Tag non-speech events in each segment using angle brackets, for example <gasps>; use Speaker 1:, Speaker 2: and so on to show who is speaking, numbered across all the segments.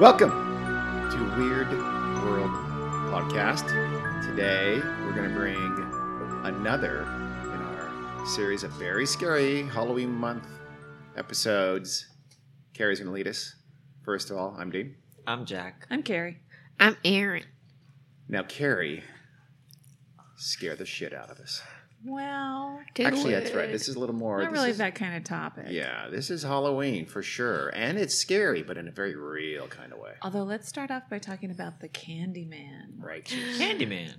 Speaker 1: Welcome to Weird World Podcast. Today we're going to bring another in our series of very scary Halloween month episodes. Carrie's going to lead us. First of all, I'm Dean.
Speaker 2: I'm Jack.
Speaker 3: I'm Carrie.
Speaker 4: I'm Aaron.
Speaker 1: Now, Carrie scared the shit out of us.
Speaker 3: Well,
Speaker 4: Did
Speaker 1: Actually,
Speaker 4: it.
Speaker 1: that's right. This is a little more.
Speaker 3: not
Speaker 1: this
Speaker 3: really
Speaker 1: is-
Speaker 3: that kind of topic.
Speaker 1: Yeah, this is Halloween for sure. And it's scary, but in a very real kind of way.
Speaker 3: Although, let's start off by talking about the Candyman. <laughs>
Speaker 1: Right.
Speaker 2: Candyman.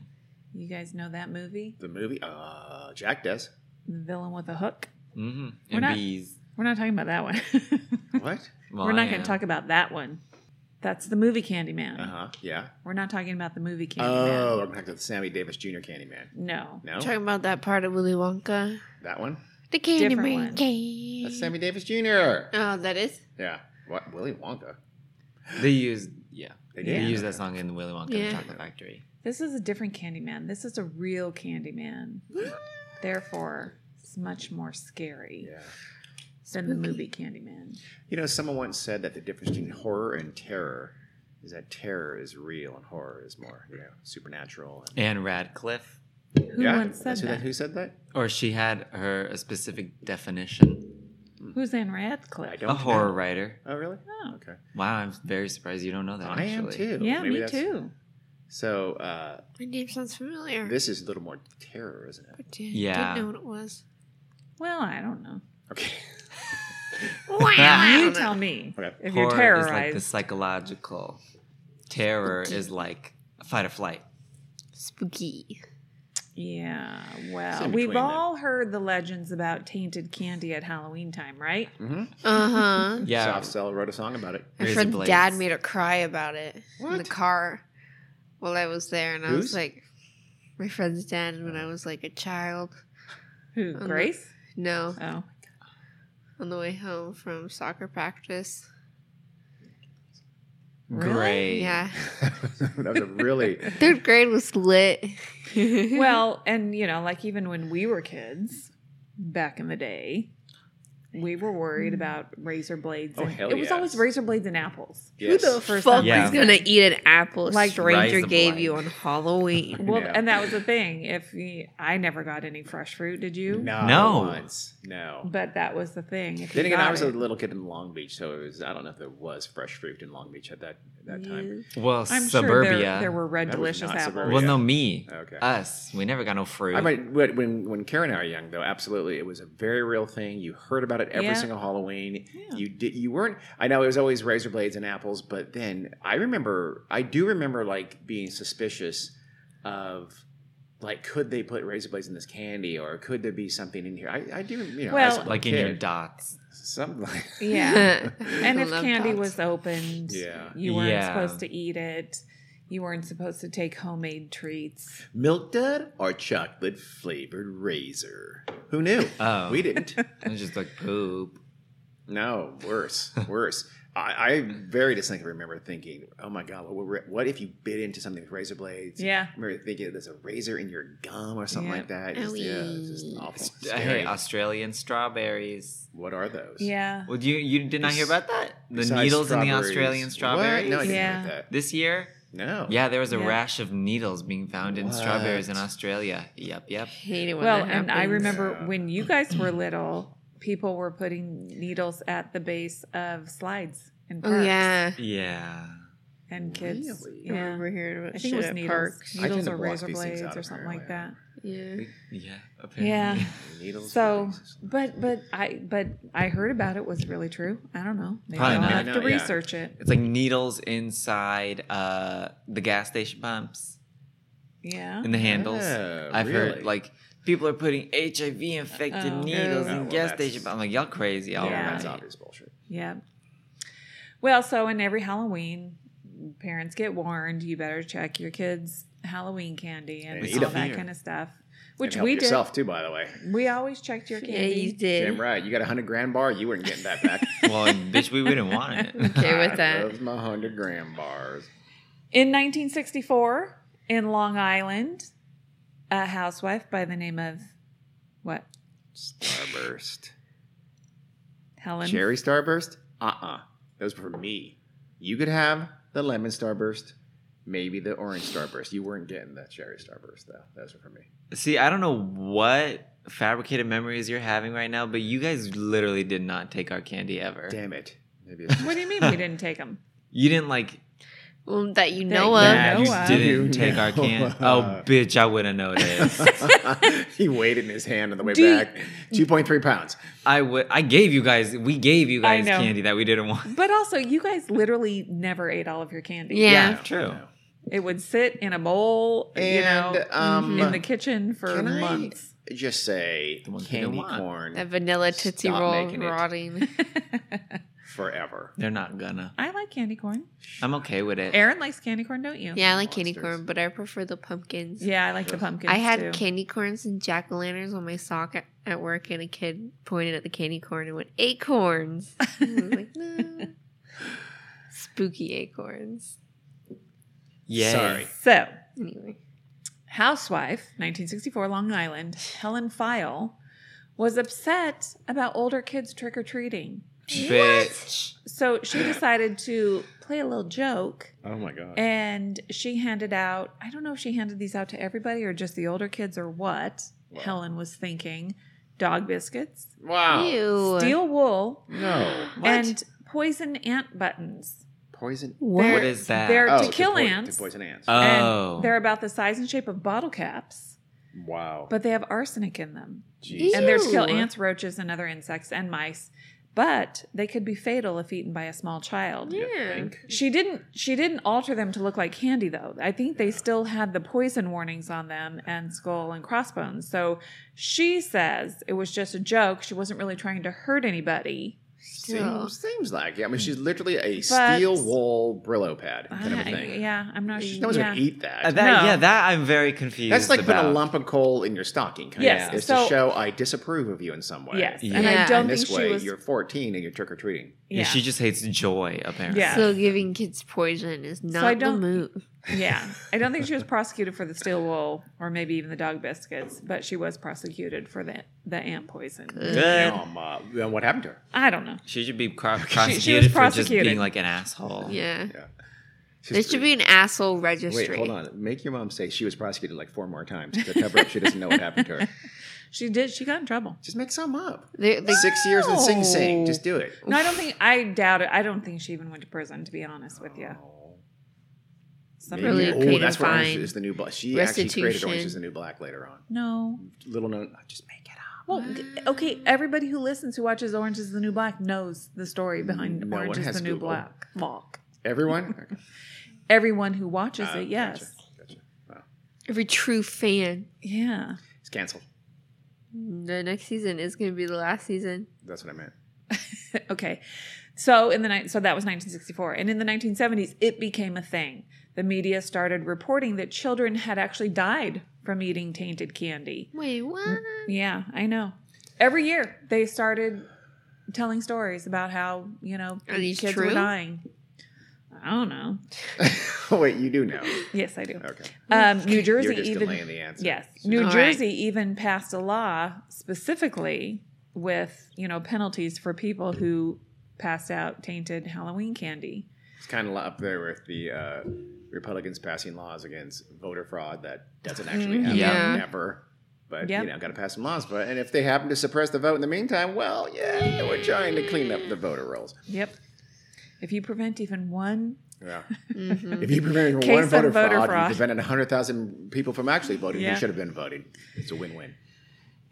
Speaker 3: You guys know that movie,
Speaker 1: The movie, uh, Jack does.
Speaker 3: the villain with a hook.
Speaker 2: Mm-hmm.
Speaker 3: We're
Speaker 2: And
Speaker 3: not-
Speaker 2: bees.
Speaker 3: We're not talking about that one. <laughs>
Speaker 1: What?
Speaker 2: Well,
Speaker 3: We're
Speaker 2: I
Speaker 3: not going
Speaker 2: am.
Speaker 3: to talk about that one. That's the movie Candyman.
Speaker 1: Uh huh. Yeah.
Speaker 3: We're not talking about the movie Candyman.
Speaker 1: Oh, I'm talking about Sammy Davis Jr. Candyman.
Speaker 3: No.
Speaker 1: No,
Speaker 4: Talking about that part of Willy Wonka.
Speaker 1: that one.
Speaker 4: The
Speaker 3: Different
Speaker 4: Candyman
Speaker 3: one.
Speaker 4: game.
Speaker 1: That's Sammy Davis Jr.
Speaker 4: Oh, that is?
Speaker 1: Yeah. What? Willy Wonka.
Speaker 2: They used yeah.
Speaker 1: They
Speaker 3: Yeah.
Speaker 2: They used that song in Willy Wonka
Speaker 4: Yeah.
Speaker 2: and the Chocolate Factory.
Speaker 3: This is a different Candyman. This is a
Speaker 1: <gasps>
Speaker 3: real Candyman. Therefore, it's much more scary
Speaker 1: Yeah.
Speaker 3: than the movie Candyman.
Speaker 1: You know, someone once said that the difference between horror and terror is that terror is real and horror is more, you know, supernatural. And,
Speaker 2: And Radcliffe,
Speaker 3: Who
Speaker 1: yeah.
Speaker 3: once said
Speaker 1: that's who
Speaker 3: that?
Speaker 1: Who said that?
Speaker 2: or she had her a specific definition.
Speaker 3: Who's Anne Radcliffe?
Speaker 1: I
Speaker 2: a
Speaker 1: don't.
Speaker 2: horror
Speaker 1: Know.
Speaker 2: writer.
Speaker 1: Oh, really?
Speaker 3: Oh.
Speaker 1: Okay.
Speaker 2: Wow, I'm very surprised you don't know that.
Speaker 1: I am
Speaker 2: actually.
Speaker 1: too.
Speaker 3: Yeah,
Speaker 1: Maybe
Speaker 3: me
Speaker 1: that's-
Speaker 3: too.
Speaker 1: So uh,
Speaker 4: My name sounds familiar.
Speaker 1: this is a little more terror, isn't it?
Speaker 4: But did,
Speaker 2: Yeah.
Speaker 4: Didn't know what it was.
Speaker 3: Well, I don't know.
Speaker 1: Okay.
Speaker 4: wow.
Speaker 3: you tell me
Speaker 1: Okay.
Speaker 3: if
Speaker 2: Horror
Speaker 3: you're
Speaker 2: is like the
Speaker 3: terrorized.
Speaker 2: psychological. Terror is like fight or flight.
Speaker 4: Spooky.
Speaker 3: yeah,
Speaker 1: It's
Speaker 3: well,
Speaker 1: in
Speaker 3: we've
Speaker 1: between then.
Speaker 3: all heard the legends about tainted candy at Halloween time, right?
Speaker 1: hmm
Speaker 4: Uh huh.
Speaker 2: Yeah.
Speaker 1: Soft Cell wrote a song about it.
Speaker 4: My
Speaker 2: Razor
Speaker 4: friend's
Speaker 2: blades.
Speaker 4: dad made her cry about it in the
Speaker 1: What?
Speaker 4: car while I was there, and I
Speaker 1: Whose?
Speaker 4: was like, my friend's dad when I was like a child.
Speaker 3: Who?
Speaker 4: Um,
Speaker 3: Grace?
Speaker 4: No,
Speaker 3: Oh,
Speaker 4: on the way home from soccer practice.
Speaker 3: Really?
Speaker 2: Great.
Speaker 4: Yeah,
Speaker 1: <laughs> that was a
Speaker 3: <laughs>
Speaker 1: really
Speaker 4: third grade was lit.
Speaker 3: well, and you know, like even when we were kids back in the day, we were worried about razor blades.
Speaker 1: Oh,
Speaker 3: and,
Speaker 1: hell
Speaker 3: it was
Speaker 1: yes.
Speaker 3: always razor blades and apples.
Speaker 1: Yes.
Speaker 3: Who the first
Speaker 4: fuck
Speaker 3: time
Speaker 2: Yeah.
Speaker 4: is gonna eat an apple a
Speaker 3: Like-
Speaker 4: stranger
Speaker 2: Rise of
Speaker 4: gave
Speaker 2: light.
Speaker 3: <laughs>
Speaker 4: you on Halloween?
Speaker 3: Well,
Speaker 1: Yeah.
Speaker 3: and that was the thing. If we, I never got any fresh fruit, did you?
Speaker 1: no
Speaker 2: No.
Speaker 1: once. no.
Speaker 3: But that was the thing. If
Speaker 1: Then
Speaker 3: you
Speaker 1: again, I
Speaker 3: got
Speaker 1: was a
Speaker 3: it-
Speaker 1: little kid in Long Beach, so it was I don't know if there was fresh fruit in Long Beach at that that time.
Speaker 2: Well,
Speaker 3: I'm
Speaker 2: suburbia.
Speaker 3: sure there, there were Oh, red
Speaker 1: That was
Speaker 3: delicious
Speaker 1: not
Speaker 3: apples.
Speaker 1: suburbia.
Speaker 2: well, no, me.
Speaker 1: Okay.
Speaker 2: Us. We never got no fruit.
Speaker 1: I might but when when Karen and I were young though, absolutely, it was a very real thing. You heard about it every
Speaker 3: Yeah.
Speaker 1: single Halloween.
Speaker 3: Yeah.
Speaker 1: You did you weren't I know it was always razor blades and apples, but then I remember I do remember like being suspicious of like could they put razor blades in this candy or could there be something in here? I, I do you know
Speaker 3: Well-
Speaker 1: as a little
Speaker 2: like in your
Speaker 1: kid,
Speaker 2: dots.
Speaker 1: something like
Speaker 3: Yeah.
Speaker 4: <laughs>
Speaker 3: and if candy was opened,
Speaker 1: Yeah.
Speaker 3: you weren't
Speaker 2: Yeah.
Speaker 3: supposed to eat it. You weren't supposed to take homemade treats.
Speaker 1: Milk Dud or chocolate flavored razor? Who knew?
Speaker 2: Oh.
Speaker 1: We
Speaker 3: <laughs>
Speaker 1: didn't.
Speaker 2: <laughs> It was just like poop.
Speaker 1: no, worse, worse. I, I very distinctly remember thinking, "Oh my god, what, were- what if you bit into something with razor blades?"
Speaker 3: Yeah.
Speaker 1: I remember thinking there's a razor in your gum or something
Speaker 3: Yeah.
Speaker 1: like that. Just, yeah, it's just
Speaker 4: Owie.
Speaker 1: awful.
Speaker 2: Hey,
Speaker 1: Scary.
Speaker 2: Australian strawberries.
Speaker 1: what are those?
Speaker 3: Yeah.
Speaker 2: Well, you you did not hear about that? The
Speaker 1: Besides
Speaker 2: needles in the
Speaker 1: strawberries.
Speaker 2: Australian
Speaker 1: What?
Speaker 2: strawberries
Speaker 1: No, I didn't
Speaker 3: Yeah.
Speaker 1: yeah. that.
Speaker 2: this year?
Speaker 1: No.
Speaker 2: Yeah, there was a
Speaker 3: Yeah.
Speaker 2: rash of needles being found in strawberries in
Speaker 1: What?
Speaker 2: Australia. Yep, yep.
Speaker 4: hate it when
Speaker 3: Well,
Speaker 4: that
Speaker 3: and I
Speaker 4: happens.
Speaker 3: remember
Speaker 1: Yeah.
Speaker 3: when you guys were little, people were putting needles at the base of slides and
Speaker 4: Oh
Speaker 3: parks.
Speaker 4: yeah,
Speaker 2: Yeah.
Speaker 3: And kids.
Speaker 1: Really?
Speaker 4: I
Speaker 3: Yeah.
Speaker 4: remember hearing about
Speaker 3: I
Speaker 4: shit
Speaker 3: think it was
Speaker 4: at
Speaker 3: needles.
Speaker 4: parks.
Speaker 1: I tend
Speaker 3: Needles
Speaker 1: to
Speaker 3: or
Speaker 1: block
Speaker 3: razor
Speaker 1: these things
Speaker 3: blades
Speaker 1: out
Speaker 3: or
Speaker 1: of
Speaker 3: something
Speaker 1: my
Speaker 3: like that.
Speaker 1: mind.
Speaker 4: Yeah,
Speaker 2: Yeah, apparently.
Speaker 3: Yeah.
Speaker 1: Needles.
Speaker 3: So,
Speaker 1: razors.
Speaker 3: But but I but I heard about it was really true. I don't know. Maybe
Speaker 2: Probably
Speaker 3: I'll
Speaker 2: not.
Speaker 3: have
Speaker 1: No,
Speaker 3: to
Speaker 1: yeah.
Speaker 3: research it.
Speaker 2: <laughs> It's like needles inside uh, the gas station pumps
Speaker 3: Yeah.
Speaker 2: and the handles.
Speaker 1: Yeah,
Speaker 2: I've
Speaker 1: really?
Speaker 2: heard like people are putting HIV infected
Speaker 3: Oh.
Speaker 2: needles
Speaker 1: Oh,
Speaker 2: in
Speaker 1: well,
Speaker 2: gas
Speaker 1: that's-
Speaker 2: station pumps. I'm like, y'all crazy.
Speaker 1: yeah,
Speaker 2: Y'all
Speaker 3: Yeah.
Speaker 1: that's
Speaker 2: right.
Speaker 1: obvious bullshit.
Speaker 3: Yeah. Well, so in every Halloween, parents get warned you better check your kids' Halloween candy and,
Speaker 1: And
Speaker 2: eat
Speaker 3: all
Speaker 2: it.
Speaker 3: that kind of stuff, which
Speaker 1: and help
Speaker 3: we
Speaker 1: yourself too, by the way.
Speaker 3: did. We always checked your
Speaker 4: yeah,
Speaker 3: candy.
Speaker 4: you
Speaker 1: Damn
Speaker 3: <laughs>
Speaker 4: did.
Speaker 1: right. You got a hundred grand bar, you weren't getting that back.
Speaker 2: Well, bitch, we wouldn't want it.
Speaker 4: Okay
Speaker 1: I
Speaker 3: <laughs>
Speaker 4: with that.
Speaker 1: love my hundred gram bars.
Speaker 3: in 1964, in Long Island, a housewife by the name of what?
Speaker 1: Starburst.
Speaker 3: Helen.
Speaker 1: Cherry Starburst? Uh uh Those Uh-uh. were for me. You could have the lemon starburst, maybe the orange starburst. You weren't getting the cherry starburst though. Those are for me.
Speaker 2: See, I don't know what fabricated memories you're having right now, but you guys literally did not take our candy ever.
Speaker 1: Damn it. Maybe it's
Speaker 3: What do you mean we didn't take them?
Speaker 2: You didn't like
Speaker 4: Well, that you
Speaker 3: That
Speaker 4: know
Speaker 3: you
Speaker 4: of.
Speaker 2: that.
Speaker 3: no,
Speaker 2: You
Speaker 3: uh,
Speaker 2: didn't
Speaker 1: You
Speaker 2: take our
Speaker 1: know,
Speaker 2: candy.
Speaker 1: uh,
Speaker 2: Oh, bitch, I would have noticed.
Speaker 1: <laughs>
Speaker 3: <laughs>
Speaker 1: he weighed it in his hand on the way
Speaker 3: Do you-
Speaker 1: back. Two point three pounds.
Speaker 2: I would. I gave you guys. We gave you
Speaker 3: I
Speaker 2: guys
Speaker 3: know.
Speaker 2: candy that we didn't want.
Speaker 3: But also, you guys literally never ate all of your candy.
Speaker 4: Yeah.
Speaker 2: Yeah, true.
Speaker 3: It would sit in a bowl,
Speaker 1: And
Speaker 3: you know, mm-hmm.
Speaker 1: um,
Speaker 3: in the kitchen for
Speaker 1: can I-
Speaker 3: months. <laughs>
Speaker 1: just say
Speaker 2: The one thing you
Speaker 1: candy
Speaker 2: want.
Speaker 1: corn
Speaker 4: That vanilla Tootsie
Speaker 1: Stop
Speaker 4: Roll
Speaker 1: making it.
Speaker 3: <laughs>
Speaker 4: rotting.
Speaker 1: forever.
Speaker 2: They're not gonna.
Speaker 3: I like candy corn.
Speaker 2: I'm okay with it.
Speaker 3: Aaron likes candy corn, don't you?
Speaker 4: yeah, I like candy
Speaker 1: Monsters.
Speaker 4: corn, but I prefer the pumpkins.
Speaker 3: Yeah, I like the
Speaker 1: Yes.
Speaker 3: pumpkins.
Speaker 4: I had
Speaker 3: too.
Speaker 4: candy corns and jack o' lanterns on my sock at, at work, and a kid pointed at the candy corn and went, Acorns! <laughs> And I was like, no. Spooky acorns.
Speaker 2: Yeah.
Speaker 1: Sorry.
Speaker 3: So,
Speaker 4: Anyway.
Speaker 3: Housewife, 1964, Long Island, Helen File was upset about older kids trick or treating.
Speaker 2: Bitch.
Speaker 3: So
Speaker 4: <coughs>
Speaker 3: she decided to play a little joke
Speaker 1: Oh my god.
Speaker 3: and she handed out, I don't know if she handed these out to everybody or just the older kids or what.
Speaker 1: Wow.
Speaker 3: Helen was thinking dog biscuits,
Speaker 1: wow.
Speaker 4: Ew.
Speaker 3: steel wool,
Speaker 1: No.
Speaker 2: What?
Speaker 3: and poison ant buttons.
Speaker 1: Poison.
Speaker 2: what
Speaker 4: What?
Speaker 3: They're-
Speaker 2: is that?
Speaker 3: they're- Or to
Speaker 1: poi-
Speaker 3: kill ants.
Speaker 1: To poison ants.
Speaker 2: oh.
Speaker 3: And they're about the size and shape of bottle caps,
Speaker 1: wow.
Speaker 3: but they have arsenic in them.
Speaker 1: Jeez.
Speaker 3: and they're to kill
Speaker 4: Ew.
Speaker 3: ants, roaches, and other insects and mice. But they could be fatal if eaten by a small child.
Speaker 1: You
Speaker 4: Yeah.
Speaker 1: think?
Speaker 3: She didn't. She didn't alter them to look like candy, though. I think they still had the poison warnings on them and skull and crossbones. So she says it was just a joke. She wasn't really trying to hurt anybody.
Speaker 4: Ew.
Speaker 1: Seems, seems like it. I mean, she's literally a
Speaker 3: Hmm. But-
Speaker 1: steel wool Brillo pad kind of a
Speaker 3: I-
Speaker 1: thing.
Speaker 3: yeah, I'm not
Speaker 1: No
Speaker 3: sure.
Speaker 1: one's
Speaker 3: Yeah.
Speaker 1: gonna eat that.
Speaker 2: Uh, that-
Speaker 3: No.
Speaker 2: Yeah, that I'm very confused.
Speaker 1: That's like
Speaker 2: about.
Speaker 1: putting a lump of coal in your stocking. Kind
Speaker 3: Yes,
Speaker 1: of. It's
Speaker 3: so-
Speaker 1: to show I disapprove of you in some way.
Speaker 3: Yes,
Speaker 2: Yeah.
Speaker 3: and I
Speaker 4: Yeah.
Speaker 3: don't
Speaker 1: And
Speaker 3: think
Speaker 1: this
Speaker 3: she
Speaker 1: way,
Speaker 3: was.
Speaker 1: you're 14 and you're trick or treating.
Speaker 2: Yeah. she just hates joy apparently.
Speaker 3: Yeah.
Speaker 4: So giving kids poison is not
Speaker 3: I
Speaker 4: the
Speaker 3: don't-
Speaker 4: move.
Speaker 3: Yeah, I don't think she
Speaker 1: <laughs>
Speaker 3: was prosecuted for the steel wool or maybe even the dog biscuits, but she was prosecuted for the the ant poison.
Speaker 4: Good.
Speaker 2: Good.
Speaker 1: Um, uh, then what happened to her?
Speaker 3: I don't know.
Speaker 2: She should be cro-
Speaker 3: <laughs> She-
Speaker 2: prosecuted,
Speaker 3: she was
Speaker 2: for just
Speaker 3: prosecuted.
Speaker 2: being like an asshole.
Speaker 4: Yeah.
Speaker 1: She's
Speaker 4: There should
Speaker 1: pretty-
Speaker 4: be an asshole registry.
Speaker 1: Wait, hold on. Make your mom say she was prosecuted like four more times to cover up she doesn't know what happened to her.
Speaker 3: <laughs> She did. She got in trouble.
Speaker 1: Just make some up.
Speaker 4: They- they-
Speaker 1: Six years in Sing Sing.
Speaker 4: No.
Speaker 1: Just do it.
Speaker 3: No, I don't think. I doubt it. I don't think she even went to prison. To be honest with you,
Speaker 1: Oh,
Speaker 3: Some
Speaker 1: maybe-
Speaker 4: Really
Speaker 1: Oh,
Speaker 4: creative
Speaker 1: that's where Orange
Speaker 4: fine.
Speaker 1: is the new black. She actually created
Speaker 4: Restitution.
Speaker 1: Orange is the new black later on.
Speaker 3: No.
Speaker 1: Little known. Just make it up.
Speaker 3: Well, g- okay. Everybody who listens who watches Orange Is the New Black knows the story behind
Speaker 1: No
Speaker 3: Orange
Speaker 1: one
Speaker 3: Is
Speaker 1: has
Speaker 3: the New
Speaker 1: Google.
Speaker 3: Black. Walk. <laughs>
Speaker 1: Everyone.
Speaker 3: Everyone who watches
Speaker 1: Ah,
Speaker 3: it, yes,
Speaker 1: Gotcha. gotcha.
Speaker 4: Every true fan.
Speaker 3: yeah.
Speaker 1: It's canceled.
Speaker 4: The next season is going to be the last season.
Speaker 1: That's what I meant. <laughs>
Speaker 3: okay. So in the night, so that was 1964, and in the 1970s, it became a thing. The media started reporting that children had actually died from eating tainted candy.
Speaker 4: Wait, what?
Speaker 3: Yeah, I know. Every year they started telling stories about how you know
Speaker 4: Are these
Speaker 3: kids
Speaker 4: true?
Speaker 3: were dying. I don't know.
Speaker 1: Wait, you do know.
Speaker 3: Yes, I do.
Speaker 1: Okay.
Speaker 3: Um, New
Speaker 1: You're
Speaker 3: Jersey
Speaker 1: just
Speaker 3: even
Speaker 1: delaying the answer.
Speaker 3: yes, New
Speaker 4: All right.
Speaker 3: Jersey even passed a law specifically with you know penalties for people who passed out tainted Halloween candy.
Speaker 1: It's kind of up there with the uh, Republicans passing laws against voter fraud that doesn't actually happen
Speaker 4: Yeah.
Speaker 1: ever. But
Speaker 3: Mm-hmm. Yep.
Speaker 1: you know, got to pass some laws. But and if they happen to suppress the vote in the meantime, well, yeah, we're trying to clean up the voter rolls.
Speaker 3: Yep. If you prevent even one,
Speaker 1: Yeah. <laughs>
Speaker 4: Mhm.
Speaker 1: If you prevented
Speaker 3: Case
Speaker 1: one
Speaker 3: of
Speaker 1: voter,
Speaker 3: voter
Speaker 1: fraud,
Speaker 3: fraud.
Speaker 1: you prevented hundred thousand people from actually voting.
Speaker 3: Yeah.
Speaker 1: who should have been voting. It's a win-win.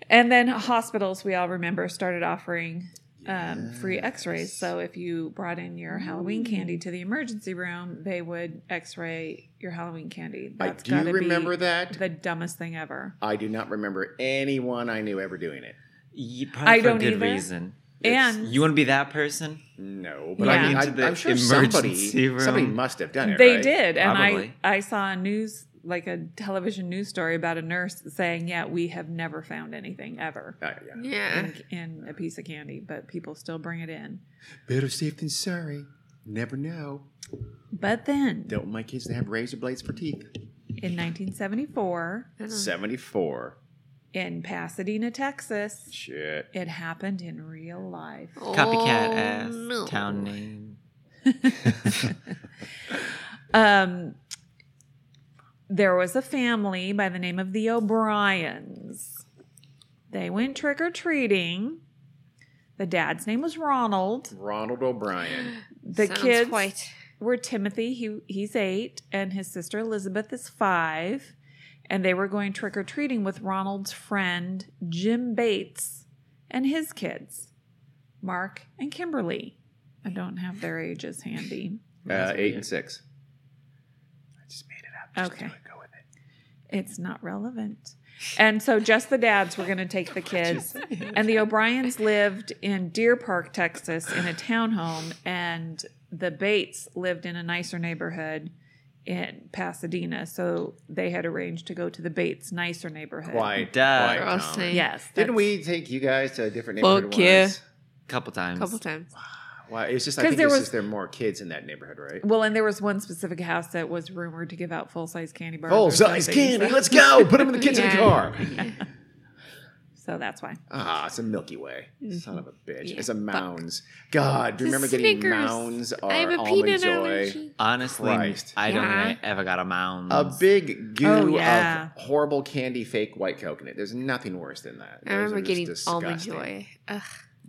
Speaker 3: and then hospitals we all remember started offering um, free X-rays. So if you brought in your Halloween
Speaker 1: Mm.
Speaker 3: candy to the emergency room, they would X-ray your Halloween candy.
Speaker 1: I
Speaker 3: That's
Speaker 1: do
Speaker 3: gotta
Speaker 1: remember that.
Speaker 3: be the dumbest thing ever.
Speaker 1: I do not remember anyone I knew ever doing it.
Speaker 2: You- probably
Speaker 3: I
Speaker 2: for
Speaker 3: don't
Speaker 2: a good
Speaker 3: either.
Speaker 2: reason.
Speaker 1: It's-
Speaker 3: and
Speaker 2: You want to be that person?
Speaker 1: No, but
Speaker 3: Yeah.
Speaker 1: I,
Speaker 2: Into
Speaker 1: mean,
Speaker 2: the
Speaker 1: I, I'm sure somebody
Speaker 2: emergency room.
Speaker 1: somebody must have done it.
Speaker 3: they
Speaker 1: right?
Speaker 3: did, and
Speaker 2: Probably.
Speaker 3: I I saw a news like a television news story about a nurse saying, "Yeah, we have never found anything ever."
Speaker 1: Uh, yeah.
Speaker 4: yeah.
Speaker 3: In, in a piece of candy, but people still bring it in.
Speaker 1: Better safe than sorry. Never know.
Speaker 3: But then,
Speaker 1: Don't want my kids to have razor blades for teeth.
Speaker 3: in 1974,
Speaker 4: I don't know.
Speaker 1: 74.
Speaker 3: in Pasadena, Texas.
Speaker 1: Shit.
Speaker 3: It happened in real life.
Speaker 2: Copycat
Speaker 4: Oh,
Speaker 2: ass
Speaker 4: no.
Speaker 2: town name.
Speaker 3: um, there was a family by the name of the O'Briens. They went trick or treating. The dad's name was Ronald.
Speaker 1: Ronald
Speaker 3: <gasps>
Speaker 1: O'Brien. Uh,
Speaker 3: The
Speaker 4: Sounds
Speaker 3: kids
Speaker 4: quite
Speaker 3: were Timothy. He he's eight, and his sister Elizabeth is five. And they were going trick or treating with Ronald's friend Jim Bates and his kids, Mark and Kimberly. I don't have their ages handy.
Speaker 1: Uh, eight and six. I just made it up.
Speaker 3: Okay.
Speaker 1: do it. Go with it.
Speaker 3: It's not relevant. And so just the dads were going
Speaker 1: <laughs>
Speaker 3: to take the kids. And the O'Briens lived in Deer Park, Texas, in a townhome, and the Bates lived in a nicer neighborhood in Pasadena. So they had arranged to go to the Bates nicer neighborhood.
Speaker 1: Quite.
Speaker 2: Duh.
Speaker 1: quite
Speaker 4: Girl
Speaker 1: common.
Speaker 4: thing.
Speaker 3: Yes.
Speaker 1: Didn't
Speaker 3: that's-
Speaker 1: we take you guys to a different
Speaker 4: Fuck
Speaker 1: neighborhood
Speaker 4: yeah.
Speaker 1: once?
Speaker 2: couple times.
Speaker 4: a couple times.
Speaker 1: Wow, it's just I
Speaker 3: 'Cause
Speaker 1: think
Speaker 3: there
Speaker 1: it's
Speaker 3: was-
Speaker 1: just there are more kids in that neighborhood, right?
Speaker 3: Well, and there was one specific house that was rumored to give out full size candy bars. or
Speaker 1: Full size
Speaker 3: something,
Speaker 1: candy.
Speaker 3: so-
Speaker 1: Let's go. Put them
Speaker 4: <laughs>
Speaker 1: in the kids in
Speaker 4: Yeah.
Speaker 1: the car.
Speaker 3: So that's why.
Speaker 1: Ah, it's a Milky Way. Son of a bitch.
Speaker 4: Mm-hmm. Yeah,
Speaker 1: It's a
Speaker 4: fuck.
Speaker 1: mounds. God, do you
Speaker 4: The
Speaker 1: remember getting
Speaker 4: Snickers.
Speaker 1: mounds or
Speaker 4: I have a
Speaker 1: almond
Speaker 4: peanut
Speaker 1: joy?
Speaker 4: allergy.
Speaker 2: Honestly,
Speaker 1: Christ.
Speaker 2: I don't
Speaker 4: Yeah.
Speaker 2: think I ever got a mound.
Speaker 1: A big goo
Speaker 3: Oh, yeah.
Speaker 1: of horrible candy, fake white coconut. There's nothing worse than that.
Speaker 4: I
Speaker 1: Those
Speaker 4: remember
Speaker 1: are just
Speaker 4: getting almond
Speaker 1: disgusting.
Speaker 4: joy. Ugh.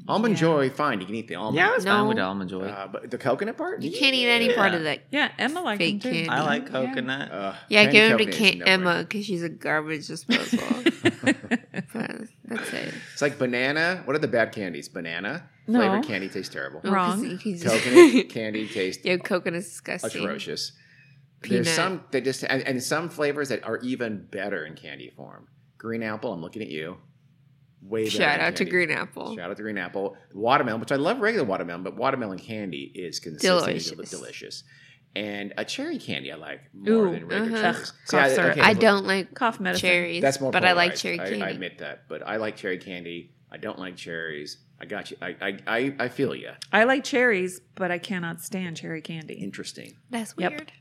Speaker 1: Almond
Speaker 3: Yeah.
Speaker 1: joy, fine. You can eat the almond.
Speaker 2: Yeah, I was fine with
Speaker 4: No.
Speaker 2: almond joy.
Speaker 1: Uh, but the coconut part?
Speaker 4: You can't eat any part of that.
Speaker 3: Yeah, Emma liked
Speaker 4: Fake
Speaker 3: them too.
Speaker 4: candy.
Speaker 2: I like
Speaker 3: Yeah.
Speaker 2: coconut.
Speaker 1: Uh,
Speaker 4: Yeah,
Speaker 1: candy
Speaker 4: give them to
Speaker 1: coconut is
Speaker 4: Kate
Speaker 1: no
Speaker 4: Emma
Speaker 1: brainer.
Speaker 4: because she's a garbage disposal.
Speaker 2: <laughs>
Speaker 4: but that's it.
Speaker 1: It's like banana. What are the bad candies? Banana.
Speaker 3: No.
Speaker 1: Flavored candy tastes terrible.
Speaker 4: <laughs> No, 'cause
Speaker 3: Wrong.
Speaker 4: you can just-
Speaker 1: Coconut candy tastes
Speaker 4: <laughs> yeah, coconut's disgusting.
Speaker 1: atrocious.
Speaker 4: Peanut.
Speaker 1: There's some that just and, and some flavors that are even better in candy form. Green apple, I'm looking at you. Way better
Speaker 4: Shout
Speaker 1: in
Speaker 4: out to
Speaker 1: candy.
Speaker 4: Green Apple.
Speaker 1: Shout out to green apple. Watermelon, which I love regular watermelon, but watermelon candy is consistently
Speaker 4: Delicious.
Speaker 1: delicious. delicious. And a cherry candy I like more
Speaker 3: Ooh,
Speaker 1: than regular
Speaker 4: uh-huh.
Speaker 1: cherries.
Speaker 3: Cough syrup.
Speaker 1: okay,
Speaker 4: I
Speaker 1: but
Speaker 4: don't
Speaker 3: <laughs>
Speaker 4: like
Speaker 3: Cough medicine.
Speaker 4: cherries,
Speaker 1: That's more.
Speaker 4: but I like
Speaker 1: polarized.
Speaker 4: cherry candy.
Speaker 1: I, admit that, but I like cherry candy. I don't like cherries. I got you. I I I, I feel you.
Speaker 3: I like cherries, but I cannot stand cherry candy.
Speaker 1: Interesting.
Speaker 4: That's
Speaker 3: Yep.
Speaker 4: weird.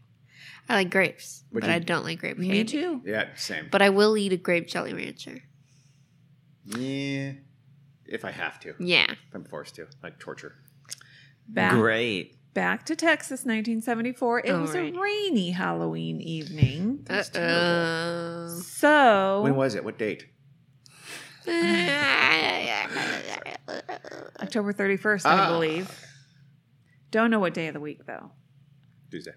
Speaker 4: I like grapes,
Speaker 1: Would
Speaker 4: but
Speaker 1: you-
Speaker 4: I don't like grape candy.
Speaker 3: Me too.
Speaker 1: Yeah, same.
Speaker 4: But I will eat a grape jelly rancher.
Speaker 1: yeah, if I have to.
Speaker 4: Yeah.
Speaker 1: If I'm forced to, like torture.
Speaker 3: Back,
Speaker 2: Great.
Speaker 3: back to Texas, 1974. It
Speaker 4: All
Speaker 3: was
Speaker 4: right.
Speaker 3: a rainy Halloween evening.
Speaker 4: Uh
Speaker 1: That's
Speaker 4: oh.
Speaker 3: So,
Speaker 1: When was it? What date?
Speaker 3: October 31st, I
Speaker 1: Ah.
Speaker 3: believe. Don't know what day of the week, though.
Speaker 1: Tuesday.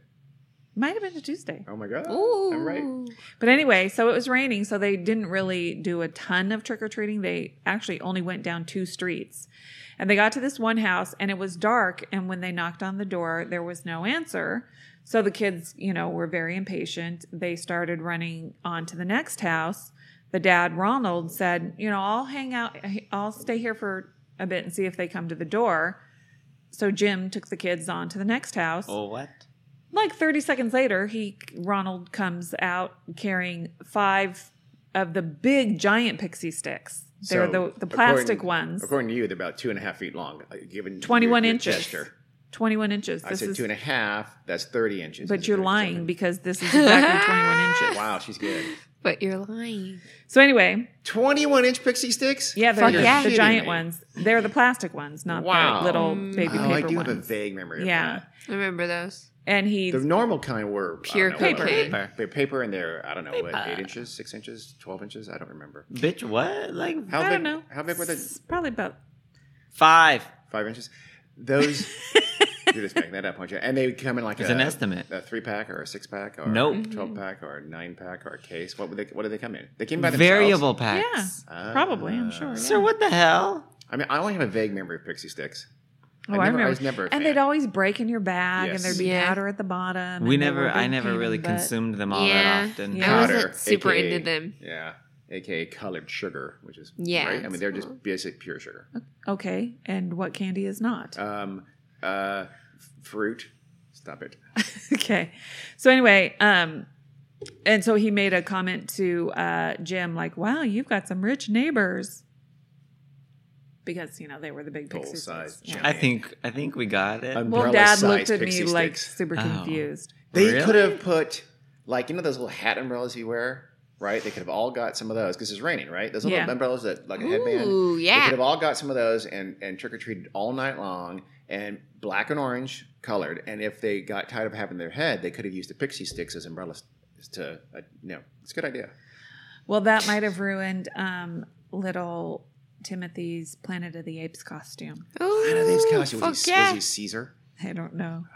Speaker 3: Might have been a Tuesday.
Speaker 1: Oh my god.
Speaker 4: Ooh.
Speaker 1: I'm right.
Speaker 3: But anyway, so it was raining, so they didn't really do a ton of trick or treating. They actually only went down two streets. And they got to this one house and it was dark. And when they knocked on the door, there was no answer. So the kids, you know, were very impatient. They started running on to the next house. The dad, Ronald, said, You know, I'll hang out, I'll stay here for a bit and see if they come to the door. So Jim took the kids on to the next house.
Speaker 2: Oh, what?
Speaker 3: Like 30 seconds later, he Ronald comes out carrying five of the big giant pixie sticks. They're
Speaker 1: So,
Speaker 3: the, the plastic
Speaker 1: according-
Speaker 3: ones,
Speaker 1: According to you, they're about two and a half feet long. uh, Given
Speaker 3: 21
Speaker 1: your- your
Speaker 3: inches.
Speaker 1: Gesture.
Speaker 3: 21 inches.
Speaker 1: I said two and a half. That's thirty inches.
Speaker 3: but
Speaker 1: Is it
Speaker 3: you're
Speaker 1: 37?
Speaker 3: lying because this is exactly 21 inches.
Speaker 1: Wow, she's good.
Speaker 4: But you're lying.
Speaker 3: So anyway,
Speaker 1: Twenty-one inch pixie sticks.
Speaker 3: yeah, they're
Speaker 4: Fuck
Speaker 3: the,
Speaker 4: yeah.
Speaker 3: the
Speaker 1: Kidding
Speaker 3: giant
Speaker 1: me.
Speaker 3: ones. They're the plastic ones, not
Speaker 1: Wow.
Speaker 3: the little
Speaker 4: Mm.
Speaker 3: baby
Speaker 1: Oh,
Speaker 3: paper
Speaker 1: I do
Speaker 3: ones.
Speaker 1: have a vague memory. Of
Speaker 3: Yeah.
Speaker 1: that.
Speaker 4: Remember those?
Speaker 3: And he
Speaker 1: The normal kind were I don't
Speaker 4: Pure
Speaker 1: know, whatever.
Speaker 4: cupcake.
Speaker 2: Paper.
Speaker 1: They're paper, and they're I don't know what
Speaker 2: Paper.
Speaker 1: eight inches, six inches, twelve inches. I don't remember.
Speaker 2: Bitch, what? Like
Speaker 1: How
Speaker 3: I
Speaker 1: big?
Speaker 3: don't know.
Speaker 1: How big were they?
Speaker 3: It's Probably about
Speaker 2: five.
Speaker 1: Five inches.
Speaker 3: <laughs>
Speaker 1: Those. you're just making that up, aren't you? And they would come in like
Speaker 2: It's
Speaker 1: a,
Speaker 2: an estimate.
Speaker 1: a three pack or a six pack or
Speaker 2: Nope.
Speaker 1: a twelve pack or a nine pack or a case. What would they? What did they come in? They came by themselves.
Speaker 2: Variable packs.
Speaker 1: Ah.
Speaker 3: probably, I'm sure. Yeah.
Speaker 2: Sir, what the hell?
Speaker 1: I mean, I only have a vague memory of Pixie Sticks.
Speaker 3: Oh,
Speaker 1: I,
Speaker 3: I
Speaker 1: never, I
Speaker 3: remember.
Speaker 1: was never. A fan.
Speaker 3: and they'd always break in your bag,
Speaker 1: Yes.
Speaker 3: and there'd be
Speaker 4: Yeah.
Speaker 3: powder at the bottom. and
Speaker 2: we
Speaker 3: they were
Speaker 2: never.
Speaker 3: a
Speaker 2: I
Speaker 3: big pain
Speaker 2: never
Speaker 3: in
Speaker 2: really
Speaker 3: the butt.
Speaker 2: consumed them all
Speaker 4: Yeah.
Speaker 2: that often.
Speaker 3: Yeah.
Speaker 4: I
Speaker 1: Powder,
Speaker 4: wasn't super
Speaker 1: AKA
Speaker 4: into them.
Speaker 1: Yeah, aka colored sugar, which is
Speaker 4: Yeah,
Speaker 1: Right? I mean,
Speaker 4: it's
Speaker 1: they're just
Speaker 4: cool.
Speaker 1: basic pure sugar.
Speaker 3: Okay, and what candy is not? <laughs>
Speaker 1: Um, uh, f- fruit. Stop it.
Speaker 3: okay. So anyway, um and so he made a comment to uh Jim like, "Wow, you've got some rich neighbors." Because, you know, they were the big
Speaker 1: Full
Speaker 3: pixies.
Speaker 1: size
Speaker 3: Yeah.
Speaker 1: giant
Speaker 2: I think. I think we got it.
Speaker 1: Um,
Speaker 3: Well,
Speaker 1: umbrella
Speaker 3: dad
Speaker 1: size
Speaker 3: looked at me
Speaker 1: pixie
Speaker 3: like
Speaker 1: sticks.
Speaker 3: super
Speaker 2: Oh.
Speaker 3: confused.
Speaker 1: They
Speaker 2: Really?
Speaker 1: could have put like you know those little hat umbrellas you wear. right? They could have all got some of those because it's raining, right? Those little
Speaker 3: Yeah.
Speaker 1: umbrellas that like a headband.
Speaker 4: Ooh,
Speaker 1: They could
Speaker 4: yeah.
Speaker 1: have all got some of those and, and trick or treated all night long and black and orange colored. And if they got tired of having their head, they could have used the pixie sticks as umbrellas to, uh, no, it's a good idea.
Speaker 3: Well, that might have ruined um, little Timothy's Planet of the Apes costume.
Speaker 4: Ooh,
Speaker 1: Planet of the Apes costume.
Speaker 4: fuck
Speaker 1: Was, he, was
Speaker 4: yeah.
Speaker 1: he Caesar?
Speaker 3: I don't know.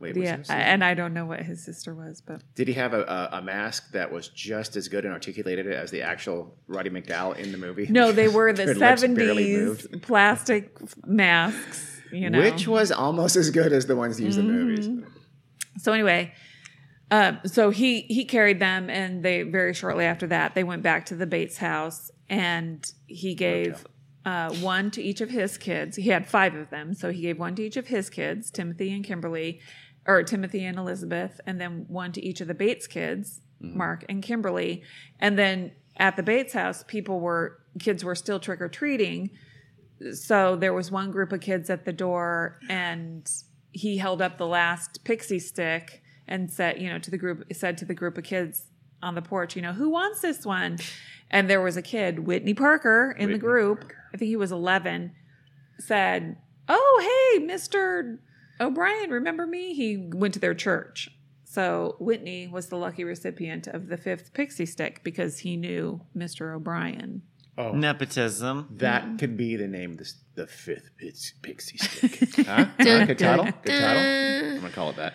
Speaker 1: Wait, was
Speaker 3: Yeah,
Speaker 1: he
Speaker 3: I-
Speaker 1: Caesar?
Speaker 3: and I don't know what his sister
Speaker 1: <laughs>
Speaker 3: was, but
Speaker 1: Did he have a, a, a mask that was just as good and articulated as the actual Roddy McDowell in the movie?
Speaker 3: no, they were
Speaker 1: <laughs>
Speaker 3: the
Speaker 1: Their lips barely
Speaker 3: seventies
Speaker 1: moved.
Speaker 3: plastic masks. You know, Mm-hmm.
Speaker 1: Which was almost as good as the ones used in the movies.
Speaker 3: So anyway, uh, so he he carried them, and they very shortly after that they went back to the Bates house, and he gave uh, one to each of his kids. He had five of them, so he gave one to each of his kids, Timothy and Kimberly, or Timothy and Elizabeth, and then one to each of the Bates kids, Mark and Kimberly, and then at the Bates house, people were kids were still trick or treating so there was one group of kids at the door and he held up the last pixie stick and said you know to the group said to the group of kids on the porch you know who wants this one and there was a kid whitney parker in the
Speaker 1: Whitney
Speaker 3: group i think he was 11 said oh hey mr o'brien remember me he went to their church so whitney was the lucky recipient of the fifth pixie stick because he knew mr o'brien
Speaker 1: Oh,
Speaker 2: Nepotism.
Speaker 3: Mm-hmm.
Speaker 1: That could be the name of this, the fifth pix- pixie
Speaker 3: <laughs>
Speaker 1: stick. huh? Huh? Good title. Good title. I'm gonna call it that.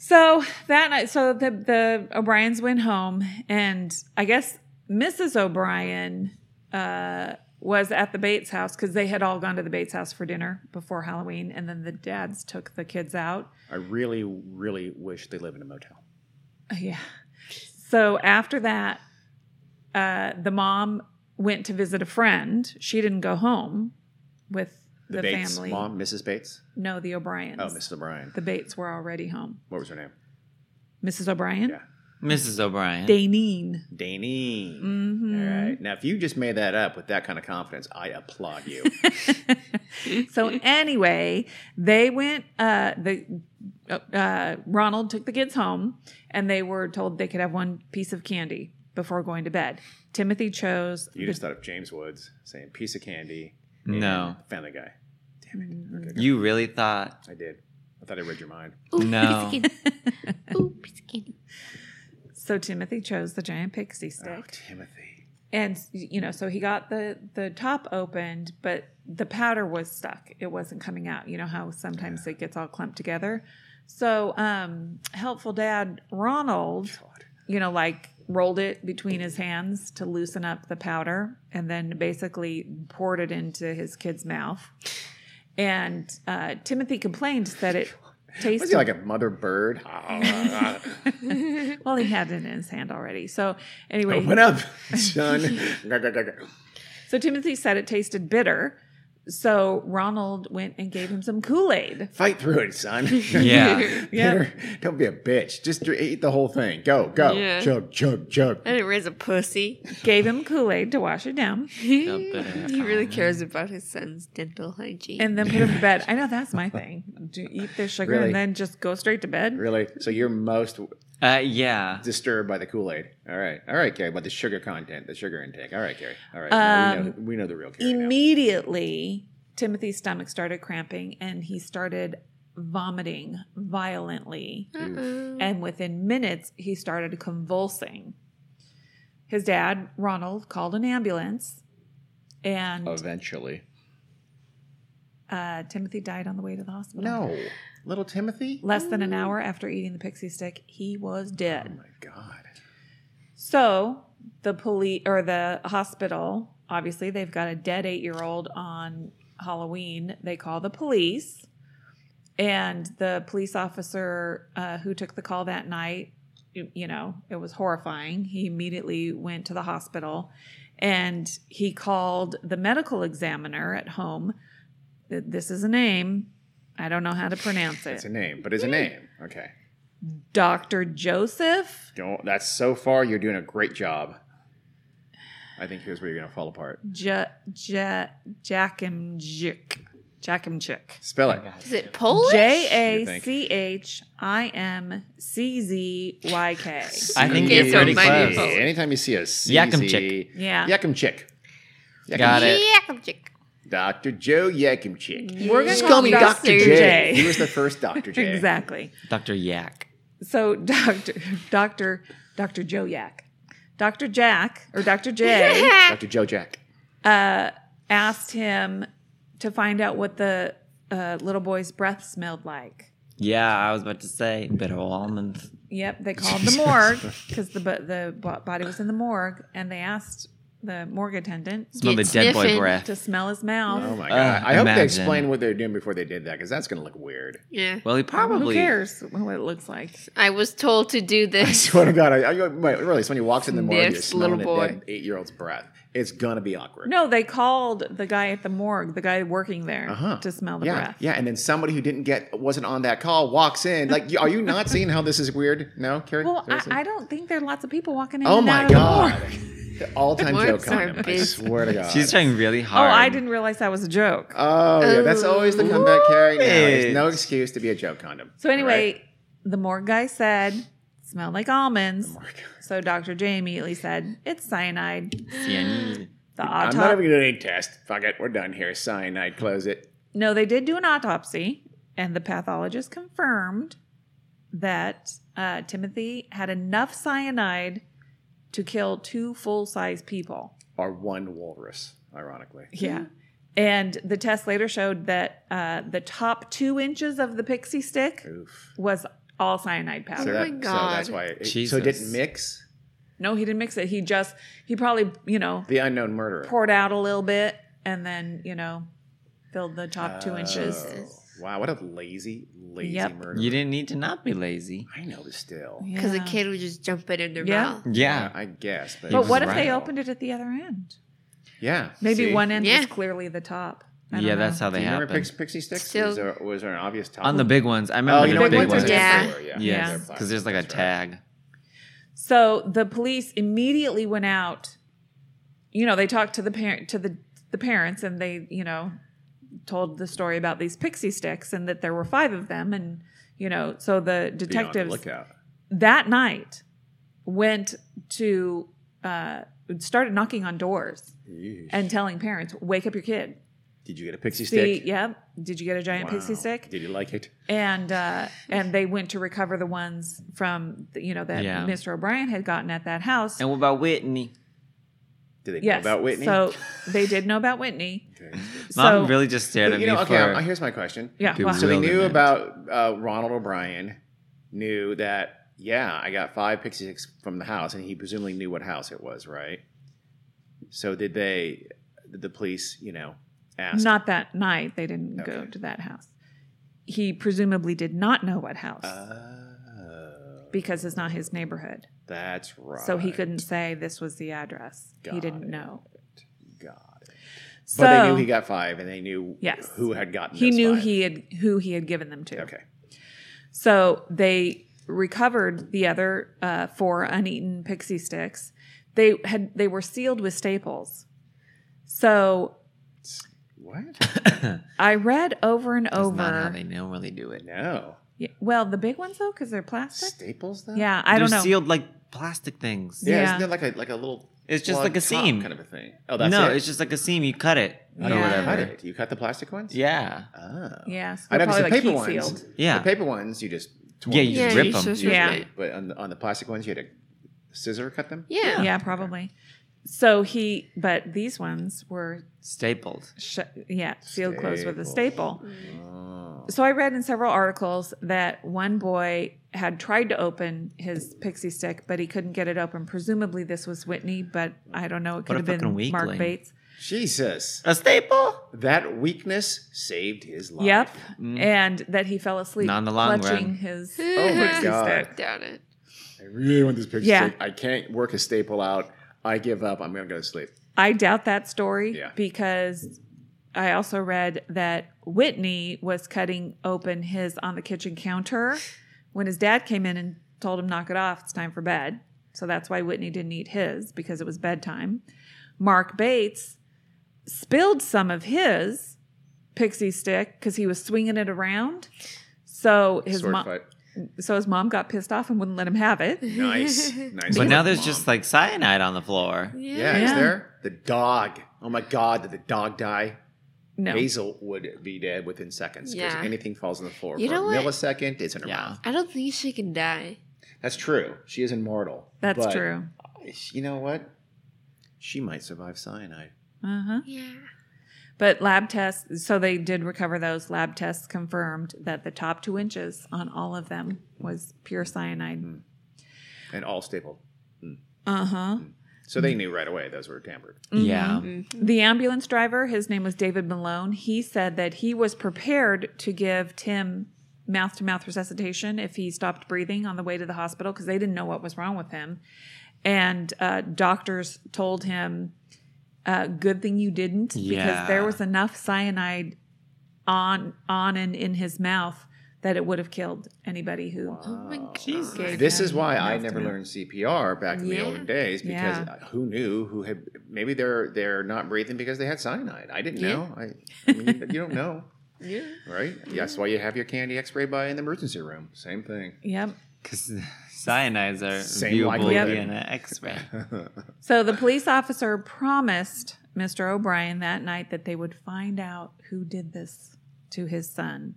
Speaker 3: So that night, so the the O'Briens went home, and I guess Mrs. O'Brien uh, was at the Bates house because they had all gone to the Bates house for dinner before Halloween, and then the dads took the kids out.
Speaker 1: I really, really wish they live in a motel.
Speaker 3: Uh, Yeah. So after that, uh, the mom went to visit a friend. She didn't go home with
Speaker 1: The,
Speaker 3: the,
Speaker 1: Bates
Speaker 3: family.
Speaker 1: mom, Mrs. Bates.
Speaker 3: No, the O'Briens.
Speaker 1: Oh, Mrs. O'Brien.
Speaker 3: The Bates were already home.
Speaker 1: What was her name?
Speaker 3: Mrs. O'Brien.
Speaker 1: Yeah.
Speaker 2: Mrs. O'Brien.
Speaker 3: Daneen.
Speaker 1: Danny.
Speaker 3: Mm-hmm.
Speaker 1: All right. Now, if you just made that up with that kind of confidence, I applaud you.
Speaker 3: so anyway, they went. Uh, the uh, Ronald took the kids home, and they were told they could have one piece of candy before going to bed. Timothy chose.
Speaker 1: you just thought of James Woods saying piece of candy. and
Speaker 2: Mm-hmm. No.
Speaker 1: Family Guy.
Speaker 2: You really thought?
Speaker 1: I did. I thought I read your mind.
Speaker 4: Ooh,
Speaker 2: No.
Speaker 4: piece of <laughs> candy. Ooh, piece of candy.
Speaker 3: so Timothy chose the giant pixie
Speaker 1: Oh,
Speaker 3: stick,
Speaker 1: Timothy.
Speaker 3: and you know, so he got the the top opened, but the powder was stuck. It wasn't coming out. You know how sometimes it gets all clumped together. So, um, helpful dad Ronald
Speaker 1: God.
Speaker 3: you know, like rolled it between his hands to loosen up the powder and then basically poured it into his kid's mouth. And uh, Timothy complained that it
Speaker 1: <laughs> Was
Speaker 3: tasted
Speaker 1: he like a mother
Speaker 2: <laughs>
Speaker 1: bird? Ah,
Speaker 3: well, he had it in his hand already. So, anyway,
Speaker 1: Open up,
Speaker 2: <laughs>
Speaker 1: son. Go, go, go, go.
Speaker 3: so Timothy said it tasted bitter. So, Ronald went and gave him some Kool Aid.
Speaker 1: Fight through it, son. <laughs>
Speaker 2: <laughs> Yeah.
Speaker 1: Peter, don't be a bitch. Just dr- eat the whole thing. Go, go.
Speaker 4: Yeah.
Speaker 1: Chug, chug, chug.
Speaker 4: I didn't raise a pussy.
Speaker 3: Gave him Kool Aid to wash it down
Speaker 4: he <laughs>
Speaker 2: better
Speaker 4: really
Speaker 2: on.
Speaker 4: cares about his son's dental hygiene.
Speaker 3: and then put him to bed. I know that's my thing. Do eat the sugar
Speaker 1: Really?
Speaker 3: and then just go straight to bed.
Speaker 1: Really? So you're most
Speaker 2: Uh, yeah.
Speaker 1: disturbed by the Kool Aid. All right. All right, Carrie. But the sugar content, the sugar intake. All right, Carrie. All right. Now
Speaker 2: Um,
Speaker 1: we, know, we know the real Carrie. now.
Speaker 3: immediately timothy's stomach started cramping and he started vomiting violently
Speaker 4: Uh-oh.
Speaker 3: and within minutes he started convulsing his dad ronald called an ambulance and
Speaker 1: Eventually.
Speaker 3: uh, timothy died on the way to the hospital
Speaker 1: No. Little Timothy?
Speaker 3: less than an hour after eating the pixie stick he was
Speaker 1: Oh,
Speaker 3: dead
Speaker 1: my God.
Speaker 3: So the police or the hospital, obviously, they've got a dead eight year old on Halloween. They call the police, and the police officer uh, who took the call that night, you, you know, it was horrifying. He immediately went to the hospital, and he called the medical examiner at home. Th- This is a name. I don't know how to pronounce
Speaker 1: It's
Speaker 3: it.
Speaker 1: a name, but it's a name. Okay.
Speaker 3: Dr. Joseph
Speaker 1: Don't. That's so far. You're doing a great job. I think here's where you're going to fall apart.
Speaker 3: J- J- Jakimjuk. Jack and Chick.
Speaker 1: Spell it.
Speaker 4: Is it Polish?
Speaker 3: J
Speaker 1: You
Speaker 3: A
Speaker 1: think?
Speaker 3: C H I M C Z Y K.
Speaker 2: I think
Speaker 4: Okay,
Speaker 2: you're
Speaker 4: so
Speaker 2: pretty
Speaker 4: mine
Speaker 2: close.
Speaker 4: is
Speaker 1: Hey, Anytime you see a CZ,
Speaker 2: Yakum chick.
Speaker 3: Yeah.
Speaker 1: Yakum chick. Yakum
Speaker 2: Got
Speaker 1: chick.
Speaker 2: it.
Speaker 4: Yakimchik.
Speaker 1: Dr. Joe Yakum chick.
Speaker 3: We're gonna
Speaker 4: Yeah.
Speaker 3: call
Speaker 1: Scummy
Speaker 3: him
Speaker 1: Dr. J.
Speaker 3: Dr.
Speaker 4: <laughs>
Speaker 3: J.
Speaker 1: He was the first
Speaker 3: <laughs>
Speaker 1: Dr. J.
Speaker 3: Exactly.
Speaker 2: Dr. Yak.
Speaker 3: So Dr. Dr. Dr. Joe Yak. Dr. Jack or
Speaker 2: <laughs>
Speaker 3: Dr. J
Speaker 1: Dr. Joe Jack.
Speaker 3: uh, asked him to find out what the uh, little boy's breath smelled like.
Speaker 2: Yeah, I was about to say bitter almonds.
Speaker 3: Yep, they
Speaker 2: <laughs>
Speaker 3: called the morgue because the bo- the bo- body was in the morgue, and they asked the morgue attendant
Speaker 2: Smell the
Speaker 4: Get
Speaker 2: dead boy
Speaker 4: sniffing.
Speaker 2: breath.
Speaker 3: to smell his mouth.
Speaker 1: Oh my
Speaker 2: Uh,
Speaker 1: god. I hope they
Speaker 2: imagine.
Speaker 1: explain what they're doing before they did that because that's going to look weird. <laughs>
Speaker 4: Yeah.
Speaker 2: Well, he probably
Speaker 3: Who cares what it looks like?
Speaker 4: I was told to do
Speaker 1: I
Speaker 4: this.
Speaker 1: swear to God, I, I, wait, really, it's when he walks in the morning, you're
Speaker 4: Sniffs little
Speaker 1: smelling
Speaker 4: boy.
Speaker 1: a dead eight-year-old's breath. It's gonna be awkward.
Speaker 3: No, they called the guy at the morgue, the guy working there,
Speaker 1: Uh-huh.
Speaker 3: to smell the
Speaker 1: yeah,
Speaker 3: breath.
Speaker 1: yeah, and then somebody who didn't get wasn't on that call walks in. Like, you- are you not seeing how this is weird? No, Carrie.
Speaker 3: Well, I,
Speaker 1: Seriously?
Speaker 3: I don't think there are lots of people walking in.
Speaker 1: Oh
Speaker 3: and
Speaker 1: my
Speaker 3: out of the
Speaker 1: god,
Speaker 3: <laughs> morgue.
Speaker 1: the all-time
Speaker 4: Words
Speaker 1: joke on
Speaker 4: are
Speaker 1: him. I
Speaker 4: big.
Speaker 1: swear to God.
Speaker 2: She's trying really
Speaker 3: Oh,
Speaker 2: hard.
Speaker 3: I didn't realize that was a joke.
Speaker 1: Oh yeah, that's always the comeback, Carrie. Now. There's
Speaker 2: Ooh.
Speaker 1: no excuse to be a joke condom.
Speaker 3: So anyway, the morgue guy said, "Smelled like almonds."
Speaker 1: All right?
Speaker 3: So Dr. J immediately said, "It's cyanide."
Speaker 2: Cyanide.
Speaker 3: The
Speaker 1: I'm not
Speaker 3: autopsy.
Speaker 1: even gonna do any test. Fuck it, we're done here. Cyanide, close it.
Speaker 3: No, they did do an autopsy, and the pathologist confirmed that uh, Timothy had enough cyanide to kill two full-size people.
Speaker 1: Or one walrus, ironically.
Speaker 3: Yeah. And the test later showed that uh, the top two inches of the pixie stick
Speaker 1: Oof.
Speaker 3: was all cyanide
Speaker 1: So,
Speaker 3: powder.
Speaker 1: that-
Speaker 4: my
Speaker 1: so that's
Speaker 4: God.
Speaker 1: why. It, so
Speaker 2: Jesus.
Speaker 1: it didn't mix.
Speaker 3: No, he didn't mix it. He just, he probably, you know,
Speaker 1: The unknown murderer.
Speaker 3: poured out a little bit and then, you know, filled the top two
Speaker 1: Oh,
Speaker 3: inches.
Speaker 1: Wow, what a lazy, lazy
Speaker 3: Yep.
Speaker 1: murder.
Speaker 2: You didn't need to not be lazy.
Speaker 1: I know, but still.
Speaker 4: Because
Speaker 3: Yeah.
Speaker 4: the kid would just jump it in their
Speaker 3: Yeah.
Speaker 4: mouth.
Speaker 2: Yeah.
Speaker 1: I guess. But,
Speaker 3: But
Speaker 2: He
Speaker 3: what
Speaker 2: was
Speaker 3: if they
Speaker 2: right.
Speaker 3: opened it at the other end?
Speaker 1: Yeah.
Speaker 3: Maybe
Speaker 1: see?
Speaker 3: one end
Speaker 4: Yeah.
Speaker 3: was clearly the top. I
Speaker 2: Yeah,
Speaker 3: don't
Speaker 2: that's
Speaker 3: know.
Speaker 2: how
Speaker 1: Do
Speaker 2: they
Speaker 1: you remember
Speaker 2: happen.
Speaker 1: pix- Pixie Sticks?
Speaker 4: Still-
Speaker 1: was, there, was there an obvious top?
Speaker 2: On the big ones. I remember
Speaker 1: Oh,
Speaker 2: the
Speaker 1: you know,
Speaker 2: big
Speaker 1: big
Speaker 2: ones.
Speaker 1: ones.
Speaker 4: Yeah.
Speaker 1: Yeah.
Speaker 3: Yeah.
Speaker 2: Yes, because there's like a
Speaker 1: That's right.
Speaker 2: tag.
Speaker 3: So the police immediately went out. You know, they talked to the parent to the the parents, and they you know told the story about these pixie sticks and that there were five of them, and you know, so the
Speaker 1: Be on the
Speaker 3: detectives
Speaker 1: lookout.
Speaker 3: that night went to uh, started knocking on doors
Speaker 1: Yeesh.
Speaker 3: and telling parents, "Wake up your kid."
Speaker 1: Did you get a pixie
Speaker 3: See,
Speaker 1: stick?
Speaker 3: yeah, did you get a giant pixie
Speaker 1: Wow.
Speaker 3: stick?
Speaker 1: Did you like it?
Speaker 3: and uh, and they went to recover the ones from the- you know that
Speaker 2: Yeah.
Speaker 3: Mr. O'Brien had gotten at that house.
Speaker 2: And what about Whitney?
Speaker 1: Did they
Speaker 3: yes,
Speaker 1: know about Whitney?
Speaker 3: So they did know about Whitney.
Speaker 1: okay.
Speaker 2: <laughs>
Speaker 3: so
Speaker 2: Mom really just stared at
Speaker 1: you
Speaker 2: me
Speaker 1: know, okay.
Speaker 2: for. <laughs>
Speaker 1: I'm- here's my question.
Speaker 3: yeah,
Speaker 2: Dude,
Speaker 3: well,
Speaker 1: So they knew
Speaker 2: Relevant.
Speaker 1: about uh, Ronald O'Brien, knew that, yeah, I got five pixie sticks from the house, and he presumably knew what house it was, right? So did they, did the police, you know, ask?
Speaker 3: not that night. They didn't go
Speaker 1: Okay.
Speaker 3: to that house. He presumably did not know what house
Speaker 1: Uh, Oh,
Speaker 3: because it's not his neighborhood,
Speaker 1: that's right.
Speaker 3: so he couldn't say this was the address. he
Speaker 1: Got
Speaker 3: didn't
Speaker 1: it.
Speaker 3: know.
Speaker 1: Got it.
Speaker 3: So
Speaker 1: But they knew he got five, and they knew
Speaker 3: Yes.
Speaker 1: who had gotten.
Speaker 3: he
Speaker 1: those
Speaker 3: knew
Speaker 1: five.
Speaker 3: he had who he had given them to.
Speaker 1: Okay.
Speaker 3: So they recovered the other uh, four uneaten pixie sticks. They had they were sealed with staples. So
Speaker 1: What?
Speaker 3: I read over and
Speaker 2: That's not how
Speaker 3: over.
Speaker 2: they normally do it.
Speaker 1: No.
Speaker 3: Yeah, well, the big ones though, because they're plastic.
Speaker 1: Staples though.
Speaker 3: Yeah, I
Speaker 2: They're
Speaker 3: don't know.
Speaker 2: sealed like plastic things.
Speaker 1: Yeah.
Speaker 3: Yeah.
Speaker 1: Isn't there like a like a little?
Speaker 2: It's just
Speaker 1: plug
Speaker 2: like a
Speaker 1: top
Speaker 2: seam.
Speaker 1: kind of a thing. Oh, that's
Speaker 2: no,
Speaker 1: it.
Speaker 2: it's just like a seam. You cut it
Speaker 1: I
Speaker 2: or
Speaker 3: Yeah.
Speaker 1: don't
Speaker 2: whatever.
Speaker 1: cut it. You cut the plastic ones.
Speaker 2: Yeah.
Speaker 1: Oh.
Speaker 3: Yeah, so
Speaker 1: I
Speaker 3: they're
Speaker 1: know 'cause the
Speaker 3: probably like
Speaker 1: paper
Speaker 3: heat
Speaker 1: ones.
Speaker 3: sealed.
Speaker 2: Yeah.
Speaker 1: The paper ones you just tore.
Speaker 2: Yeah, you
Speaker 4: Yeah,
Speaker 2: just
Speaker 4: you
Speaker 2: rip them.
Speaker 4: just-
Speaker 1: usually,
Speaker 3: Yeah.
Speaker 1: But on the, on the plastic ones, you had to scissor cut them.
Speaker 4: Yeah.
Speaker 3: Yeah, probably. So he, but these ones were,
Speaker 2: Stapled.
Speaker 3: sh- yeah, sealed closed with a staple.
Speaker 1: Oh.
Speaker 3: So I read in several articles that one boy had tried to open his pixie stick, but he couldn't get it open. Presumably, this was Whitney, but I don't know. It could
Speaker 2: What a
Speaker 3: have been
Speaker 2: fucking weakling.
Speaker 3: Mark Bates.
Speaker 1: Jesus,
Speaker 2: A staple?
Speaker 1: that weakness saved his life.
Speaker 3: Yep,
Speaker 2: Mm.
Speaker 3: and that he fell asleep
Speaker 2: Not in the long
Speaker 3: clutching
Speaker 2: run.
Speaker 3: his.
Speaker 1: Oh my
Speaker 3: Pixie
Speaker 1: god.
Speaker 3: stick.
Speaker 4: Doubt it.
Speaker 1: I really want this picture.
Speaker 3: Yeah.
Speaker 1: I can't work a staple out. I give up. I'm gonna go to sleep.
Speaker 3: I doubt that story
Speaker 1: Yeah.
Speaker 3: because I also read that Whitney was cutting open his on the kitchen counter when his dad came in and told him, knock it off, it's time for bed. So that's why Whitney didn't eat his because it was bedtime. Mark Bates spilled some of his pixie stick because he was swinging it around. So his
Speaker 1: Sword
Speaker 3: mom, <laughs>
Speaker 1: fight.
Speaker 3: so his mom got pissed off and wouldn't let him have it.
Speaker 4: <laughs>
Speaker 1: Nice, nice.
Speaker 2: But
Speaker 1: work,
Speaker 2: now there's
Speaker 1: Mom.
Speaker 2: just like cyanide on the floor.
Speaker 1: yeah, is
Speaker 3: Yeah.
Speaker 1: there the dog? Oh my god, did the dog die?
Speaker 3: No,
Speaker 1: Hazel would be dead within seconds because
Speaker 4: Yeah.
Speaker 1: anything falls on the floor
Speaker 4: You
Speaker 1: for
Speaker 4: know
Speaker 1: a
Speaker 4: what?
Speaker 1: millisecond, it's in her
Speaker 2: Yeah.
Speaker 1: mouth.
Speaker 4: I don't think she can die.
Speaker 1: That's true. She is immortal.
Speaker 3: that's
Speaker 1: But
Speaker 3: true.
Speaker 1: You know what? She might survive cyanide.
Speaker 3: Uh huh.
Speaker 4: Yeah.
Speaker 3: But lab tests, so they did recover those. Lab tests confirmed that the top two inches on all of them was pure cyanide.
Speaker 1: and all stapled.
Speaker 3: Uh huh.
Speaker 1: So they knew right away those were tampered.
Speaker 2: Yeah.
Speaker 3: The ambulance driver, his name was David Malone, he said that he was prepared to give Tim mouth to mouth resuscitation if he stopped breathing on the way to the hospital because they didn't know what was wrong with him. And uh, doctors told him, uh, good thing you didn't
Speaker 2: Yeah.
Speaker 3: because there was enough cyanide on on and in his mouth that it would have killed anybody who
Speaker 4: Oh my god.
Speaker 2: Jesus.
Speaker 3: gave
Speaker 1: Ah. This
Speaker 3: him
Speaker 1: is why I
Speaker 3: mouth to
Speaker 1: never
Speaker 3: mouth.
Speaker 1: learned CPR back in the
Speaker 4: Yeah.
Speaker 1: olden days because uh,
Speaker 3: Yeah.
Speaker 1: who knew who had maybe they're they're not breathing because they had cyanide. I didn't
Speaker 4: Yeah.
Speaker 1: know. I,
Speaker 4: <laughs>
Speaker 1: I mean, you- you don't know,
Speaker 4: Yeah.
Speaker 1: right? That's why you have your candy X-ray by in the emergency room. Same thing.
Speaker 3: Yep.
Speaker 2: Because <laughs> cyanides are
Speaker 1: Same
Speaker 2: viewable
Speaker 1: likelihood.
Speaker 2: via an X-ray.
Speaker 3: So the police officer promised Mr. O'Brien that night that they would find out who did this to his son.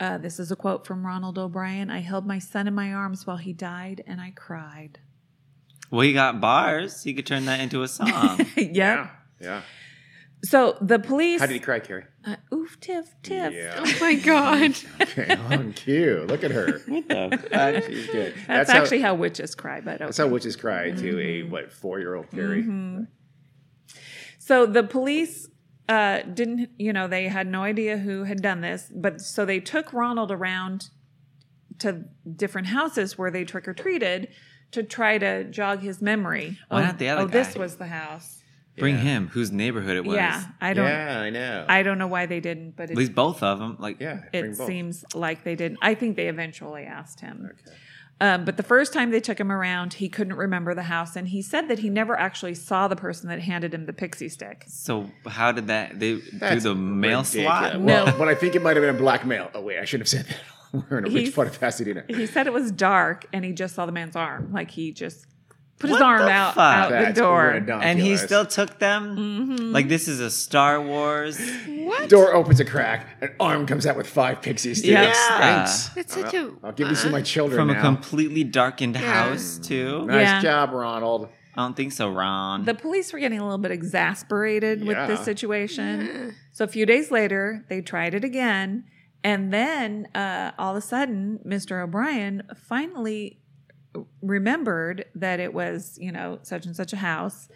Speaker 3: Uh, this is a quote from Ronald O'Brien. I held my son in my arms while he died and I cried. <laughs>
Speaker 2: Well, he got bars. He could turn that into a song.
Speaker 3: yep.
Speaker 1: yeah, yeah.
Speaker 3: So the police.
Speaker 1: How did he cry, Carrie?
Speaker 3: uh, oof, tiff, tiff.
Speaker 1: Yeah.
Speaker 4: Oh my god.
Speaker 1: Okay, on cue. Look at
Speaker 3: <laughs>
Speaker 1: her.
Speaker 2: what the fuck?
Speaker 1: She's good.
Speaker 3: That's, actually how, witches cry, but
Speaker 1: That's
Speaker 3: okay.
Speaker 1: how witches cry to a what four year old Carrie.
Speaker 3: Mhm. So the police uh, didn't, you know, they had no idea who had done this, but so they took Ronald around to different houses where they trick or treated to try to jog his memory.
Speaker 2: Why
Speaker 3: oh,
Speaker 2: not the other
Speaker 3: oh, this
Speaker 2: guy?
Speaker 3: was the house.
Speaker 2: <laughs> Bring
Speaker 1: Yeah.
Speaker 2: him. Whose neighborhood it was.
Speaker 3: Yeah, I don't,
Speaker 1: yeah, I know.
Speaker 3: I don't know why they didn't, but
Speaker 2: At
Speaker 3: it,
Speaker 2: least both of them. Like,
Speaker 1: yeah, bring
Speaker 3: it
Speaker 1: both.
Speaker 3: seems like they didn't. I think they eventually asked him.
Speaker 1: Okay.
Speaker 3: Um, but the first time they took him around, he couldn't remember the house, and he said that he never actually saw the person that handed him the pixie stick.
Speaker 2: So how did that? They through
Speaker 1: That's
Speaker 2: the mail
Speaker 1: ridiculous.
Speaker 2: slot.
Speaker 1: Well,
Speaker 3: No.
Speaker 1: but I think it might have been a black mail. Oh wait, I shouldn't have said that. <laughs> We're in a rich
Speaker 3: He's-
Speaker 1: part of Pasadena.
Speaker 3: he said it was dark and he just saw the man's arm. Like he just put his
Speaker 2: What
Speaker 3: arm
Speaker 2: the
Speaker 3: out,
Speaker 2: fuck?
Speaker 3: out the
Speaker 1: That's
Speaker 3: door.
Speaker 1: ridiculous.
Speaker 2: And he still took them.
Speaker 3: Mhm.
Speaker 2: Like this is a Star Wars.
Speaker 4: What?
Speaker 1: door opens a crack. An arm comes out with five pixies. sticks.
Speaker 2: Yeah.
Speaker 1: thanks.
Speaker 4: That's such a.
Speaker 1: I'll give
Speaker 3: Uh,
Speaker 1: these to my children
Speaker 2: From
Speaker 1: now. Mm-hmm.
Speaker 2: a completely darkened
Speaker 4: Yeah.
Speaker 2: house too.
Speaker 1: nice
Speaker 3: Yeah.
Speaker 1: job, Ronald.
Speaker 2: I don't think so, Ron.
Speaker 3: The police were getting a little bit exasperated with
Speaker 1: Yeah.
Speaker 3: this situation.
Speaker 4: Yeah.
Speaker 3: So a few days later, they tried it again. And then uh, all of a sudden, Mr. O'Brien finally remembered that it was, you know, such and such a house.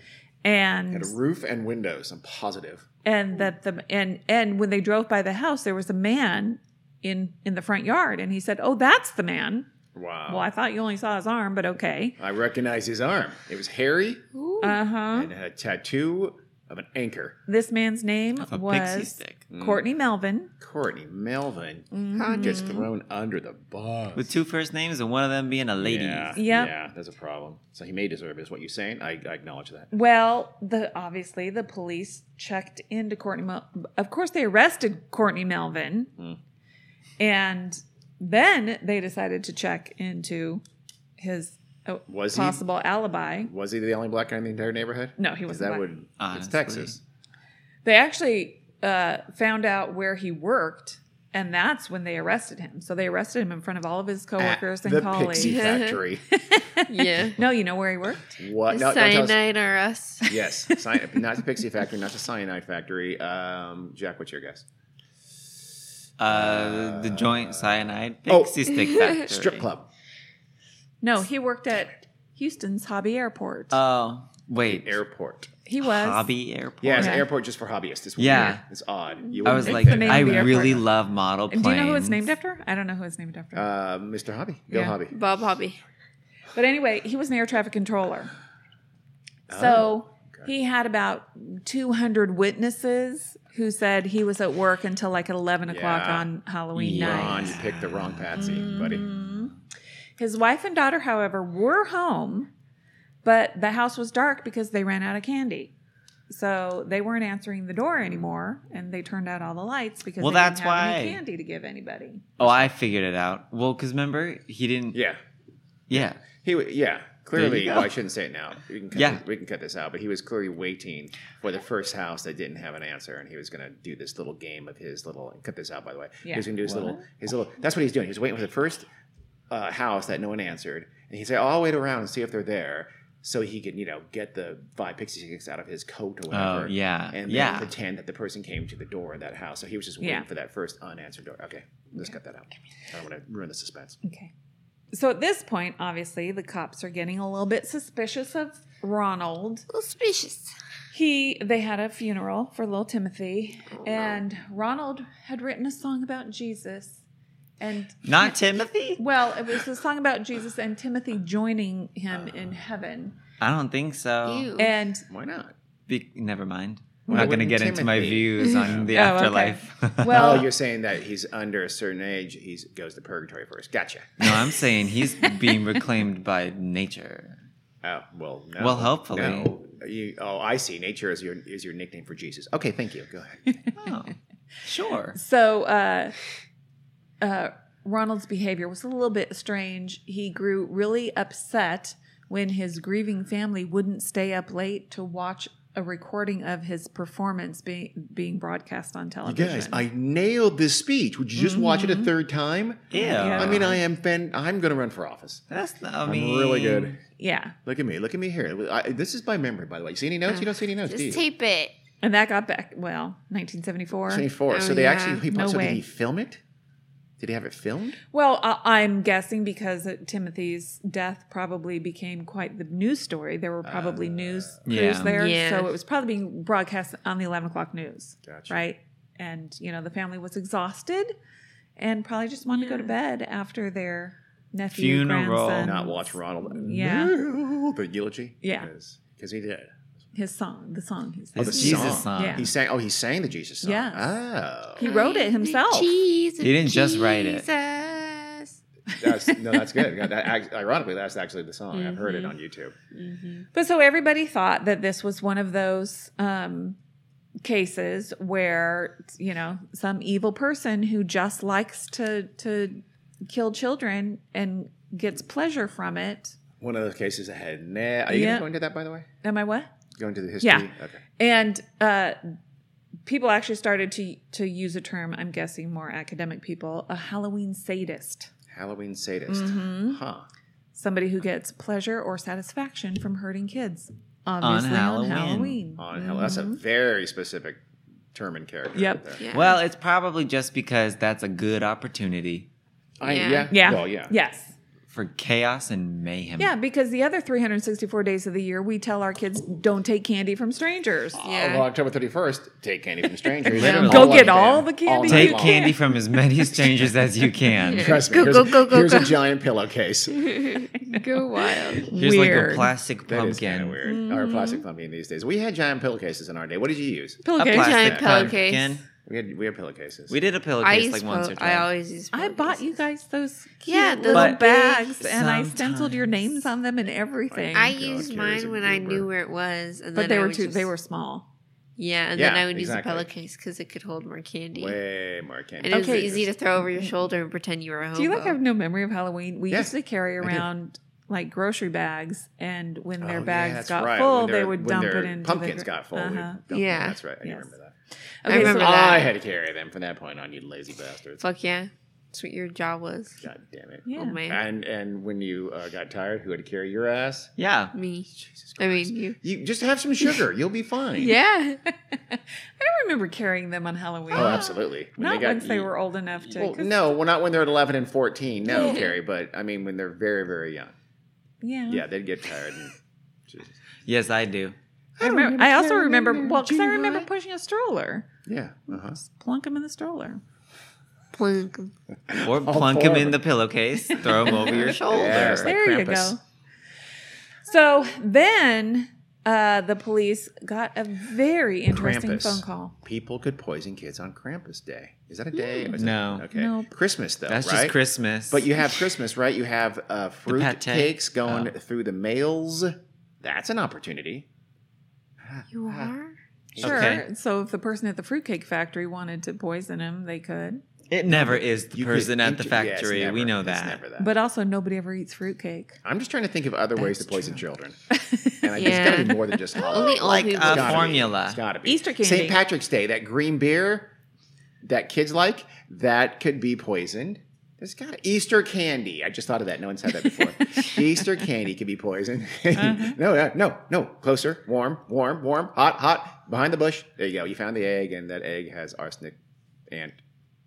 Speaker 3: And
Speaker 1: Had a roof and windows. I'm positive.
Speaker 3: and that the and and when they drove by the house there was a man in in the front yard and he said oh that's the man
Speaker 1: Wow.
Speaker 3: well i thought you only saw his arm but okay
Speaker 1: I recognize his arm. It was hairy
Speaker 4: Ooh.
Speaker 3: <laughs> uh-huh
Speaker 1: and had a tattoo of an anchor.
Speaker 3: this man's name
Speaker 2: Of a pixie
Speaker 3: was
Speaker 2: stick
Speaker 3: courtney melvin Mm-hmm.
Speaker 1: Courtney Melvin
Speaker 4: Mhm.
Speaker 1: gets
Speaker 3: Mm.
Speaker 1: thrown under the bus.
Speaker 2: with two first names and one of them being a lady.
Speaker 1: Yeah,
Speaker 3: Yep.
Speaker 1: yeah, that's a problem. So he may deserve it, is what you're saying. I, I acknowledge that.
Speaker 3: well the obviously the police checked into courtney Mel- of course they arrested courtney melvin
Speaker 1: Mm.
Speaker 3: and then they decided to check into his uh,
Speaker 1: Was he-
Speaker 3: possible alibi
Speaker 1: Was he the only black guy in the entire neighborhood?
Speaker 3: no he
Speaker 1: 'Cause
Speaker 3: was
Speaker 1: that would it's
Speaker 2: Honestly.
Speaker 1: Texas.
Speaker 3: They actually uh, found out where he worked, and that's when they arrested him. So they arrested him in front of all of his coworkers
Speaker 1: At
Speaker 3: and
Speaker 1: the
Speaker 3: colleagues.
Speaker 1: Pixie
Speaker 3: <laughs>
Speaker 1: Factory.
Speaker 4: yeah.
Speaker 3: No, you know where he worked?
Speaker 1: what? No, don't tell us-
Speaker 4: Cyanide or
Speaker 1: <laughs>
Speaker 4: us.
Speaker 1: Yes, cyan- not the Pixie Factory, not the Cyanide Factory. Um, Jack, what's your guess?
Speaker 2: Uh, the joint cyanide
Speaker 1: Oh.
Speaker 2: pixie stick factory.
Speaker 1: <laughs> Strip club,
Speaker 3: No, he worked at Houston's Hobby Airport.
Speaker 1: Uh,
Speaker 2: Oh wait,
Speaker 1: airport.
Speaker 3: he was.
Speaker 2: hobby airport.
Speaker 1: Yeah, it's an
Speaker 3: Okay.
Speaker 1: airport just for hobbyists. It's weird.
Speaker 2: Yeah.
Speaker 1: it's odd. You wouldn't
Speaker 2: I was
Speaker 1: think
Speaker 2: like,
Speaker 3: the name
Speaker 1: that.
Speaker 2: I
Speaker 3: of the airport.
Speaker 2: really love model
Speaker 3: Do
Speaker 2: planes.
Speaker 3: you know who it's named after? I don't know who it's named after.
Speaker 1: uh, Mr. Hobby, Bill
Speaker 3: Yeah.
Speaker 1: Hobby.
Speaker 4: Bob Hobby.
Speaker 3: but anyway, he was an air traffic controller.
Speaker 1: Oh,
Speaker 3: So he had about 200 witnesses who said he was at work until like 11 o'clock
Speaker 1: Yeah.
Speaker 3: on Halloween
Speaker 2: Yeah.
Speaker 3: night.
Speaker 1: Ron, you picked the wrong Patsy,
Speaker 2: Mm.
Speaker 1: buddy.
Speaker 3: Mhm. His wife and daughter, however, were home, but the house was dark because they ran out of candy. So they weren't answering the door anymore, and they turned out all the lights because
Speaker 2: Well,
Speaker 3: they didn't
Speaker 2: that's
Speaker 3: have any
Speaker 2: why-
Speaker 3: candy to give anybody.
Speaker 2: Oh, I figured it out. Well, because remember, he didn't. Yeah.
Speaker 1: Yeah.
Speaker 2: yeah. Oh,
Speaker 1: He wa- yeah. Clearly,
Speaker 2: go.
Speaker 1: well, I shouldn't say it now. We can cut
Speaker 2: Yeah.
Speaker 1: this, we can cut this out. But he was clearly waiting for the first house that didn't have an answer, and he was going to do this little game of his little. Cut this out, by the way. He
Speaker 3: Yeah.
Speaker 1: was going to do his
Speaker 2: What?
Speaker 1: little. His little. That's what he's doing. He was waiting for the first uh, house that no one answered, and he'd say, "Oh, "I'll wait around and see if they're there," so he could, you know, get the five pixie sticks out of his coat or whatever.
Speaker 2: Oh, yeah.
Speaker 1: And then
Speaker 2: yeah.
Speaker 1: pretend that the person came to the door of that house. So he was just waiting
Speaker 3: Yeah.
Speaker 1: for that first unanswered door. Okay, let's cut that out. I don't want to ruin the suspense.
Speaker 3: Okay. So at this point, obviously, the cops are getting a little bit suspicious of Ronald.
Speaker 4: Auspicious.
Speaker 3: He they had a funeral for little Timothy,
Speaker 4: Oh, no.
Speaker 3: and Ronald had written a song about Jesus, and
Speaker 2: Not Timothy?
Speaker 3: well, it was a song about Jesus and Timothy joining him
Speaker 1: Uh-huh.
Speaker 3: in heaven.
Speaker 2: I don't think so.
Speaker 4: Ew.
Speaker 3: And
Speaker 1: Why not?
Speaker 2: Be- never mind. I'm
Speaker 1: Why
Speaker 2: not going to
Speaker 1: wouldn't
Speaker 2: get into my
Speaker 1: Timothy?
Speaker 2: views
Speaker 3: <laughs>
Speaker 2: on the
Speaker 3: Oh, okay.
Speaker 2: afterlife. <laughs>
Speaker 3: Well-
Speaker 1: <laughs> oh, you're saying that he's under a certain age, he goes to purgatory first. Gotcha.
Speaker 2: no, I'm saying he's being reclaimed by nature.
Speaker 1: Oh well, no.
Speaker 2: Well, hopefully.
Speaker 1: no. You, oh, I see. Nature is your is your nickname for Jesus. Okay, thank you. Go ahead.
Speaker 2: Oh, <laughs> sure.
Speaker 3: So uh, uh, Ronald's behavior was a little bit strange. He grew really upset when his grieving family wouldn't stay up late to watch a recording of his performance being being broadcast on television.
Speaker 1: nailed this speech. Would you
Speaker 3: just watch it a Mhm.
Speaker 1: third time?
Speaker 3: Yeah. I mean,
Speaker 1: I am. Fan- I'm going to run for office.
Speaker 2: that's not, I
Speaker 1: I'm
Speaker 2: mean,
Speaker 1: really good.
Speaker 3: yeah,
Speaker 1: Look at me. Look at me here. I, this is by memory, by the way. You see any notes? You don't see any notes, do you?
Speaker 4: Just tape it.
Speaker 3: and that got back well, 1974.
Speaker 1: 24.
Speaker 4: Oh,
Speaker 1: so they
Speaker 4: yeah.
Speaker 1: actually. He,
Speaker 3: No
Speaker 1: so
Speaker 3: way.
Speaker 1: did he film it? Did he have it filmed?
Speaker 3: Well, I, I'm guessing because Timothy's death probably became quite the news story. There were probably
Speaker 1: Uh,
Speaker 3: news
Speaker 2: Yeah.
Speaker 3: crews there,
Speaker 4: Yeah.
Speaker 3: so it was probably being broadcast on the 11 o'clock news.
Speaker 1: Gotcha.
Speaker 3: right? And you know, the family was exhausted and probably just wanted to go to
Speaker 4: Yeah.
Speaker 3: bed after their nephew
Speaker 2: Funeral.
Speaker 3: grandson,
Speaker 1: Not watch Ronald.
Speaker 3: Um, Yeah.
Speaker 1: No, the eulogy.
Speaker 3: Yeah.
Speaker 1: Because he did.
Speaker 3: his song, the song he's
Speaker 1: Oh, the
Speaker 2: His Jesus song.
Speaker 3: Yeah.
Speaker 1: He sang. Oh, he sang the Jesus song.
Speaker 3: Yes.
Speaker 1: Oh,
Speaker 3: He wrote it himself.
Speaker 4: He
Speaker 2: He didn't just write it.
Speaker 1: that's, no, that's
Speaker 3: <laughs>
Speaker 1: good. That, act- ironically, that's actually the song. I've heard it
Speaker 4: Mhm.
Speaker 1: on YouTube.
Speaker 4: Mm-hmm.
Speaker 3: But so everybody thought that this was one of those um, cases where you know some evil person who just likes to to kill children and gets pleasure from it.
Speaker 1: One of those cases that had. Nah, are you going to
Speaker 3: Yeah.
Speaker 1: go into that? By the way,
Speaker 3: Am I what?
Speaker 1: go into the history.
Speaker 3: Yeah.
Speaker 1: Okay.
Speaker 3: and uh, people actually started to to use a term. I'm guessing more academic people, a Halloween sadist,
Speaker 1: Halloween sadist.
Speaker 3: Mhm.
Speaker 1: Huh.
Speaker 3: somebody who gets pleasure or satisfaction from hurting kids, obviously on
Speaker 2: Halloween.
Speaker 3: Halloween.
Speaker 1: On hell, that's a
Speaker 3: Mhm.
Speaker 1: very specific term and character.
Speaker 3: Yep.
Speaker 1: Right there.
Speaker 4: Yeah.
Speaker 2: Well, it's probably just because that's a good opportunity
Speaker 1: I,
Speaker 4: Yeah.
Speaker 1: yeah.
Speaker 3: Yeah.
Speaker 1: Well, yeah.
Speaker 3: yes.
Speaker 2: for chaos and mayhem.
Speaker 3: Yeah, because the other 364 days of the year, we tell our kids don't take candy from strangers.
Speaker 1: Oh,
Speaker 4: Yeah.
Speaker 1: well, October 31st, take candy from strangers.
Speaker 2: Literally.
Speaker 1: All
Speaker 2: Go
Speaker 1: night
Speaker 3: get
Speaker 1: long.
Speaker 3: all the candy
Speaker 1: night
Speaker 2: Take
Speaker 3: you
Speaker 1: long.
Speaker 3: can.
Speaker 2: candy from as many strangers as you can.
Speaker 4: Yeah.
Speaker 1: Trust me.
Speaker 4: Go,
Speaker 1: here's
Speaker 4: go, go, go,
Speaker 1: here's a
Speaker 4: go.
Speaker 1: giant pillowcase.
Speaker 3: <laughs>
Speaker 4: Go wild.
Speaker 2: Here's like
Speaker 3: Weird.
Speaker 2: a plastic
Speaker 1: That is kind
Speaker 2: pumpkin.
Speaker 1: of weird. Or
Speaker 3: Mm-hmm.
Speaker 1: plastic pumpkin these days. We had giant pillowcases in our day. What did you use?
Speaker 2: A
Speaker 3: Pillowcase.
Speaker 2: plastic
Speaker 4: Giant pillowcase.
Speaker 2: pumpkin.
Speaker 1: We had we had pillowcases.
Speaker 2: We did a
Speaker 4: I
Speaker 2: pillowcase
Speaker 4: use
Speaker 2: like once
Speaker 4: pill-
Speaker 2: or
Speaker 4: I
Speaker 2: twice.
Speaker 4: always use.
Speaker 3: I bought you
Speaker 4: pillowcases.
Speaker 3: guys those cute
Speaker 4: Yeah, those
Speaker 3: little
Speaker 2: big
Speaker 3: bags, and I stenciled
Speaker 2: sometimes.
Speaker 3: your names on them and everything.
Speaker 4: I
Speaker 1: God, Kira's
Speaker 4: used
Speaker 1: a
Speaker 4: mine when I
Speaker 1: goober.
Speaker 4: knew where it was, and
Speaker 3: but
Speaker 4: then
Speaker 3: they
Speaker 4: I
Speaker 3: were
Speaker 4: would
Speaker 3: too. They
Speaker 4: just-
Speaker 3: were small.
Speaker 4: Yeah, and then
Speaker 1: Yeah,
Speaker 4: I would
Speaker 1: exactly.
Speaker 4: use a pillowcase because it could hold more candy.
Speaker 1: way more candy.
Speaker 4: And it
Speaker 3: Okay. Mm-hmm.
Speaker 4: was easy to throw over your shoulder and pretend you were a hobo.
Speaker 3: Do you like have no memory of Halloween? We
Speaker 1: Yeah,
Speaker 3: used to carry
Speaker 1: I do.
Speaker 3: around like grocery bags, and when their
Speaker 1: Oh, yeah,
Speaker 3: bags
Speaker 1: that's
Speaker 3: got
Speaker 1: right.
Speaker 3: full,
Speaker 1: When
Speaker 3: they
Speaker 1: their-
Speaker 3: would
Speaker 1: when
Speaker 3: dump
Speaker 1: their
Speaker 3: it in.
Speaker 1: Pumpkins got full. we'd
Speaker 3: Uh-huh.
Speaker 1: dump them.
Speaker 4: Yeah.
Speaker 1: that's right. I
Speaker 3: Yes.
Speaker 1: do remember that.
Speaker 3: Okay,
Speaker 4: remember
Speaker 3: so
Speaker 4: that.
Speaker 1: I had to carry them from that point on. You lazy bastards.
Speaker 4: Fuck yeah, that's what your jaw was.
Speaker 1: God damn it.
Speaker 3: Yeah.
Speaker 4: Old man,
Speaker 1: And and when you uh, got tired, who had to carry your ass?
Speaker 2: Yeah.
Speaker 4: me.
Speaker 1: Jesus
Speaker 4: I
Speaker 1: Christ.
Speaker 4: mean you.
Speaker 1: you just have some sugar. You'll be fine.
Speaker 4: Yeah,
Speaker 3: I don't remember carrying them on Halloween.
Speaker 1: Oh, absolutely.
Speaker 3: Ah, Not
Speaker 1: got-
Speaker 3: once they
Speaker 1: you-
Speaker 3: were old enough to.
Speaker 1: Well,
Speaker 3: 'cause-
Speaker 1: no, well, not when they're 11 and 14. No,
Speaker 4: Yeah.
Speaker 1: Carrie, but I mean, when they're very, very young.
Speaker 3: Yeah.
Speaker 1: Yeah, they'd get tired. And, <laughs> Jesus.
Speaker 2: Yes, I do.
Speaker 3: I, remember, I also
Speaker 1: carrying them
Speaker 3: remember.
Speaker 1: in
Speaker 3: Well, because I
Speaker 1: junior
Speaker 3: remember
Speaker 1: high.
Speaker 3: pushing a stroller.
Speaker 1: Yeah. Uh-huh.
Speaker 3: Just plunk them in the stroller.
Speaker 4: plunk.
Speaker 2: Or
Speaker 1: All
Speaker 2: plunk
Speaker 1: four
Speaker 2: him
Speaker 1: of
Speaker 2: in the
Speaker 1: them.
Speaker 2: pillowcase, throw him over your shoulder.
Speaker 1: Yes, like
Speaker 3: there you
Speaker 1: Krampus.
Speaker 3: go. So then uh, the police got a very interesting
Speaker 1: Krampus.
Speaker 3: phone call.
Speaker 1: People could poison kids on Krampus Day. Is that a day? Or is
Speaker 2: No.
Speaker 1: That, okay.
Speaker 3: Nope.
Speaker 1: Christmas, though,
Speaker 2: That's
Speaker 1: right?
Speaker 2: just Christmas.
Speaker 1: But you have Christmas, right? You have uh, fruit
Speaker 2: pate.
Speaker 1: cakes going
Speaker 2: Oh.
Speaker 1: through the mails. That's an opportunity.
Speaker 2: Ah.
Speaker 4: You are.
Speaker 3: Sure.
Speaker 2: Okay.
Speaker 3: So if the person at the fruitcake factory wanted to poison him, they could.
Speaker 2: It never is the
Speaker 1: You could
Speaker 2: person at the
Speaker 1: inter- yeah, it's
Speaker 2: factory. we
Speaker 1: never-
Speaker 2: know
Speaker 1: it's
Speaker 2: that.
Speaker 1: never that.
Speaker 3: But also, nobody ever eats fruitcake.
Speaker 1: I'm just trying to think of other ways to
Speaker 2: That's
Speaker 1: poison
Speaker 2: true.
Speaker 3: <laughs>
Speaker 1: children. And I it's got to
Speaker 4: Yeah.
Speaker 1: be more than just Halloween.
Speaker 4: Only old
Speaker 2: Like a
Speaker 4: people.
Speaker 1: It's gotta be.
Speaker 2: formula.
Speaker 1: It's got to be.
Speaker 3: Easter candy.
Speaker 1: St. Patrick's Day, that green beer that kids like, that could be poisoned. There's got Easter candy. I just thought of that. No one's had that
Speaker 3: <laughs>
Speaker 1: before. Easter candy could be poisoned.
Speaker 3: Uh-huh.
Speaker 1: <laughs> no, no, no, no. Closer. Warm, warm, warm. Hot, hot. Behind the bush. There you go. You found the egg, and that egg has arsenic and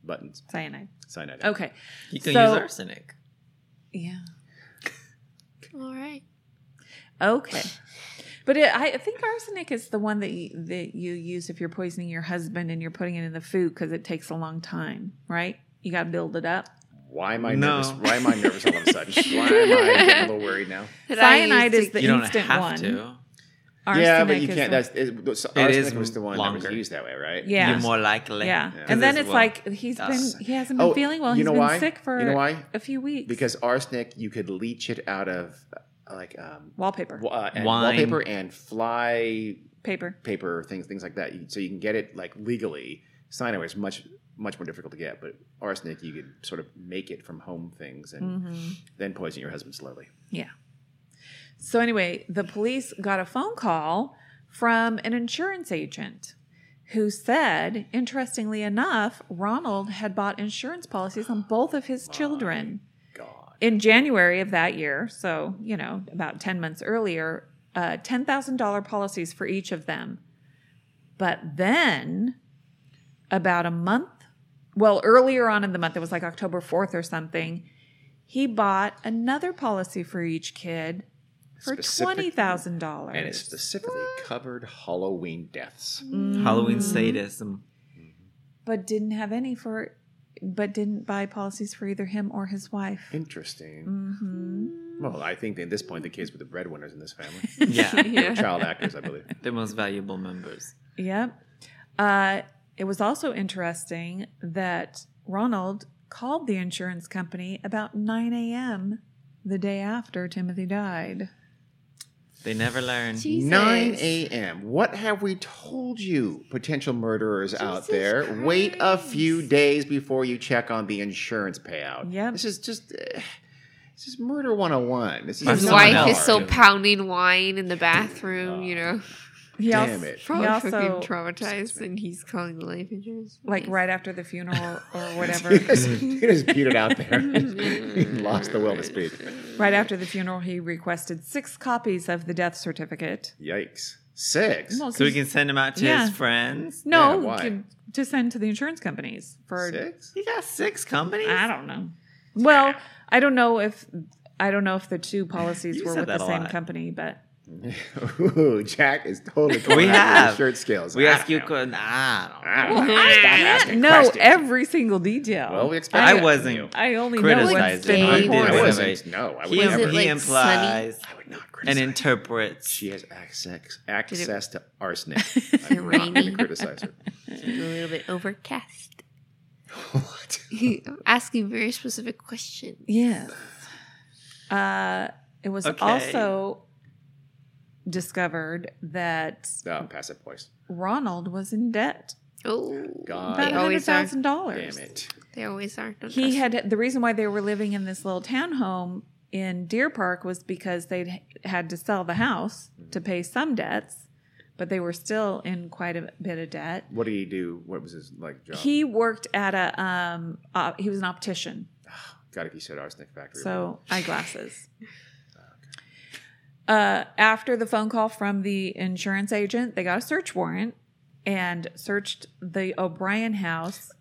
Speaker 1: buttons.
Speaker 3: Cyanide.
Speaker 1: Cyanide.
Speaker 3: Okay.
Speaker 2: You can
Speaker 3: So-
Speaker 2: use arsenic.
Speaker 3: Yeah.
Speaker 4: All right.
Speaker 3: Okay. <sighs> But it, I I think arsenic is the one that you, that you use if you're poisoning your husband and you're putting it in the food because it takes a long time, right? You got to build it up.
Speaker 1: Why am I
Speaker 2: No.
Speaker 1: nervous? Why am I nervous
Speaker 3: <laughs>
Speaker 1: all of a sudden? Why am I getting a little worried now?
Speaker 4: That I used
Speaker 3: Cyanide
Speaker 4: to-
Speaker 3: is the
Speaker 2: you don't
Speaker 3: instant
Speaker 2: have
Speaker 3: one.
Speaker 2: to.
Speaker 1: yeah, but
Speaker 3: Arsenic
Speaker 1: you
Speaker 3: is
Speaker 1: can't.
Speaker 3: the-
Speaker 1: That's it, so
Speaker 2: It
Speaker 1: arsenic
Speaker 2: is
Speaker 1: was the one that
Speaker 2: longer.
Speaker 1: was used that way, right?
Speaker 3: Yeah.
Speaker 2: You're more likely.
Speaker 3: yeah.
Speaker 1: Yeah.
Speaker 3: And then
Speaker 2: Because
Speaker 3: it's
Speaker 2: well-
Speaker 3: like he's
Speaker 2: Arsenic.
Speaker 3: been he hasn't been
Speaker 1: Oh,
Speaker 3: feeling well.
Speaker 1: you
Speaker 3: He's
Speaker 1: know
Speaker 3: been
Speaker 1: why?
Speaker 3: sick for
Speaker 1: You know why?
Speaker 3: a few weeks
Speaker 1: Because arsenic, you could leach it out of uh, like um,
Speaker 3: wallpaper,
Speaker 1: wa- uh, and
Speaker 2: Wine.
Speaker 1: wallpaper and fly
Speaker 3: paper.
Speaker 1: paper things, things like that. You- So you can get it like legally. Cyanide is much much more difficult to get, but arsenic you could sort of make it from home things and
Speaker 3: hmm
Speaker 1: then poison your husband slowly.
Speaker 3: So anyway, the police got a phone call from an insurance agent who said, interestingly enough, Ronald had bought insurance policies on both of his
Speaker 1: My.
Speaker 3: children.
Speaker 1: God.
Speaker 3: In January of that year, so, you know, about 10 months earlier, uh, $10,000 policies for each of them. But then, about a month, well, earlier on in the month, it was like October 4th or something, he bought another policy for each kid for
Speaker 1: Specific-
Speaker 3: $20,000.
Speaker 1: And it specifically covered Halloween deaths.
Speaker 3: Mhm.
Speaker 2: Halloween
Speaker 3: <laughs>
Speaker 2: sadism.
Speaker 3: But didn't have any for, but didn't buy policies for either him or his wife.
Speaker 1: Interesting.
Speaker 3: hmm
Speaker 1: Well, I think at this point the kids were the breadwinners in this family.
Speaker 2: <laughs> Yeah.
Speaker 1: They were child actors, I believe.
Speaker 2: the most valuable members.
Speaker 3: Yep. Uh, it was also interesting that Ronald called the insurance company about 9 a.m. the day after Timothy died.
Speaker 2: They never learn.
Speaker 4: Jesus.
Speaker 1: 9 a.m. What have we told you, potential murderers out
Speaker 4: Jesus
Speaker 1: there? Wait a few
Speaker 4: Christ.
Speaker 1: days before you check on the insurance payout.
Speaker 3: Yep.
Speaker 1: This is just. eh, this is murder 101. This is
Speaker 2: My
Speaker 4: His
Speaker 2: Someone
Speaker 4: wife is
Speaker 1: <laughs>
Speaker 2: else.
Speaker 4: still pounding wine in the bathroom, you know. <laughs>
Speaker 3: He
Speaker 1: Damn
Speaker 3: als-
Speaker 1: it.
Speaker 4: Probably
Speaker 3: He
Speaker 4: fucking
Speaker 3: also,
Speaker 4: traumatized, and he's calling the life insurance.
Speaker 3: like,
Speaker 4: Nice.
Speaker 3: right after the funeral
Speaker 1: <laughs>
Speaker 3: or whatever,
Speaker 1: You just, you just beat it out
Speaker 3: <laughs>
Speaker 1: there. He lost the will to speak.
Speaker 3: right after the funeral, he requested six copies of the death certificate.
Speaker 1: Yikes. Six.
Speaker 3: No,
Speaker 2: So we can send them out to
Speaker 3: Yeah.
Speaker 2: his friends.
Speaker 1: Yeah,
Speaker 3: no
Speaker 1: why?
Speaker 3: can- to send to the insurance companies for
Speaker 1: Six?
Speaker 2: He got six companies.
Speaker 3: I don't know. Well, I don't know if I don't know if the two policies
Speaker 2: You
Speaker 3: were
Speaker 2: said
Speaker 3: with the
Speaker 2: that a
Speaker 3: same
Speaker 2: lot.
Speaker 3: company, but
Speaker 1: Ooh, Jack is totally coming out
Speaker 2: have.
Speaker 1: with shirt skills.
Speaker 2: We
Speaker 1: I
Speaker 2: ask
Speaker 1: don't
Speaker 2: you.
Speaker 1: know.
Speaker 2: que- I don't. know.
Speaker 1: I don't know.
Speaker 4: Well,
Speaker 3: <laughs>
Speaker 4: I-
Speaker 1: Stop
Speaker 4: I
Speaker 1: asking
Speaker 3: no
Speaker 1: questions.
Speaker 3: every single detail.
Speaker 1: Well, we expect
Speaker 2: I
Speaker 1: that from
Speaker 2: wasn't-
Speaker 1: you.
Speaker 3: I only know what's
Speaker 2: criticizing.
Speaker 1: <laughs>
Speaker 4: been
Speaker 2: I
Speaker 1: I,
Speaker 2: did.
Speaker 4: reported.
Speaker 2: I
Speaker 1: wasn't.
Speaker 2: wasn't.
Speaker 1: No, I
Speaker 2: He,
Speaker 1: would
Speaker 4: Was
Speaker 1: never.
Speaker 4: it, like,
Speaker 2: implies
Speaker 1: I would not
Speaker 2: and
Speaker 1: criticize.
Speaker 2: interprets.
Speaker 1: She has access access to arsenic.
Speaker 3: <laughs>
Speaker 1: I'm
Speaker 4: it
Speaker 1: not going to
Speaker 4: rainy?
Speaker 1: criticize her.
Speaker 4: It's a little bit overcast.
Speaker 1: what?
Speaker 4: I'm <laughs> asking very specific questions.
Speaker 3: Yes. Uh, it was
Speaker 2: Okay.
Speaker 3: also discovered that
Speaker 1: Oh, passive voice.
Speaker 3: Ronald was in debt
Speaker 4: Oh,
Speaker 1: God.
Speaker 3: about
Speaker 4: they
Speaker 3: hundred
Speaker 4: always are.
Speaker 3: thousand dollars.
Speaker 1: Damn it.
Speaker 4: They always are. Don't
Speaker 3: He
Speaker 4: trust
Speaker 3: had the reason why they were living in this little townhome in Deer Park was because they'd had to sell the house to pay some debts, but they were still in quite a bit of debt.
Speaker 1: What did he do? What was his like job?
Speaker 3: He worked at a um, uh, he was an optician.
Speaker 1: God, if you said arsenic factory.
Speaker 3: So
Speaker 1: <laughs>
Speaker 3: eyeglasses. Uh, after the phone call from the insurance agent, they got a search warrant and searched the O'Brien house.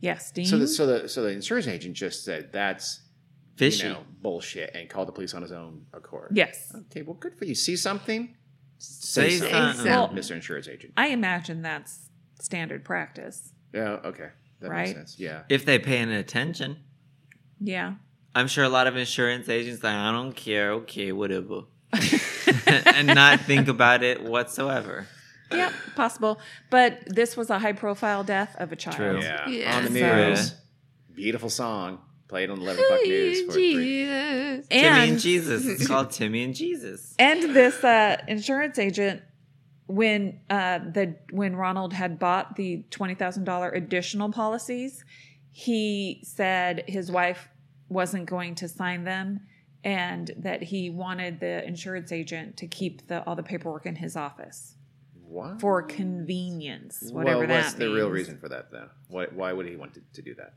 Speaker 3: Yes, Dean.
Speaker 1: so the, so the so the insurance agent just said that's
Speaker 2: Fishy.
Speaker 1: you know bullshit and called the police on his own accord.
Speaker 3: yes,
Speaker 1: Okay. Well, good for you. See something?
Speaker 2: Say something.
Speaker 4: Well-
Speaker 1: Mr. Insurance agent.
Speaker 3: I imagine that's standard practice.
Speaker 1: Yeah. Okay. That
Speaker 3: Right?
Speaker 1: makes sense. Yeah.
Speaker 2: if they pay any attention.
Speaker 1: <laughs>
Speaker 3: Yeah,
Speaker 2: I'm sure a lot of insurance agents like, I don't care, okay, whatever. <laughs> and not think about it whatsoever.
Speaker 3: yeah, possible. But this was a high-profile death of a child.
Speaker 2: True.
Speaker 1: Yeah.
Speaker 4: Yeah.
Speaker 1: On the
Speaker 2: So-
Speaker 1: news. Beautiful song. Played on 11 o'clock
Speaker 4: Oh,
Speaker 1: news for three.
Speaker 4: Jesus.
Speaker 2: Timmy and
Speaker 3: And <laughs>
Speaker 2: Jesus. It's called Timmy and Jesus.
Speaker 3: and this uh, insurance agent when uh, the when Ronald had bought the twenty thousand dollar additional policies, he said his wife wasn't going to sign them, and that he wanted the insurance agent to keep the all the paperwork in his office
Speaker 1: What?
Speaker 3: for convenience, whatever
Speaker 1: well,
Speaker 3: that
Speaker 1: what's the real
Speaker 3: means.
Speaker 1: reason for that, though? Why, why would he want to, to do that?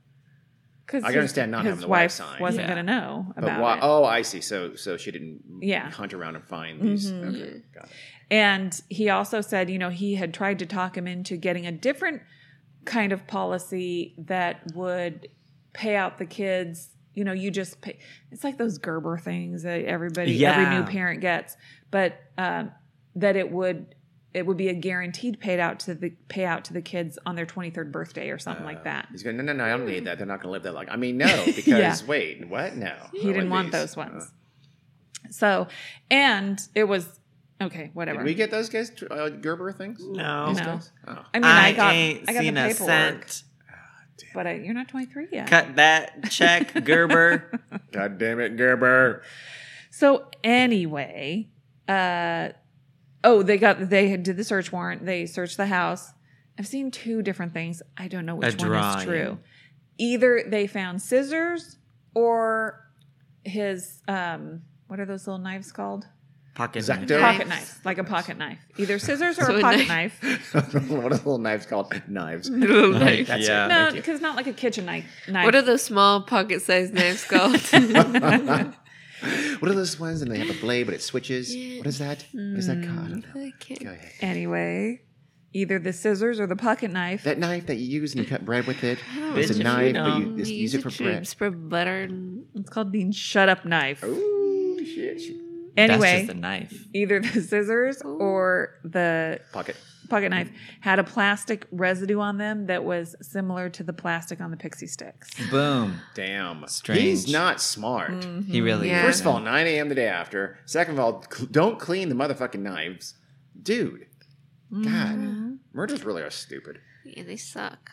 Speaker 3: 'Cause
Speaker 1: I can
Speaker 3: his-
Speaker 1: understand not
Speaker 3: his
Speaker 1: having the wife sign.
Speaker 3: wasn't
Speaker 2: Yeah.
Speaker 3: going to know
Speaker 1: But
Speaker 3: about
Speaker 1: why?
Speaker 3: it.
Speaker 1: Oh, I see. So, so she didn't
Speaker 3: Yeah.
Speaker 1: hunt around and find these.
Speaker 3: Mhm.
Speaker 1: Okay, got it.
Speaker 3: And he also said, you know, he had tried to talk him into getting a different kind of policy that would pay out the kids. You know, you just pay. It's like those Gerber things that everybody, every new
Speaker 2: Yeah.
Speaker 3: parent gets, but um, that it would it would be a guaranteed paid out to the payout to the kids on their 23rd birthday or something
Speaker 1: Uh,
Speaker 3: like that.
Speaker 1: He's going, no, no, no, I don't need that. They're not going to live that long. I
Speaker 3: <laughs>
Speaker 1: mean, no, because wait, what? No. I
Speaker 3: He didn't want
Speaker 1: these.
Speaker 3: those ones.
Speaker 1: Uh,
Speaker 3: So, and it was okay, whatever.
Speaker 1: did we get those guys, uh, Gerber things?
Speaker 2: No.
Speaker 1: These
Speaker 3: No.
Speaker 1: guys? Oh.
Speaker 3: I mean, I, got
Speaker 2: ain't
Speaker 3: I got the
Speaker 2: seen a
Speaker 3: paperwork,
Speaker 2: cent.
Speaker 3: but I, you're not 23 yet.
Speaker 2: Cut that check,
Speaker 3: <laughs>
Speaker 2: Gerber.
Speaker 1: God damn it, Gerber.
Speaker 3: So anyway, uh, oh, they got they had did the search warrant. They searched the house. I've seen two different things. I don't know which one is
Speaker 2: drawing.
Speaker 3: true. Either they found scissors or his um, what are those little knives called?
Speaker 2: Pocket
Speaker 1: Zacto.
Speaker 2: knife.
Speaker 3: Pocket
Speaker 4: Knives.
Speaker 3: knife, like a pocket knife. Either scissors or
Speaker 4: So
Speaker 3: a
Speaker 4: a
Speaker 3: pocket
Speaker 1: <laughs>
Speaker 3: knife.
Speaker 1: what are the little knives called?
Speaker 3: <laughs>
Speaker 1: Knives.
Speaker 4: Like,
Speaker 1: That's
Speaker 2: Yeah.
Speaker 1: it.
Speaker 3: No,
Speaker 1: Thank you.
Speaker 3: because not like a kitchen knife. knife.
Speaker 4: what are those small pocket-sized
Speaker 1: <laughs>
Speaker 4: knives called?
Speaker 3: <laughs>
Speaker 1: what are those ones? And they have a blade, but it switches. What is that? What is that called? I don't
Speaker 3: Mm.
Speaker 1: know.
Speaker 4: <laughs> I can't-
Speaker 1: Go ahead.
Speaker 3: anyway, either the scissors or the pocket knife.
Speaker 1: That knife that you use and you cut bread with it.
Speaker 4: don't
Speaker 1: It's
Speaker 2: Bitch, if
Speaker 1: a
Speaker 2: you
Speaker 1: knife, but
Speaker 2: know.
Speaker 1: you just use it for
Speaker 4: to
Speaker 1: bread.
Speaker 4: spread butter and
Speaker 3: it's called the shut up knife.
Speaker 1: Oh shit! shit.
Speaker 3: anyway,
Speaker 2: That's just a knife.
Speaker 3: either the <laughs> scissors
Speaker 4: Ooh.
Speaker 3: or the
Speaker 1: Pocket.
Speaker 3: pocket knife had a plastic residue on them that was similar to the plastic on the pixie sticks.
Speaker 2: Boom.
Speaker 1: Damn.
Speaker 2: Strange.
Speaker 1: He's not smart.
Speaker 3: Mm-hmm.
Speaker 2: He really
Speaker 4: Mm, Yeah.
Speaker 1: First of all, 9 a.m. the day after. Second of all, cl- don't clean the motherfucking knives, dude.
Speaker 3: Mm-hmm.
Speaker 1: God, murders really are stupid.
Speaker 4: yeah, they suck.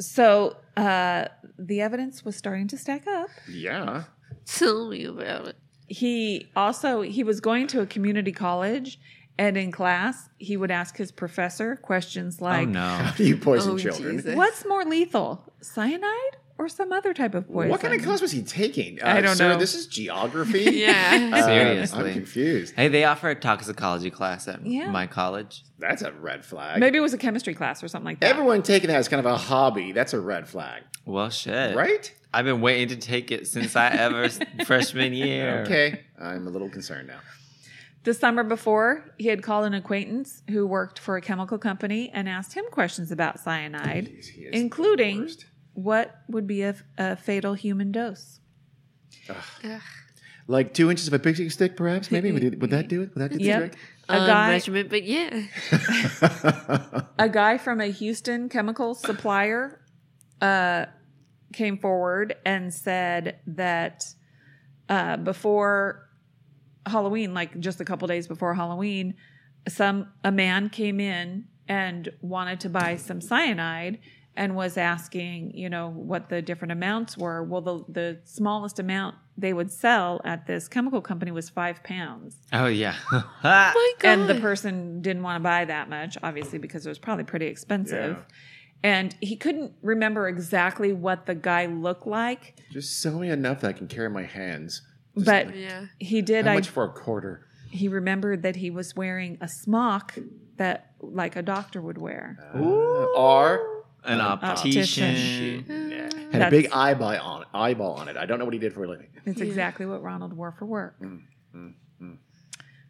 Speaker 3: So uh, the evidence was starting to stack up.
Speaker 1: Yeah. <laughs>
Speaker 4: Tell me about it.
Speaker 3: He also he was going to a community college, and in class he would ask his professor questions
Speaker 2: oh
Speaker 3: like,
Speaker 2: no.
Speaker 1: How do you poison
Speaker 4: Oh,
Speaker 1: children?
Speaker 4: Jesus.
Speaker 3: "What's more lethal, cyanide or some other type of poison?"
Speaker 1: What kind of class was he taking? Uh,
Speaker 3: I don't
Speaker 1: sir,
Speaker 3: know.
Speaker 1: This is geography.
Speaker 4: <laughs> Yeah.
Speaker 1: <laughs> Uh,
Speaker 2: Seriously.
Speaker 1: I'm confused.
Speaker 2: Hey, they offer a toxicology class at
Speaker 3: Yeah.
Speaker 2: my college.
Speaker 1: That's a red flag.
Speaker 3: Maybe it was a chemistry class or something like that.
Speaker 1: Everyone taking that as kind of a hobby. That's a red flag,
Speaker 2: Well, shit.
Speaker 1: right?
Speaker 2: I've been waiting to take it since I ever
Speaker 1: <laughs>
Speaker 2: freshman year.
Speaker 1: Okay. I'm a little concerned now.
Speaker 3: The summer before, he had called an acquaintance who worked for a chemical company and asked him questions about cyanide,
Speaker 1: Jeez, he is the
Speaker 3: including
Speaker 1: worst.
Speaker 3: what would be a, a fatal human dose.
Speaker 4: Ugh.
Speaker 1: like two inches of a pixie stick, perhaps. Maybe would, it, would that do it? Would that do the
Speaker 3: Yep.
Speaker 1: trick?
Speaker 3: A
Speaker 4: Um,
Speaker 3: guy-
Speaker 4: measurement,
Speaker 1: <laughs>
Speaker 4: but yeah.
Speaker 3: A guy from a Houston chemical supplier uh, came forward and said that uh, before Halloween, like just a couple days before Halloween, some a man came in and wanted to buy some cyanide and was asking, you know, what the different amounts were. Well, the the smallest amount they would sell at this chemical company was five pounds,
Speaker 2: Oh yeah. <laughs>
Speaker 4: Oh my god.
Speaker 3: and the person didn't want to buy that much, obviously, because it was probably pretty expensive.
Speaker 1: Yeah.
Speaker 3: And he couldn't remember exactly what the guy looked like,
Speaker 1: <laughs> Just sew me enough that I can carry my hands. Just
Speaker 3: but
Speaker 1: like,
Speaker 4: yeah.
Speaker 3: he did.
Speaker 1: how
Speaker 3: I
Speaker 1: much for a quarter?
Speaker 3: he remembered that he was wearing a smock that like a doctor would wear.
Speaker 1: Ooh. Or
Speaker 2: An
Speaker 3: Optician.
Speaker 2: optician.
Speaker 1: had
Speaker 3: Uh, That's-
Speaker 1: a big eyeball on eyeball on it. I don't know what he did for a living.
Speaker 3: It's
Speaker 4: Yeah.
Speaker 3: exactly what Ronald wore for work.
Speaker 1: Mm, mm, mm.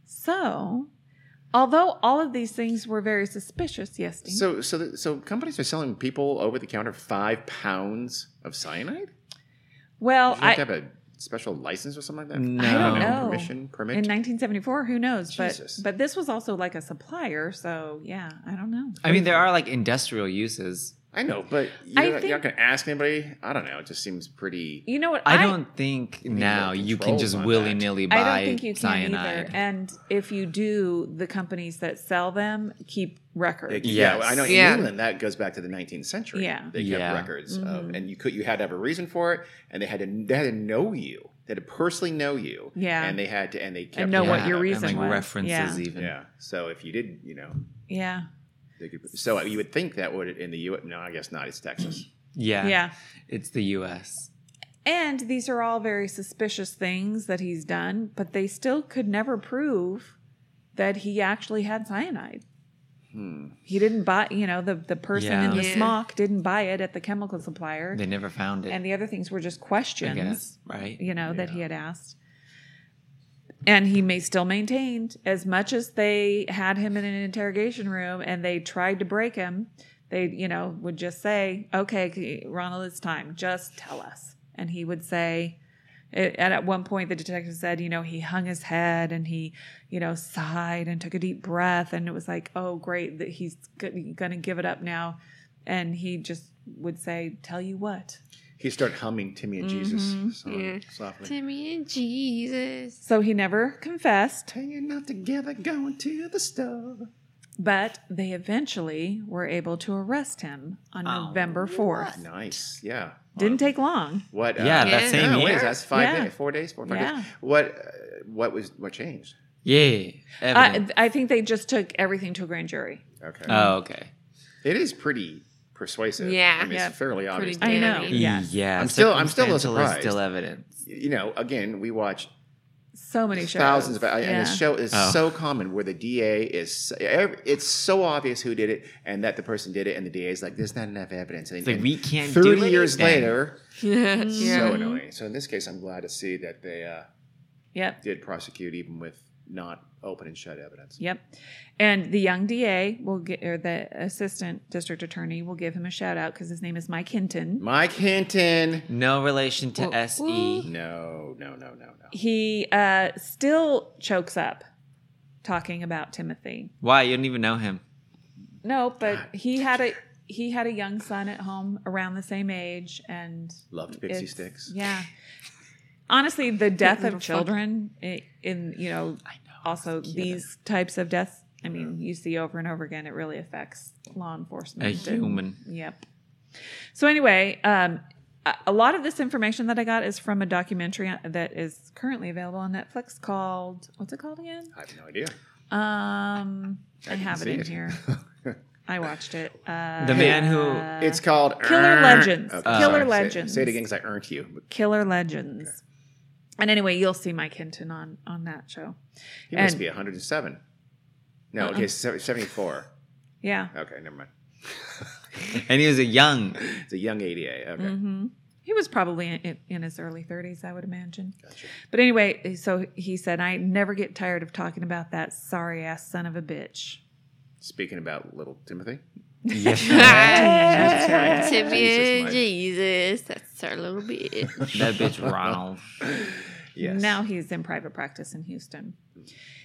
Speaker 3: So, although all of these things were very suspicious, yes, Dean.
Speaker 1: So, so, the, so companies are selling people over the counter five pounds of cyanide.
Speaker 3: well,
Speaker 1: Did you
Speaker 3: Oh, I,
Speaker 1: have to have a special license or something like that?
Speaker 2: No.
Speaker 3: I don't know.
Speaker 1: Permission, permit.
Speaker 3: in 1974, who knows?
Speaker 1: Jesus.
Speaker 3: But but this was also like a supplier, so yeah, I don't know.
Speaker 2: I mean, there are like industrial uses
Speaker 1: I know, but
Speaker 3: I
Speaker 1: you're, not-
Speaker 3: think-
Speaker 1: you're not going to ask anybody. I don't know. It just seems pretty.
Speaker 3: You know what?
Speaker 5: I don't think
Speaker 1: need
Speaker 5: now
Speaker 1: more
Speaker 5: you can
Speaker 1: controls
Speaker 5: just
Speaker 1: on that.
Speaker 5: willy nilly buy
Speaker 3: I don't think you can
Speaker 5: cyanide.
Speaker 3: either. And if you do, the companies that sell them keep records.
Speaker 1: Yeah, well, I know. In
Speaker 4: Yeah.
Speaker 1: England, that goes back to the 19th century.
Speaker 3: Yeah.
Speaker 1: they kept
Speaker 5: Yeah.
Speaker 1: records, of,
Speaker 3: Mhm.
Speaker 1: and you could you had to have a reason for it, and they had to they had to know you, they had to personally know you,
Speaker 3: Yeah.
Speaker 1: and they had to and they kept
Speaker 3: know what
Speaker 1: records
Speaker 3: your
Speaker 1: of it.
Speaker 3: reason
Speaker 5: and like
Speaker 3: was.
Speaker 5: references
Speaker 3: Yeah.
Speaker 5: even.
Speaker 1: Yeah, so if you did, you know,
Speaker 3: yeah.
Speaker 1: they could, so you would think that would in the U. No, I guess not. It's Texas.
Speaker 5: Yeah.
Speaker 3: Yeah.
Speaker 5: It's the US.
Speaker 3: And these are all very suspicious things that he's done, but they still could never prove that he actually had cyanide.
Speaker 1: Hmm.
Speaker 3: He didn't buy, you know, the, the person in the
Speaker 4: Yeah. Yeah.
Speaker 3: smock didn't buy it at the chemical supplier.
Speaker 5: They never found it.
Speaker 3: and the other things were just
Speaker 5: I
Speaker 3: questions,
Speaker 5: guess, right?
Speaker 3: you know, that he
Speaker 1: Yeah.
Speaker 3: had asked. And he may still maintained as much as they had him in an interrogation room and they tried to break him, they, you know, would just say, okay, Ronald, it's time. Just tell us. And he would say, and at one point, the detective said, you know, he hung his head and he, you know, sighed and took a deep breath. And it was like, oh, great, that he's going to give it up now. And he just would say, tell you what.
Speaker 1: <clears throat> He started humming Timmy and Jesus
Speaker 3: Mhm.
Speaker 1: song
Speaker 4: Yeah.
Speaker 1: softly.
Speaker 4: Timmy and Jesus.
Speaker 3: So he never confessed,
Speaker 1: Hanging out together, going to the store.
Speaker 3: but they eventually were able to arrest him on
Speaker 2: Oh,
Speaker 3: November 4th.
Speaker 1: Nice, yeah.
Speaker 3: Didn't take long.
Speaker 1: What? Uh,
Speaker 5: Yeah,
Speaker 4: Yeah.
Speaker 5: that same
Speaker 1: no, what
Speaker 5: year.
Speaker 1: is that? That's five
Speaker 3: Yeah.
Speaker 1: days, four days, four, five
Speaker 3: Yeah.
Speaker 1: days. What? Uh, what was? What changed?
Speaker 5: Yeah.
Speaker 3: I,
Speaker 5: Evidence.
Speaker 3: I think they just took everything to a grand jury.
Speaker 1: Okay.
Speaker 5: oh, okay.
Speaker 1: It is pretty persuasive.
Speaker 4: Yeah.
Speaker 1: I mean,
Speaker 3: Yeah.
Speaker 1: it's fairly obvious.
Speaker 4: Pretty-
Speaker 3: I know.
Speaker 4: Damn.
Speaker 3: Yeah.
Speaker 5: Yeah.
Speaker 1: I'm still- I'm still a
Speaker 5: circumstantial is
Speaker 1: surprised.
Speaker 5: Still evidence.
Speaker 1: You know, again, we watch
Speaker 3: So many shows.
Speaker 1: thousands of, and this
Speaker 3: Yeah.
Speaker 1: show is
Speaker 5: Oh.
Speaker 1: so common where the DA is, every, it's so obvious who did it and that the person did it, and the DA is like, there's not enough evidence. And,
Speaker 5: It's like
Speaker 1: and
Speaker 5: we can't. do
Speaker 1: 30 years
Speaker 5: anything.
Speaker 1: later,
Speaker 4: <laughs> yeah.
Speaker 1: Mm.
Speaker 4: <laughs>
Speaker 1: so <laughs> annoying. So in this case, I'm glad to see that they uh,
Speaker 3: Yep.
Speaker 1: did prosecute even with not open and shut evidence.
Speaker 3: Yep. And the young DA will get, or the assistant district attorney will give him a shout out because his name is Mike Hinton.
Speaker 1: Mike Hinton.
Speaker 5: No relation to E.
Speaker 4: Well,
Speaker 5: SE.
Speaker 1: No, no, no, no, no.
Speaker 3: <laughs> He uh, still chokes up talking about Timothy.
Speaker 5: Why? You don't even know him.
Speaker 3: No, but he had a he had a young son at home around the same age, and
Speaker 1: Loved Pixie
Speaker 3: it's-
Speaker 1: Sticks.
Speaker 3: Yeah. Honestly,
Speaker 4: <laughs>
Speaker 3: the death
Speaker 4: Little
Speaker 3: of
Speaker 4: fuck.
Speaker 3: children i- in you know
Speaker 5: I know.
Speaker 3: also these types of deaths. I mean, you see over and over again. It really affects law enforcement.
Speaker 5: A
Speaker 3: and-
Speaker 5: human.
Speaker 3: <laughs> Yep. So anyway, um, a- a lot of this information that I got is from a documentary uh, that is currently available on Netflix called what's it called again?
Speaker 1: I have no idea.
Speaker 3: Um, I,
Speaker 1: didn't
Speaker 3: have it
Speaker 1: see
Speaker 3: in
Speaker 1: it. <laughs>
Speaker 3: here. Uh, I watched it. Uh,
Speaker 5: The man who-
Speaker 1: It's called
Speaker 3: Killer Legends.
Speaker 5: Killer
Speaker 1: Say-
Speaker 3: Legends.
Speaker 1: Say, it again because I earned you.
Speaker 3: Killer Legends. And anyway, you'll see Mike Hinton on on that show.
Speaker 1: He must
Speaker 3: And-
Speaker 1: be 107. No,
Speaker 3: Uh-uh.
Speaker 1: okay, se- 74.
Speaker 3: Yeah.
Speaker 1: Okay, never mind. <laughs>
Speaker 5: And he was a young.
Speaker 1: It's a young ADA. Okay,
Speaker 3: hmm He was probably in, in his early 30s, I would imagine.
Speaker 1: gotcha.
Speaker 3: But anyway, so he said, I never get tired of talking about that sorry ass son of a bitch.
Speaker 1: Speaking about little Timothy.
Speaker 3: <laughs> That's right.
Speaker 4: Timmy
Speaker 1: Jesus,
Speaker 4: and
Speaker 1: Mike.
Speaker 4: Jesus. That's our little
Speaker 1: <laughs>
Speaker 4: bit.
Speaker 5: that bitch Ronald.
Speaker 1: Yes.
Speaker 3: Now he's in private practice in Houston.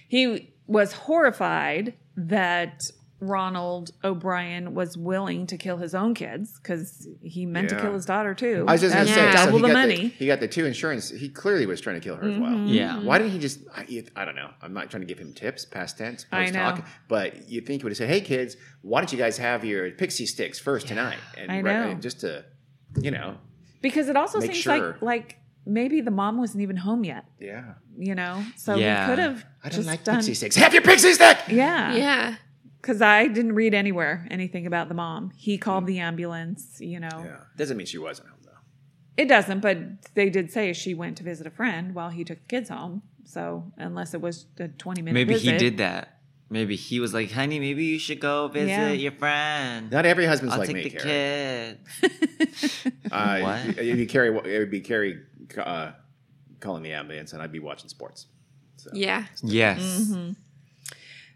Speaker 3: He was horrified that Ronald O'Brien was willing to kill his own kids because he meant
Speaker 1: Yeah.
Speaker 3: to kill his daughter too.
Speaker 1: I was just gonna
Speaker 3: That's
Speaker 1: say
Speaker 4: Yeah.
Speaker 1: so
Speaker 3: double
Speaker 1: he
Speaker 3: the
Speaker 1: got
Speaker 3: money.
Speaker 1: he got the two insurance. He clearly was trying to kill her as well.
Speaker 3: Mhm.
Speaker 5: Yeah.
Speaker 1: Uh, Why didn't he just? I, I don't know. I'm not trying to give him tips, past tense,
Speaker 3: I
Speaker 1: post
Speaker 3: know.
Speaker 1: talk. But you think he would have said, "Hey kids, why don't you guys have your pixie sticks first tonight?" And
Speaker 3: I
Speaker 1: right-
Speaker 3: know.
Speaker 1: and just to, you know,
Speaker 3: because it also
Speaker 1: Make
Speaker 3: seems
Speaker 1: sure.
Speaker 3: like like maybe the mom wasn't even home yet.
Speaker 1: yeah.
Speaker 3: You know, so
Speaker 5: Yeah.
Speaker 3: he could have.
Speaker 1: I don't
Speaker 3: just
Speaker 1: like
Speaker 3: done,
Speaker 1: pixie sticks. Have your pixie stick.
Speaker 3: <laughs> Yeah,
Speaker 4: Yeah.
Speaker 3: Because I didn't read anywhere anything about the mom. He
Speaker 5: Hmm.
Speaker 3: called the ambulance. You know,
Speaker 1: Yeah. Doesn't mean she wasn't home though.
Speaker 3: It doesn't, but they did say she went to visit a friend while he took the kids home. So unless it was a twenty minute,
Speaker 5: Maybe he
Speaker 3: visit.
Speaker 5: did that. Maybe he was like, honey, maybe you should go visit
Speaker 3: Yeah.
Speaker 5: your friend.
Speaker 1: Not every husband's
Speaker 5: I'll
Speaker 1: like
Speaker 5: take
Speaker 1: me,
Speaker 5: the
Speaker 1: Carrie.
Speaker 5: kid.
Speaker 3: <laughs>
Speaker 1: Uh,
Speaker 5: What?
Speaker 1: It'd be Carrie. It would be Carrie uh,
Speaker 3: Mm-hmm.
Speaker 1: calling the ambulance, and I'd be watching sports.
Speaker 4: Yeah.
Speaker 5: Yes.
Speaker 3: Mhm.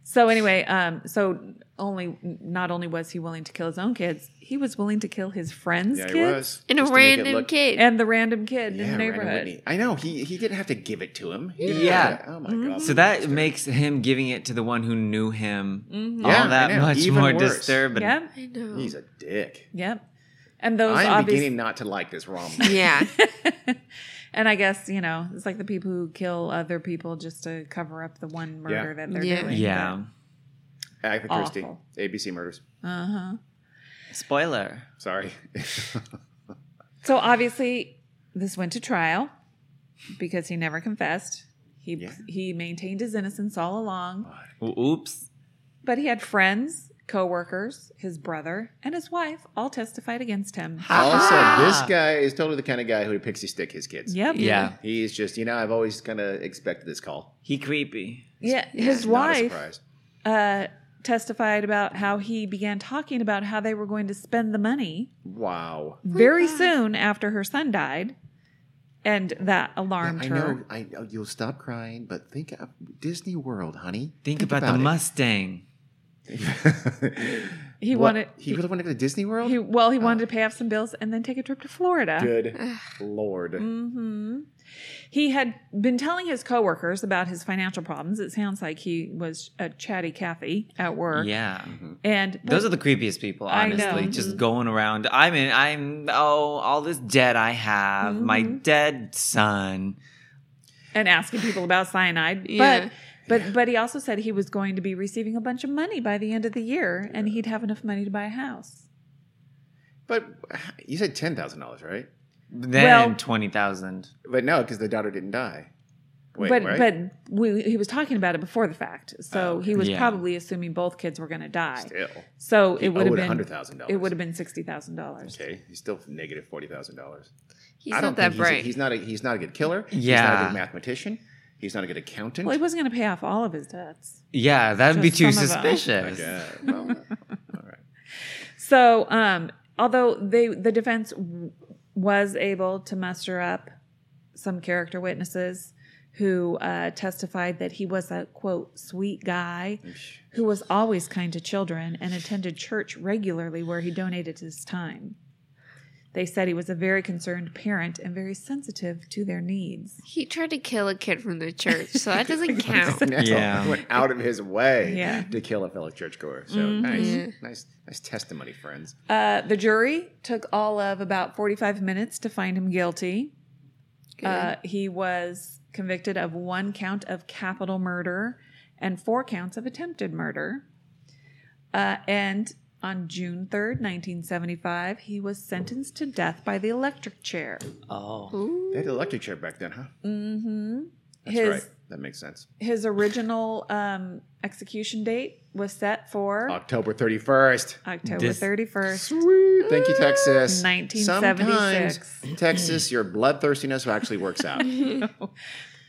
Speaker 3: So anyway, um, so only not only was he willing to kill his own kids, he was willing to kill his friends'
Speaker 1: yeah,
Speaker 3: kids
Speaker 1: he was.
Speaker 4: And a
Speaker 1: Just to make it
Speaker 4: random
Speaker 1: look-
Speaker 4: kid.
Speaker 3: and the random kid
Speaker 1: Yeah,
Speaker 3: in the
Speaker 1: Randall
Speaker 3: neighborhood.
Speaker 1: Whitney. I know. He he didn't have to give it to him. He didn't
Speaker 5: Yeah.
Speaker 1: have to- oh my
Speaker 3: Mhm.
Speaker 1: god.
Speaker 5: So that makes him giving it to the one who knew him
Speaker 3: Mhm.
Speaker 1: Yeah, I
Speaker 5: all that
Speaker 1: know.
Speaker 5: much
Speaker 1: Even
Speaker 5: more
Speaker 1: worse.
Speaker 5: disturbing.
Speaker 3: Yep.
Speaker 4: I know.
Speaker 1: he's a dick.
Speaker 3: Yep. And those
Speaker 1: I am
Speaker 3: Oh. obvious.
Speaker 1: beginning not to like this rom.
Speaker 4: <laughs>
Speaker 3: <laughs>
Speaker 4: yeah.
Speaker 1: <laughs>
Speaker 3: and I guess you know it's like the people who kill other people just to cover up the one murder that they're
Speaker 4: Yeah.
Speaker 3: doing.
Speaker 5: Yeah.
Speaker 1: Agatha Christie,
Speaker 3: Awful.
Speaker 1: ABC Murders.
Speaker 3: Uh huh.
Speaker 5: Spoiler.
Speaker 1: Sorry. <laughs>
Speaker 3: So obviously, this went to trial because he never confessed. He
Speaker 1: Yeah.
Speaker 3: he maintained his innocence all along,
Speaker 5: O- Oops.
Speaker 3: but he had friends, coworkers, his brother, and his wife all testified against him.
Speaker 1: also, this
Speaker 5: Ah.
Speaker 1: guy is totally the kind of guy who would pixie stick his kids.
Speaker 3: Yep.
Speaker 5: Yeah.
Speaker 1: He's just, you know, I've always kind of expected this call.
Speaker 5: He creepy.
Speaker 3: Yeah.
Speaker 4: Yeah,
Speaker 3: His
Speaker 1: Not a
Speaker 3: wife
Speaker 1: surprise.
Speaker 3: uh, testified about how he began talking about how they were going to spend the money
Speaker 1: Oh Wow.
Speaker 3: very
Speaker 4: God.
Speaker 3: soon after her son died, and that alarmed
Speaker 1: I
Speaker 3: her.
Speaker 1: know. I know. You'll stop crying, but think of Disney World,
Speaker 3: <laughs>
Speaker 1: honey.
Speaker 5: Think, about, the Mustang.
Speaker 1: must.
Speaker 3: He wanted-
Speaker 1: He really Oh. wanted to go to Disney World.
Speaker 3: He, well, he wanted to pay off some bills and then take a trip to Florida.
Speaker 1: Good lord.
Speaker 3: hmm He had been telling his coworkers about his financial problems. It sounds like he was a chatty Cathy at work.
Speaker 5: Yeah.
Speaker 3: And
Speaker 5: Those are the creepiest people,
Speaker 3: I
Speaker 5: honestly.
Speaker 3: know. mhm.
Speaker 5: Just going around. I'm in, I'm, oh, all this debt I have, my
Speaker 3: Mhm.
Speaker 5: dead son.
Speaker 3: and asking people about cyanide.
Speaker 4: Yeah.
Speaker 3: But but but he also said he was going to be receiving a bunch of money by the end of the year and he'd have enough money to buy a house.
Speaker 1: But you said ten thousand dollars, right?
Speaker 5: Then
Speaker 3: Well-
Speaker 5: 20,000.
Speaker 1: But no, because the daughter didn't die. Wait,
Speaker 3: but
Speaker 1: right?
Speaker 3: but we, he was talking about it before the fact. So
Speaker 1: Oh,
Speaker 3: he was
Speaker 5: Yeah.
Speaker 3: probably assuming both kids were going to die.
Speaker 1: still,
Speaker 3: So
Speaker 1: he
Speaker 3: it would have
Speaker 1: owed
Speaker 3: been
Speaker 1: hundred thousand dollars.
Speaker 3: it would have been $60,000.
Speaker 1: okay. He's still negative forty thousand dollars.
Speaker 4: He's not that
Speaker 1: he's,
Speaker 4: bright.
Speaker 1: He's not a he's not a good killer. He's not a
Speaker 5: Yeah.
Speaker 1: good mathematician. He's not a good accountant.
Speaker 3: Well, he wasn't going to pay off all of his debts.
Speaker 5: Yeah, that'd be
Speaker 3: Just
Speaker 5: too
Speaker 3: some of 'em.
Speaker 5: suspicious.
Speaker 1: okay. Well,
Speaker 3: <laughs>
Speaker 1: all right.
Speaker 3: So, um, although they the defense w- was able to muster up some character witnesses who uh, testified that he was a quote sweet guy
Speaker 1: <laughs>
Speaker 3: who was always kind to children and attended church regularly where he donated his time. They said he was a very concerned parent and very sensitive to their needs.
Speaker 4: He tried to kill a kid from the church, so
Speaker 1: <laughs>
Speaker 4: that doesn't count.
Speaker 1: Now
Speaker 5: Yeah.
Speaker 1: he <laughs> went out of his way
Speaker 3: Yeah.
Speaker 1: to kill a fellow churchgoer. So
Speaker 3: Mhm.
Speaker 1: nice, nice, nice testimony, friends.
Speaker 3: Uh, the jury took all of about 45 minutes to find him guilty. Uh, he was convicted of one count of capital murder and four counts of attempted murder. Uh, and on June 3rd, 1975, he was sentenced to death by the electric chair.
Speaker 5: Oh.
Speaker 4: Ooh.
Speaker 1: They had an electric chair back then, huh?
Speaker 3: Mm-hmm.
Speaker 1: That's
Speaker 3: his,
Speaker 1: right. That makes sense.
Speaker 3: his original um, execution date was set for
Speaker 1: October thirty first.
Speaker 3: October
Speaker 5: Dis-
Speaker 3: 31st.
Speaker 1: Sweet. Thank you, Texas.
Speaker 3: 1976.
Speaker 1: Sometimes, Texas, your bloodthirstiness actually works
Speaker 3: <laughs>
Speaker 1: out.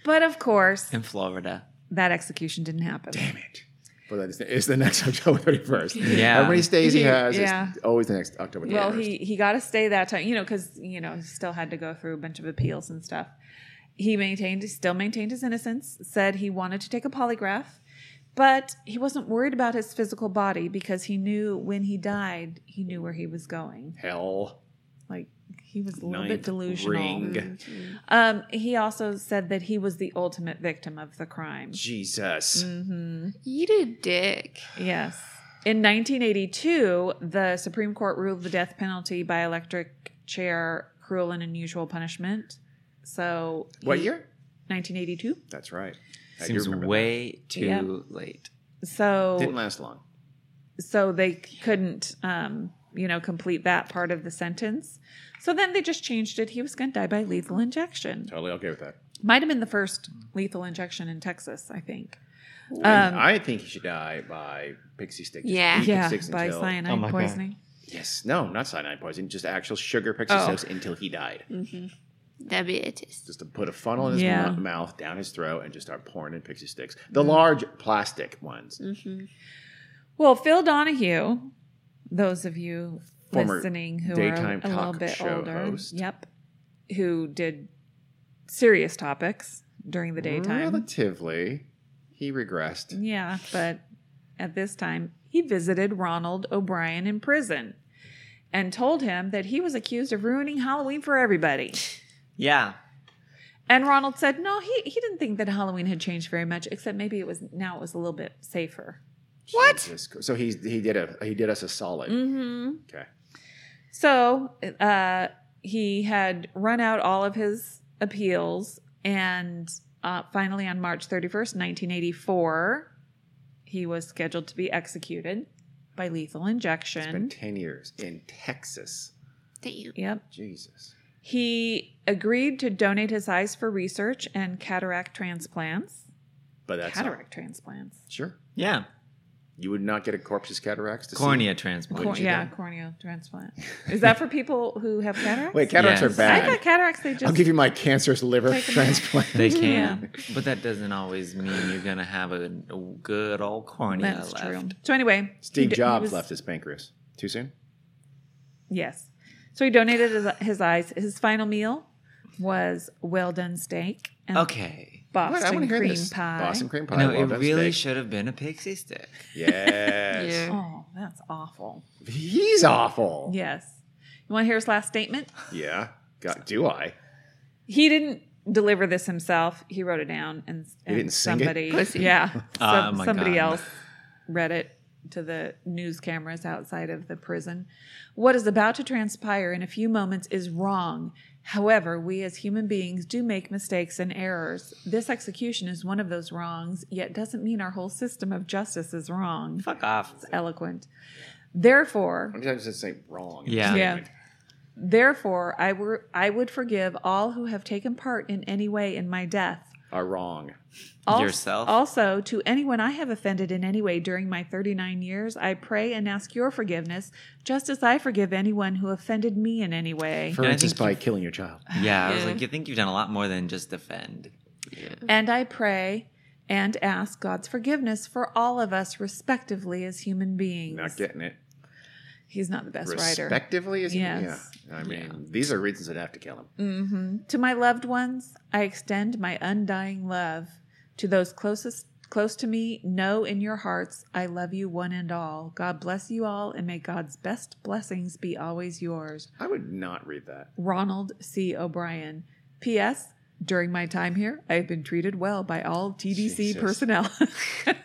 Speaker 3: But of course,
Speaker 5: In Florida.
Speaker 3: that execution didn't happen.
Speaker 1: Damn it. But that is it's the next <laughs> October 31st.
Speaker 5: Yeah.
Speaker 1: How many stays he
Speaker 3: He-
Speaker 1: has,
Speaker 3: yeah.
Speaker 1: it's always the next October 31st.
Speaker 3: Well, he he got to stay that time, you know, because you know he still had to go through a bunch of appeals and stuff. He maintained, still maintained his innocence. Said he wanted to take a polygraph, but he wasn't worried about his physical body because he knew when he died, he knew where he was going.
Speaker 1: Hell.
Speaker 3: Like he was a little bit
Speaker 1: Ninth
Speaker 3: delusional.
Speaker 1: ring.
Speaker 4: Mhm.
Speaker 3: Um, he also said that he was the ultimate victim of the crime.
Speaker 1: Jesus.
Speaker 3: hmm
Speaker 4: Eat a dick.
Speaker 3: Yes. In 1982, the Supreme Court ruled the death penalty by electric chair cruel and unusual punishment. So,
Speaker 1: What year?
Speaker 3: 1982.
Speaker 1: That's right. I do
Speaker 5: Seems
Speaker 1: remember
Speaker 5: way too
Speaker 3: Yeah.
Speaker 5: late.
Speaker 1: that. Didn't
Speaker 3: So,
Speaker 1: last long.
Speaker 3: so they couldn't, um, you know, complete that part of the sentence. So then they just changed it. He was going to die by lethal injection.
Speaker 1: Totally okay with that.
Speaker 3: Might have been the first lethal injection in Texas, I think. Um,
Speaker 1: And I think he should die by pixie stick. Just
Speaker 4: Yeah.
Speaker 1: eat the
Speaker 3: yeah,
Speaker 1: sticks
Speaker 3: by
Speaker 1: until-
Speaker 3: cyanide
Speaker 5: Oh my God.
Speaker 3: poisoning.
Speaker 1: Yes. No, not cyanide poison. Just actual sugar pixie
Speaker 3: Oh.
Speaker 1: sticks until he died.
Speaker 4: That'd be it. Just
Speaker 1: Just to put a funnel in his
Speaker 3: Yeah. Mm.
Speaker 1: mou- mouth, down his throat, and just start pouring in pixie sticks. The large plastic ones.
Speaker 3: Well, Phil Donahue, those of you
Speaker 1: Former
Speaker 3: listening who
Speaker 1: daytime
Speaker 3: are a little
Speaker 1: talk
Speaker 3: bit
Speaker 1: show
Speaker 3: older,
Speaker 1: host.
Speaker 3: yep, who did serious topics during the daytime.
Speaker 1: Relatively, he regressed.
Speaker 3: Yeah, but at this time, he visited Ronald O'Brien in prison and told him that he was accused of ruining Halloween for everybody.
Speaker 2: Yeah.
Speaker 3: And Ronald said, no, he, he didn't think that Halloween had changed very much, except maybe it was now it was a little bit safer.
Speaker 4: What?
Speaker 1: Jesus Christ. So he he did a he did us a solid.
Speaker 3: Mm-hmm.
Speaker 1: Okay.
Speaker 3: So uh, he had run out all of his appeals, and uh, finally, on March 31st, 1984, he was scheduled to be executed by lethal
Speaker 1: It's been
Speaker 3: injection.
Speaker 1: ten years in Texas.
Speaker 4: Damn.
Speaker 3: Yep.
Speaker 1: Jesus.
Speaker 3: He agreed to donate his eyes for research and cataract transplants.
Speaker 1: But that's not-
Speaker 3: cataract transplants.
Speaker 1: sure.
Speaker 2: Yeah.
Speaker 1: You would not get a corpse's cataracts. To see-
Speaker 2: Cornea transplant.
Speaker 3: Cor- yeah, corneal
Speaker 1: <laughs>
Speaker 3: transplant. Is that for people who have cataracts?
Speaker 1: Wait, cataracts
Speaker 2: Yes.
Speaker 1: are
Speaker 3: I
Speaker 1: bad.
Speaker 3: thought cataracts they just
Speaker 1: I'll give you my cancerous liver
Speaker 3: Take 'em out.
Speaker 1: transplant.
Speaker 2: <laughs>
Speaker 3: <laughs>
Speaker 2: They can. But that doesn't always mean you're going to have a, a good old cornea
Speaker 3: That's
Speaker 2: left.
Speaker 3: true. So anyway, he
Speaker 1: Steve
Speaker 3: d- he
Speaker 1: Jobs
Speaker 3: was-
Speaker 1: left his pancreas too soon.
Speaker 3: Yes. So he donated his, his eyes. His final meal was well done steak and
Speaker 2: Okay.
Speaker 1: What? I
Speaker 3: Boston
Speaker 1: want to hear
Speaker 3: cream
Speaker 1: this.
Speaker 3: pie.
Speaker 1: Boston cream pie.
Speaker 2: No,
Speaker 1: well
Speaker 2: it
Speaker 1: done
Speaker 2: really
Speaker 1: steak.
Speaker 2: should have been a pixie stick.
Speaker 1: <laughs> Yes.
Speaker 4: Yeah.
Speaker 3: Oh, that's awful.
Speaker 1: He's awful.
Speaker 3: Yes. You want to hear his last statement?
Speaker 1: Yeah. God, do I?
Speaker 3: He didn't deliver this himself. He wrote it down and, and
Speaker 1: didn't sing it?
Speaker 3: somebody,
Speaker 4: Pussy.
Speaker 3: yeah,
Speaker 1: <laughs>
Speaker 2: Oh,
Speaker 3: some-
Speaker 2: my
Speaker 3: somebody
Speaker 2: God.
Speaker 3: else read it to the news cameras outside of the prison. What is about to transpire in a few moments is wrong. However, we as human beings do make mistakes and errors. This execution is one of those wrongs, yet doesn't mean our whole system of justice is wrong.
Speaker 2: Fuck off.
Speaker 3: Eloquent. Therefore,
Speaker 1: How many times did I say wrong?
Speaker 2: Yeah.
Speaker 3: Yeah. therefore, I were I would forgive all who have taken part in any way in my death.
Speaker 1: Are wrong.
Speaker 3: Als-
Speaker 2: Yourself?
Speaker 3: Also, to anyone I have offended in any way during my 39 years, I pray and ask your forgiveness, just as I forgive anyone who offended me in any way.
Speaker 1: For
Speaker 2: I
Speaker 1: instance,
Speaker 2: think
Speaker 1: by killing your child.
Speaker 2: Yeah, I was
Speaker 4: Yeah.
Speaker 2: like, you think you've done a lot more than just defend.
Speaker 3: and I pray and ask God's forgiveness for all of us, respectively, as human beings.
Speaker 1: Not getting it.
Speaker 3: He's not the best writer.
Speaker 1: Respectively, is he?
Speaker 3: Yes.
Speaker 1: Yeah. I mean, these are reasons I'd have to kill him.
Speaker 3: hmm To my loved ones, I extend my undying love. To those closest close to me, know in your hearts, I love you one and all. God bless you all, and may God's best blessings be always yours.
Speaker 1: I would not read that.
Speaker 2: <laughs>
Speaker 3: Ronald C. O'Brien. P.S. During my time here, I have been treated well by all TDC
Speaker 1: Jesus.
Speaker 3: personnel. <laughs>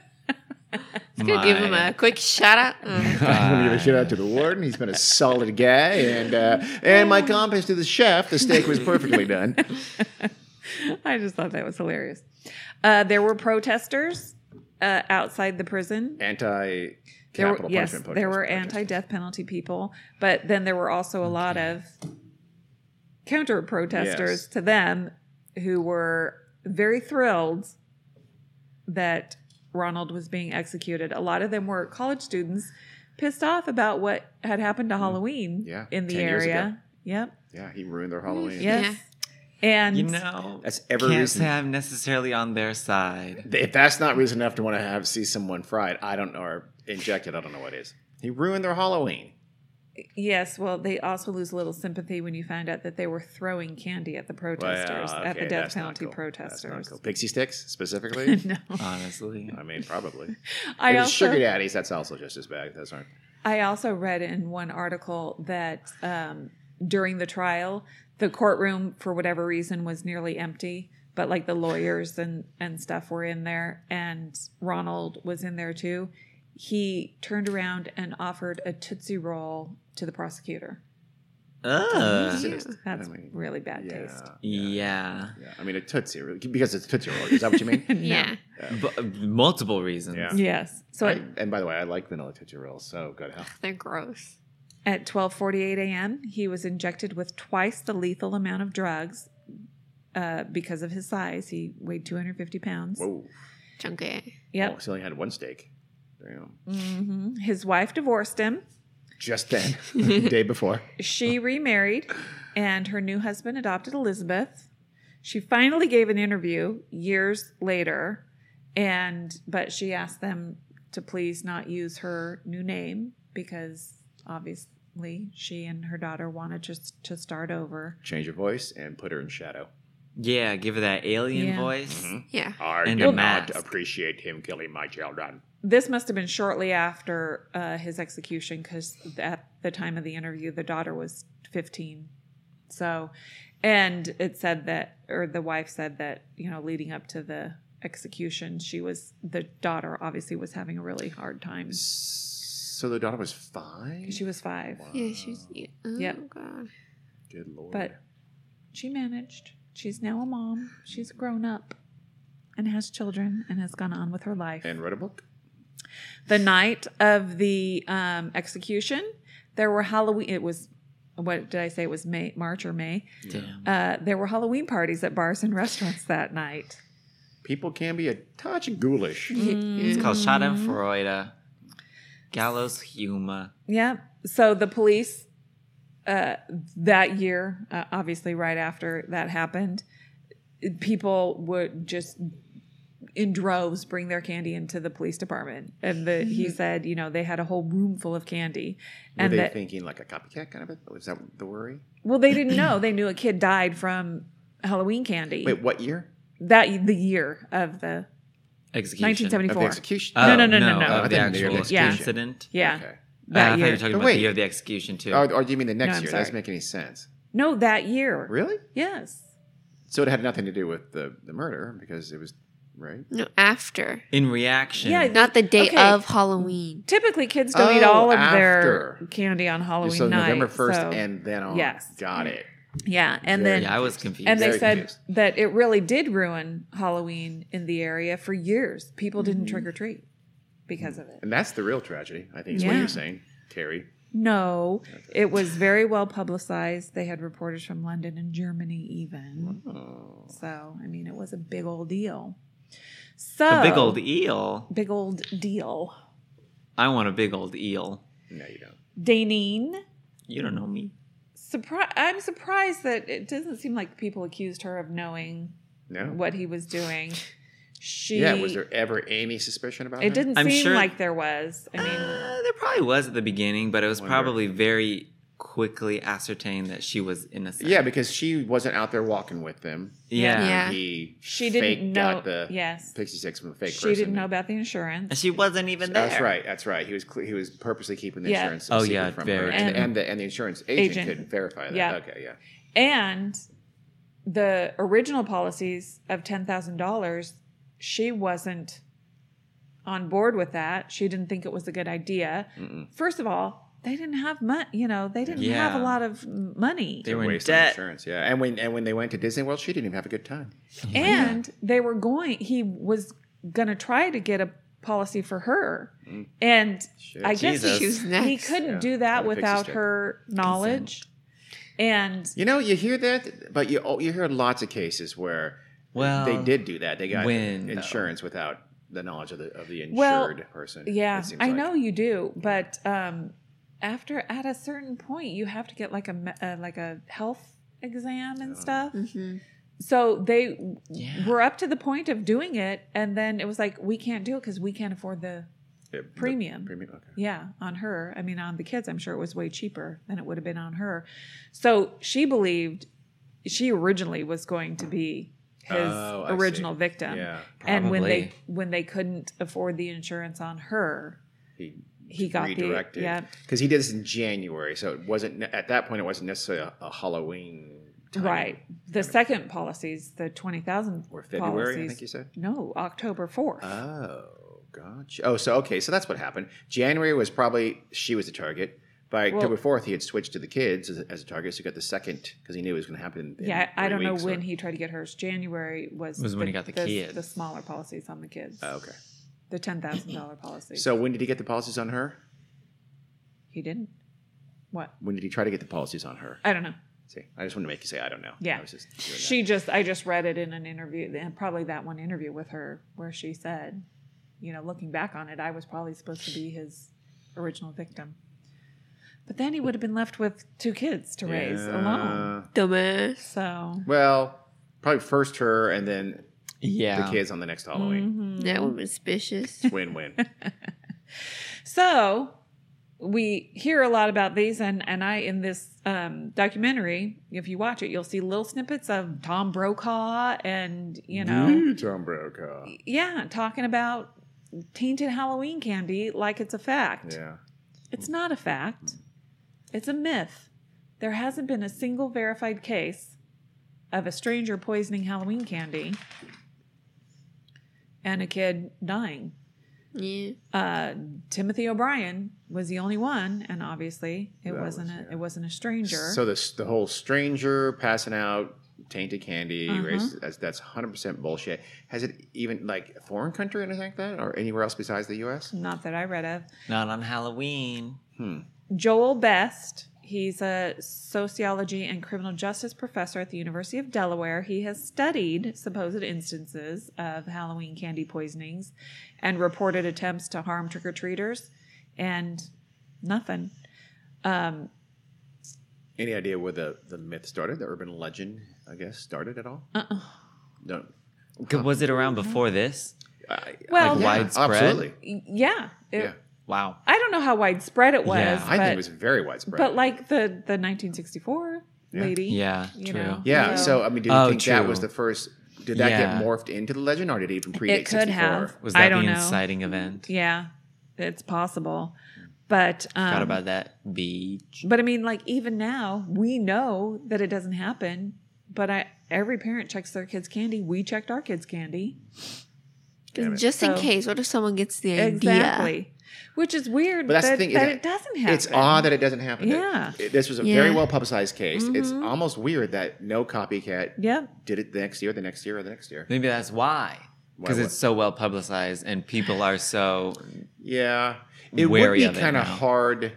Speaker 4: Just gonna give him a quick
Speaker 1: <laughs>
Speaker 4: shout out. Uh,
Speaker 1: I'm gonna give a shout out to the warden. He's been a solid guy, and uh, and my compliments to the chef. The steak was
Speaker 3: <laughs>
Speaker 1: perfectly done.
Speaker 3: I just thought that was hilarious. Uh, there were protesters uh, outside the prison.
Speaker 1: Anti
Speaker 3: There
Speaker 1: capital
Speaker 3: were,
Speaker 1: punishment.
Speaker 3: yes, there
Speaker 1: protest-
Speaker 3: were
Speaker 1: protest.
Speaker 3: anti-death penalty people, but then there were also a lot of counter protesters
Speaker 1: Yes.
Speaker 3: to them who were very thrilled that Ronald was being executed. A lot of them were college students pissed off about what had happened to Halloween
Speaker 1: Hmm. Yeah,
Speaker 3: in the
Speaker 1: 10 years
Speaker 3: area. Yep.
Speaker 1: Yeah, he ruined their Halloween.
Speaker 4: Yeah.
Speaker 3: Yes. And <laughs>
Speaker 2: You know,
Speaker 1: That's every
Speaker 2: can't
Speaker 1: reason.
Speaker 2: say I'm necessarily on their side.
Speaker 1: If that's not reason enough to want to have see someone fried, I don't know, or injected, I don't know what is. He ruined their Halloween.
Speaker 3: yes, well, they also lose a little sympathy when you find out that they were throwing candy at the protesters,
Speaker 1: Well,
Speaker 3: at the
Speaker 1: okay,
Speaker 3: death
Speaker 1: that's not
Speaker 3: penalty
Speaker 1: cool. That's not
Speaker 3: protesters.
Speaker 1: cool. Pixie sticks
Speaker 3: <laughs>
Speaker 1: specifically.
Speaker 3: no.
Speaker 2: Honestly,
Speaker 1: I mean, probably.
Speaker 3: I
Speaker 1: If
Speaker 3: also
Speaker 1: it's sugar daddies. That's also just as bad. That's right.
Speaker 3: I also read in one article that um, during the trial, the courtroom for whatever reason was nearly empty, but like the lawyers and and stuff were in there, and Ronald was in there too. He turned around and offered a tootsie roll to the prosecutor.
Speaker 1: Uh,
Speaker 4: <laughs>
Speaker 2: Ugh.
Speaker 4: Yeah.
Speaker 3: That's
Speaker 1: I mean,
Speaker 3: really bad
Speaker 1: yeah,
Speaker 3: taste.
Speaker 1: yeah,
Speaker 2: <laughs> yeah,
Speaker 1: yeah. I mean, a tootsie Roll- because it's a tootsie roll. Is that what you
Speaker 3: <laughs>
Speaker 1: mean?
Speaker 4: yeah.
Speaker 2: but uh, multiple reasons.
Speaker 1: Yeah.
Speaker 3: Yes. So
Speaker 1: I- and by the way, I like vanilla tootsie rolls. So good hell.
Speaker 4: They're gross.
Speaker 3: At 12:48 a.m., he was injected with twice the lethal amount of drugs uh, because of his size. He weighed 250 pounds.
Speaker 1: Whoa.
Speaker 4: Chunky.
Speaker 1: Oh,
Speaker 3: Yep.
Speaker 1: so he only had one steak. Damn.
Speaker 3: hmm His wife divorced him.
Speaker 1: Just
Speaker 3: <laughs>
Speaker 1: then, the day before.
Speaker 3: She remarried, and her new husband adopted Elizabeth. She finally gave an interview years later, and but she asked them to please not use her new name because obviously she and her daughter wanted just to start over.
Speaker 1: Change your voice and put her in shadow.
Speaker 2: Yeah, give her that alien
Speaker 3: Yeah.
Speaker 2: voice.
Speaker 1: Mhm.
Speaker 4: Yeah.
Speaker 1: I
Speaker 2: And
Speaker 1: do
Speaker 2: a
Speaker 1: not
Speaker 2: mask.
Speaker 1: appreciate him killing my children.
Speaker 3: this must have been shortly after uh, his execution because at the time of the interview, the daughter was 15. So, and it said that, or the wife said that, you know, leading up to the execution, she was, the daughter obviously was having a really hard time.
Speaker 1: So the daughter was five.
Speaker 3: She was five.
Speaker 1: Wow.
Speaker 4: Yeah, she's. Yeah. Oh,
Speaker 3: Yep. <laughs>
Speaker 4: God.
Speaker 1: Good lord.
Speaker 3: But she managed. She's now a mom. She's grown up and has children and has gone on with her life.
Speaker 1: and wrote a book.
Speaker 3: the night of the um, execution, there were Halloween. It was what did I say? It was May, March or May.
Speaker 2: Damn.
Speaker 3: Uh, there were Halloween parties at bars and <laughs> restaurants that night.
Speaker 1: People can be a touch ghoulish. Mm.
Speaker 2: It's called
Speaker 3: Mhm.
Speaker 2: Schadenfreude. Gallows humor.
Speaker 3: Yeah. So the police uh, that year, uh, obviously, right after that happened, people would just in droves bring their candy into the police department, and the, he said, you know, they had a whole room full of candy,
Speaker 1: Mm-hmm. Were
Speaker 3: and
Speaker 1: they
Speaker 3: that
Speaker 1: thinking like a copycat kind of it? Was that the worry?
Speaker 3: well, they didn't know. They knew a kid died from Halloween candy
Speaker 1: Wait, what year
Speaker 3: that the year of the
Speaker 2: Execution. Oh,
Speaker 3: 1974.
Speaker 1: of the execution?
Speaker 2: Uh,
Speaker 3: No, no, no, no, no.
Speaker 2: Of
Speaker 1: I
Speaker 2: the
Speaker 1: thought they were
Speaker 2: actual
Speaker 1: looking at you.
Speaker 2: incident.
Speaker 3: yeah,
Speaker 1: Okay.
Speaker 2: Uh, I
Speaker 3: that
Speaker 2: thought you
Speaker 3: year.
Speaker 2: were talking
Speaker 1: But
Speaker 2: about
Speaker 1: wait.
Speaker 2: the year of the execution too.
Speaker 1: Or, or do you mean the next
Speaker 3: I'm
Speaker 1: year? That doesn't
Speaker 3: sorry.
Speaker 1: make any sense.
Speaker 3: No, that year.
Speaker 1: Really?
Speaker 3: Yes.
Speaker 1: So it had nothing to do with the, the murder because it was right.
Speaker 4: No, after.
Speaker 2: In reaction.
Speaker 3: Yeah,
Speaker 4: Not the day
Speaker 3: Okay.
Speaker 4: of Halloween.
Speaker 3: Typically, kids don't eat
Speaker 1: Oh,
Speaker 3: all of
Speaker 1: after.
Speaker 3: their candy on Halloween
Speaker 1: so
Speaker 3: night.
Speaker 1: November first
Speaker 3: so-
Speaker 1: and then on.
Speaker 3: Yes. Mm.
Speaker 1: Got it.
Speaker 3: yeah, and
Speaker 1: Very
Speaker 3: then
Speaker 2: Yeah, I was confused.
Speaker 3: and they
Speaker 1: very
Speaker 3: said
Speaker 1: confused.
Speaker 3: that it really did ruin Halloween in the area for years. People
Speaker 1: Mm-hmm.
Speaker 3: didn't trick or treat because of it.
Speaker 1: And that's the real tragedy. I think is what
Speaker 3: Yeah.
Speaker 1: you're saying, Terry.
Speaker 3: No, it was very well publicized. They had reporters from London and Germany
Speaker 1: Mm-hmm.
Speaker 3: even.
Speaker 1: Oh,
Speaker 3: So I mean, it was a big old deal. So
Speaker 2: a big
Speaker 1: e-
Speaker 2: old eel.
Speaker 3: big old deal.
Speaker 2: I want a big old eel.
Speaker 1: No, you don't.
Speaker 3: Danine.
Speaker 2: You don't know me.
Speaker 3: Surpri- I'm surprised that it doesn't seem like people accused her of knowing
Speaker 1: No.
Speaker 3: what he was doing. She
Speaker 1: Yeah. Was there ever any suspicion about
Speaker 3: It didn't
Speaker 2: I'm
Speaker 3: seem
Speaker 2: sure-
Speaker 3: like there was. I mean,
Speaker 2: Uh, there probably was at the beginning, but it was
Speaker 1: Wonder.
Speaker 2: probably very quickly ascertained that she was innocent.
Speaker 1: Yeah, because she wasn't out there walking with them.
Speaker 2: yeah.
Speaker 4: Yeah.
Speaker 1: He
Speaker 3: she
Speaker 1: fake
Speaker 3: didn't know.
Speaker 1: got the
Speaker 3: yes,
Speaker 1: pixie sticks from a fake person.
Speaker 3: she didn't know about the
Speaker 2: And
Speaker 3: insurance.
Speaker 2: she wasn't even there.
Speaker 1: That's right. That's right. He was cle he was purposely keeping the
Speaker 3: Yeah.
Speaker 1: insurance.
Speaker 2: Oh,
Speaker 1: secret
Speaker 2: yeah,
Speaker 1: from her.
Speaker 2: very
Speaker 1: And,
Speaker 3: true.
Speaker 1: and the and the insurance agent,
Speaker 3: Agent.
Speaker 1: couldn't verify that.
Speaker 3: Yeah.
Speaker 1: Okay, yeah.
Speaker 3: And the original policies of ten thousand dollars, she wasn't on board with that. She didn't think it was a good idea.
Speaker 1: Mm-mm.
Speaker 3: First of all, they didn't have money. You know, they didn't have
Speaker 2: Yeah.
Speaker 3: a lot of m- money.
Speaker 2: They were in
Speaker 1: Waste on
Speaker 2: debt.
Speaker 1: insurance. Yeah, and when and when they went to Disney World, she didn't even have a good time.
Speaker 3: and they were going he was going to try to get a policy for her
Speaker 1: Mm.
Speaker 3: and
Speaker 1: Shit.
Speaker 3: i guess
Speaker 2: Jesus.
Speaker 3: he,
Speaker 4: She was
Speaker 3: he
Speaker 4: next.
Speaker 3: couldn't
Speaker 1: Yeah,
Speaker 3: do
Speaker 1: had a
Speaker 3: that
Speaker 1: pixie
Speaker 3: without
Speaker 1: stick.
Speaker 3: her knowledge and
Speaker 1: you know, you hear that, but you oh, you hear lots of cases where
Speaker 2: Well,
Speaker 1: they did do that. They got
Speaker 2: Um, when, though?
Speaker 1: insurance without the knowledge of the of the insured
Speaker 3: Well,
Speaker 1: person.
Speaker 3: yeah
Speaker 1: it seems
Speaker 3: i
Speaker 1: like.
Speaker 3: know you do but um after at a certain point you have to get like a, me- uh, like a health exam and
Speaker 1: Oh.
Speaker 3: stuff
Speaker 4: Mm-hmm.
Speaker 3: so they
Speaker 2: Yeah.
Speaker 3: were up to the point of doing it and then it was like we can't do it because we can't afford the
Speaker 1: Yeah, the
Speaker 3: premium
Speaker 1: Premium. Okay.
Speaker 3: Yeah, on her. I mean, on the kids, I'm sure it was way cheaper than it would have been on her. So she believed she originally was going to be his
Speaker 1: Oh, I see.
Speaker 3: original victim.
Speaker 1: Yeah.
Speaker 3: And when they
Speaker 2: Probably.
Speaker 3: when they couldn't afford the insurance on her,
Speaker 1: He
Speaker 3: he got
Speaker 1: redirected.
Speaker 3: the yeah.
Speaker 1: because he did this in January, so it wasn't at that point. It wasn't necessarily a, a Halloween. Time
Speaker 3: Right. The second policies, the twenty thousand
Speaker 1: Or February, I think
Speaker 3: policies.
Speaker 1: you said.
Speaker 3: No, October fourth.
Speaker 1: Oh, gotcha. Oh, so okay, so that's what happened. January was probably she was the target. By
Speaker 3: Well-
Speaker 1: October fourth, he had switched to the kids as, as a target, so he got the second because he knew it was going to happen. in
Speaker 3: yeah, I I
Speaker 1: three
Speaker 3: don't know
Speaker 1: weeks,
Speaker 3: when
Speaker 1: or-
Speaker 3: he tried to get hers. January was
Speaker 2: Was when he got the kids.
Speaker 3: The smaller policies on the kids.
Speaker 1: Oh, okay.
Speaker 3: The ten thousand dollar policy.
Speaker 1: So when did he get the policies on her?
Speaker 3: he didn't. What?
Speaker 1: When did he try to get the policies on her?
Speaker 3: I don't know.
Speaker 1: See, I just want to make you say I don't know.
Speaker 3: Yeah.
Speaker 1: I was just doing that.
Speaker 3: She just, I just read it in an interview, and probably that one interview with her where she said, you know, looking back on it, I was probably supposed to be his original victim. But then he would have been left with two kids to raise alone.
Speaker 1: Yeah.
Speaker 4: Dumbass.
Speaker 3: So,
Speaker 1: Well, probably first her and then
Speaker 2: Yeah.
Speaker 1: the kids on the next Halloween.
Speaker 3: Mhm.
Speaker 4: That would
Speaker 3: <laughs>
Speaker 4: be suspicious.
Speaker 3: Mm.
Speaker 1: Win win.
Speaker 3: so we hear a lot about these, and, and I, in this um, documentary, if you watch it, you'll see little snippets of Tom Brokaw and, you know,
Speaker 1: Mm. Tom Brokaw.
Speaker 3: yeah, talking about tainted Halloween candy like it's a fact.
Speaker 1: Yeah.
Speaker 3: It's not a fact. It's a myth. There hasn't been a single verified case of a stranger poisoning Halloween candy and a kid dying.
Speaker 4: Yeah.
Speaker 3: Uh, Timothy O'Brien was the only one, and obviously it
Speaker 1: That
Speaker 3: wasn't
Speaker 1: was-
Speaker 3: a,
Speaker 1: yeah.
Speaker 3: it wasn't a stranger.
Speaker 1: So the the whole stranger passing out tainted candy,
Speaker 3: Uh-huh.
Speaker 1: racist, that's, that's 100% bullshit. Has it even like a foreign country or anything like that, or anywhere else besides the U.S.?
Speaker 3: not that I read of.
Speaker 2: Not on Halloween.
Speaker 1: Hmm.
Speaker 3: Joel Best. He's a sociology and criminal justice professor at the University of Delaware. He has studied supposed instances of Halloween candy poisonings and reported attempts to harm trick or treaters, and nothing. Um,
Speaker 1: Any idea where the, the myth started, the urban legend, I guess, started at all?
Speaker 3: uh-uh.
Speaker 1: No.
Speaker 2: G- Was it around
Speaker 3: Mm-hmm.
Speaker 2: before this?
Speaker 1: I-
Speaker 3: Well-
Speaker 1: like
Speaker 3: Oh, Yeah,
Speaker 2: widespread?
Speaker 1: Absolutely.
Speaker 3: Yeah. It-
Speaker 1: yeah.
Speaker 2: Wow.
Speaker 3: I don't know how widespread it was.
Speaker 2: Yeah,
Speaker 1: I
Speaker 3: but,
Speaker 1: think it was very widespread.
Speaker 3: But like the, the 1964
Speaker 1: Yeah.
Speaker 3: lady.
Speaker 2: Yeah,
Speaker 3: You
Speaker 2: true.
Speaker 3: know.
Speaker 1: Yeah.
Speaker 3: Yeah.
Speaker 1: So I mean, do you
Speaker 2: Oh,
Speaker 1: think that was
Speaker 2: true.
Speaker 1: the first? Did that
Speaker 2: Yeah.
Speaker 1: get morphed into the legend, or did it even predate
Speaker 3: It could
Speaker 1: 64?
Speaker 3: have.
Speaker 2: Was
Speaker 3: I
Speaker 2: that
Speaker 3: don't
Speaker 2: the
Speaker 3: know. Mm-hmm.
Speaker 2: inciting event?
Speaker 3: Yeah. It's possible. But um,
Speaker 2: Forgot about that beach.
Speaker 3: But I mean, like even now, we know that it doesn't happen. But I, every parent checks their kids' candy. We checked our kids' candy
Speaker 1: Damn it.
Speaker 4: Just in
Speaker 3: So-
Speaker 4: case, what if someone gets the idea? <laughs>
Speaker 3: exactly, which is weird.
Speaker 1: But that's the
Speaker 3: that,
Speaker 1: thing, is
Speaker 3: that
Speaker 1: that
Speaker 3: it doesn't happen.
Speaker 1: It's odd that it doesn't happen.
Speaker 3: Yeah. Mm-hmm.
Speaker 1: It- this was a very
Speaker 4: Yeah.
Speaker 1: well publicized case. It's
Speaker 4: Mhm.
Speaker 1: almost weird that no copycat
Speaker 3: Yep.
Speaker 1: did it the next year, the next year, or the next year.
Speaker 2: Maybe that's why.
Speaker 1: Why
Speaker 2: Because
Speaker 1: would-
Speaker 2: it's so well publicized and people are so.
Speaker 1: yeah, it would
Speaker 2: Wary
Speaker 1: be
Speaker 2: of it
Speaker 1: kind of
Speaker 2: now.
Speaker 1: hard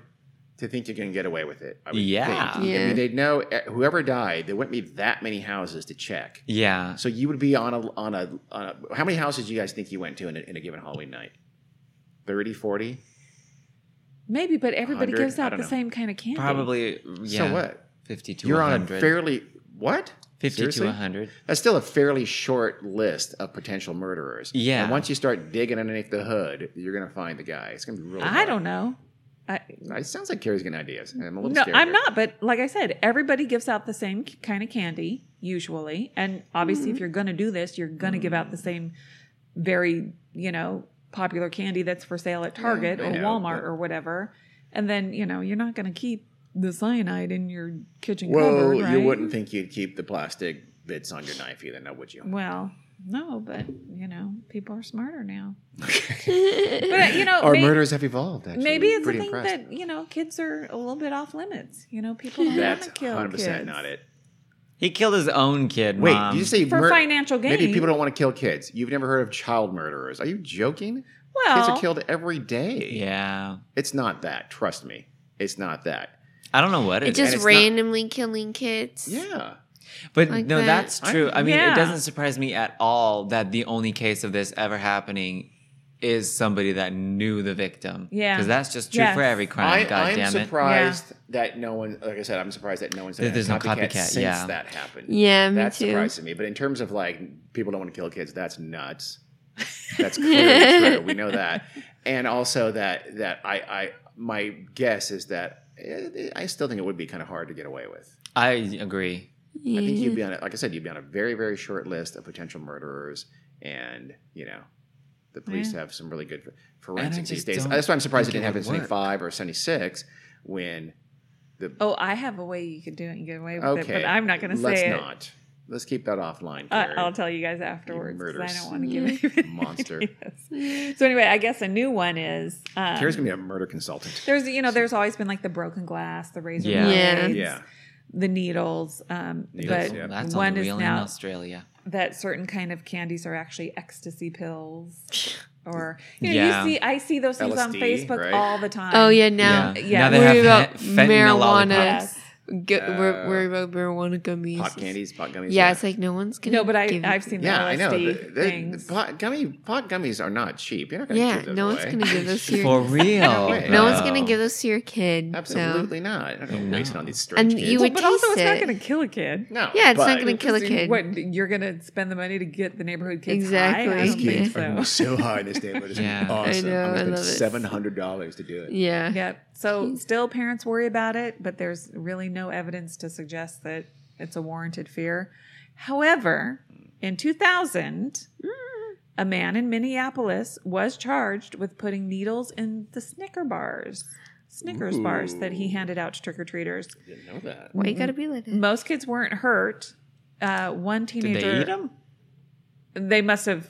Speaker 1: to think you can get away with it. I would
Speaker 2: Yeah.
Speaker 1: think. I
Speaker 4: Yeah.
Speaker 1: mean, they'd know eh, whoever died. There wouldn't be that many houses to check.
Speaker 2: Yeah.
Speaker 1: So you would be on a on a, on a how many houses do you guys think you went to in a, in a given Halloween night? 30, 40?
Speaker 3: Maybe, but everybody
Speaker 1: 100?
Speaker 3: gives
Speaker 1: I
Speaker 3: out the
Speaker 1: don't know.
Speaker 3: same kind of candy.
Speaker 2: Probably. Yeah,
Speaker 1: So what?
Speaker 2: 50 to
Speaker 1: You're
Speaker 2: 100.
Speaker 1: on a fairly what?
Speaker 2: 50
Speaker 1: Seriously?
Speaker 2: to 100.
Speaker 1: That's still a fairly short list of potential murderers.
Speaker 2: Yeah.
Speaker 1: And once you start digging underneath the hood, you're gonna find the guy. It's gonna be really.
Speaker 3: I
Speaker 1: hard.
Speaker 3: don't know. I,
Speaker 1: It sounds like Carrie's getting ideas. I'm a little
Speaker 3: no,
Speaker 1: scared.
Speaker 3: I'm
Speaker 1: here.
Speaker 3: not. But like I said, everybody gives out the same k- kind of candy usually, and obviously,
Speaker 1: Mm-hmm.
Speaker 3: if you're going to do this, you're going to give out the same very you know popular candy that's for sale at Target
Speaker 1: I
Speaker 3: or
Speaker 1: know,
Speaker 3: Walmart
Speaker 1: but-
Speaker 3: or whatever. And then you know you're not going to keep the cyanide in your kitchen
Speaker 1: Well,
Speaker 3: cupboard, right?
Speaker 1: you wouldn't think you'd keep the plastic bits on your knife either, now would you?
Speaker 3: Well, no, but you know people are smarter now. But uh, you know,
Speaker 1: Our
Speaker 3: may-
Speaker 1: murderers have evolved. Actually,
Speaker 3: maybe it's a
Speaker 1: pretty
Speaker 3: thing
Speaker 1: impressed.
Speaker 3: that you know kids are a little bit off limits. You
Speaker 1: <laughs>
Speaker 3: know, people don't want
Speaker 1: That's
Speaker 3: to kill
Speaker 1: 100
Speaker 3: kids. Um,
Speaker 1: percent not it.
Speaker 2: He killed his own kid.
Speaker 1: Wait,
Speaker 2: Mom.
Speaker 1: did you say
Speaker 3: For
Speaker 1: mur-
Speaker 3: financial gain.
Speaker 1: Maybe people don't want to kill kids. You've never heard of child murderers? Are you joking?
Speaker 3: Well,
Speaker 1: Kids are killed every day.
Speaker 2: Yeah.
Speaker 1: It's not that. Trust me. It's not that.
Speaker 2: I don't know what
Speaker 4: It
Speaker 2: it
Speaker 1: And
Speaker 2: is.
Speaker 4: just
Speaker 1: it's not-
Speaker 4: randomly killing kids.
Speaker 1: Yeah.
Speaker 2: But
Speaker 4: Like
Speaker 2: no,
Speaker 4: that.
Speaker 2: that's
Speaker 1: I-
Speaker 2: true. I, mean,
Speaker 3: Yeah.
Speaker 2: it doesn't surprise me at all that the only case of this ever happening is somebody that knew the victim.
Speaker 3: Yeah.
Speaker 2: because that's just true
Speaker 3: Yes.
Speaker 2: for every crime. God
Speaker 1: I, I'm
Speaker 2: damn it!
Speaker 1: surprised that no one, like I said, I'm surprised that no one's
Speaker 2: That
Speaker 1: had a
Speaker 2: there's no
Speaker 1: copycat,
Speaker 2: copycat,
Speaker 1: since
Speaker 2: yeah.
Speaker 1: that happened.
Speaker 4: Yeah, me
Speaker 1: that's
Speaker 4: too.
Speaker 1: surprising me. But in terms of like people don't want to kill kids, that's
Speaker 3: <laughs>
Speaker 1: nuts. That's clearly true. We know that, and also that that I, I my guess is that eh, I still think it would be kind of hard to get away with.
Speaker 2: I agree.
Speaker 1: I think
Speaker 4: Yeah.
Speaker 1: you'd be on, a, like I said, you'd be on a very, very short list of potential murderers, and you know, the police have some really good
Speaker 2: And I
Speaker 1: forensics
Speaker 2: just
Speaker 1: these days.
Speaker 2: don't
Speaker 1: That's why I'm surprised it
Speaker 2: think
Speaker 1: didn't
Speaker 2: it
Speaker 1: happen in
Speaker 2: would
Speaker 1: '75
Speaker 2: work.
Speaker 1: or '76 when the
Speaker 3: Oh, I have a way you could do it and get away with
Speaker 1: okay.
Speaker 3: it, but I'm not going to say
Speaker 1: let's
Speaker 3: it.
Speaker 1: not. Let's keep that offline.
Speaker 3: I-
Speaker 1: Carrie.
Speaker 3: I'll tell you guys afterwards. 'cause I
Speaker 1: murderous
Speaker 3: don't want to give
Speaker 1: <laughs>
Speaker 3: any <laughs>
Speaker 1: monster.
Speaker 3: ideas. So anyway, I guess a new one is um,
Speaker 1: Carrie's gonna be a murder consultant.
Speaker 3: there's you know there's always been like the broken glass, the razor
Speaker 2: Yeah.
Speaker 4: Yeah.
Speaker 3: blades,
Speaker 1: Yeah,
Speaker 3: the needles, um,
Speaker 1: Needles,
Speaker 3: but
Speaker 1: yeah.
Speaker 2: That's
Speaker 3: one
Speaker 2: only
Speaker 3: is
Speaker 2: real in
Speaker 3: now
Speaker 2: Australia.
Speaker 3: that certain kind of candies are actually ecstasy pills, or you know
Speaker 2: Yeah.
Speaker 3: you see I see those things on
Speaker 1: LSD,
Speaker 3: Facebook
Speaker 1: right?
Speaker 3: all the time.
Speaker 4: Oh yeah, now
Speaker 2: yeah.
Speaker 3: yeah.
Speaker 2: Now
Speaker 4: Worry
Speaker 2: they have
Speaker 4: about
Speaker 2: he- fentanyl
Speaker 4: marijuana.
Speaker 2: lollipops.
Speaker 3: Yes.
Speaker 4: Get,
Speaker 1: Uh,
Speaker 4: we're, we're about marijuana gummies.
Speaker 1: pot candies, pot gummies.
Speaker 4: Yeah, it's like no one's gonna.
Speaker 3: No, but I
Speaker 4: give
Speaker 3: I've
Speaker 4: you-
Speaker 3: seen the
Speaker 1: yeah, I know. The,
Speaker 3: LSD
Speaker 1: the-
Speaker 3: things.
Speaker 1: the pot gummy pot gummies are not cheap. You're not gonna
Speaker 4: Yeah,
Speaker 1: give those
Speaker 4: no one's
Speaker 1: away.
Speaker 4: gonna give those to your. <laughs>
Speaker 2: For real,
Speaker 1: way.
Speaker 4: No one's
Speaker 2: though.
Speaker 1: Oh.
Speaker 4: gonna give those to your kid.
Speaker 1: Absolutely not. I'm not gonna
Speaker 2: No.
Speaker 1: waste it on these strange
Speaker 4: And
Speaker 1: kids.
Speaker 4: you would
Speaker 3: but also,
Speaker 4: taste
Speaker 3: it's not
Speaker 4: it.
Speaker 3: going to kill a kid.
Speaker 1: No.
Speaker 4: Yeah, it's not
Speaker 1: but-
Speaker 4: gonna kill a kid.
Speaker 3: What you're gonna spend the money to get the neighborhood kids
Speaker 4: Exactly.
Speaker 3: high? I don't
Speaker 4: These
Speaker 3: think
Speaker 4: kids
Speaker 1: are
Speaker 3: so.
Speaker 1: <laughs> gonna be so high in this neighborhood.
Speaker 4: <laughs>
Speaker 1: It's
Speaker 2: Yeah.
Speaker 1: gonna be
Speaker 2: I
Speaker 1: awesome.
Speaker 4: know,
Speaker 1: I'm
Speaker 4: I
Speaker 1: gonna
Speaker 4: love
Speaker 1: spend
Speaker 4: it.
Speaker 1: seven hundred dollars to do it.
Speaker 4: Yeah.
Speaker 3: Yeah. So still, parents worry about it, but there's really no evidence to suggest that it's a warranted fear. However, in 2000, A man in Minneapolis was charged with putting needles in the Snicker bars, Snickers bars that he
Speaker 1: Ooh.
Speaker 3: handed out to trick or treaters.
Speaker 1: Didn't know that.
Speaker 4: Why you gotta be like that?
Speaker 3: Most kids weren't hurt. Uh, one
Speaker 5: Did
Speaker 3: teenager.
Speaker 5: they eat them?
Speaker 3: They must have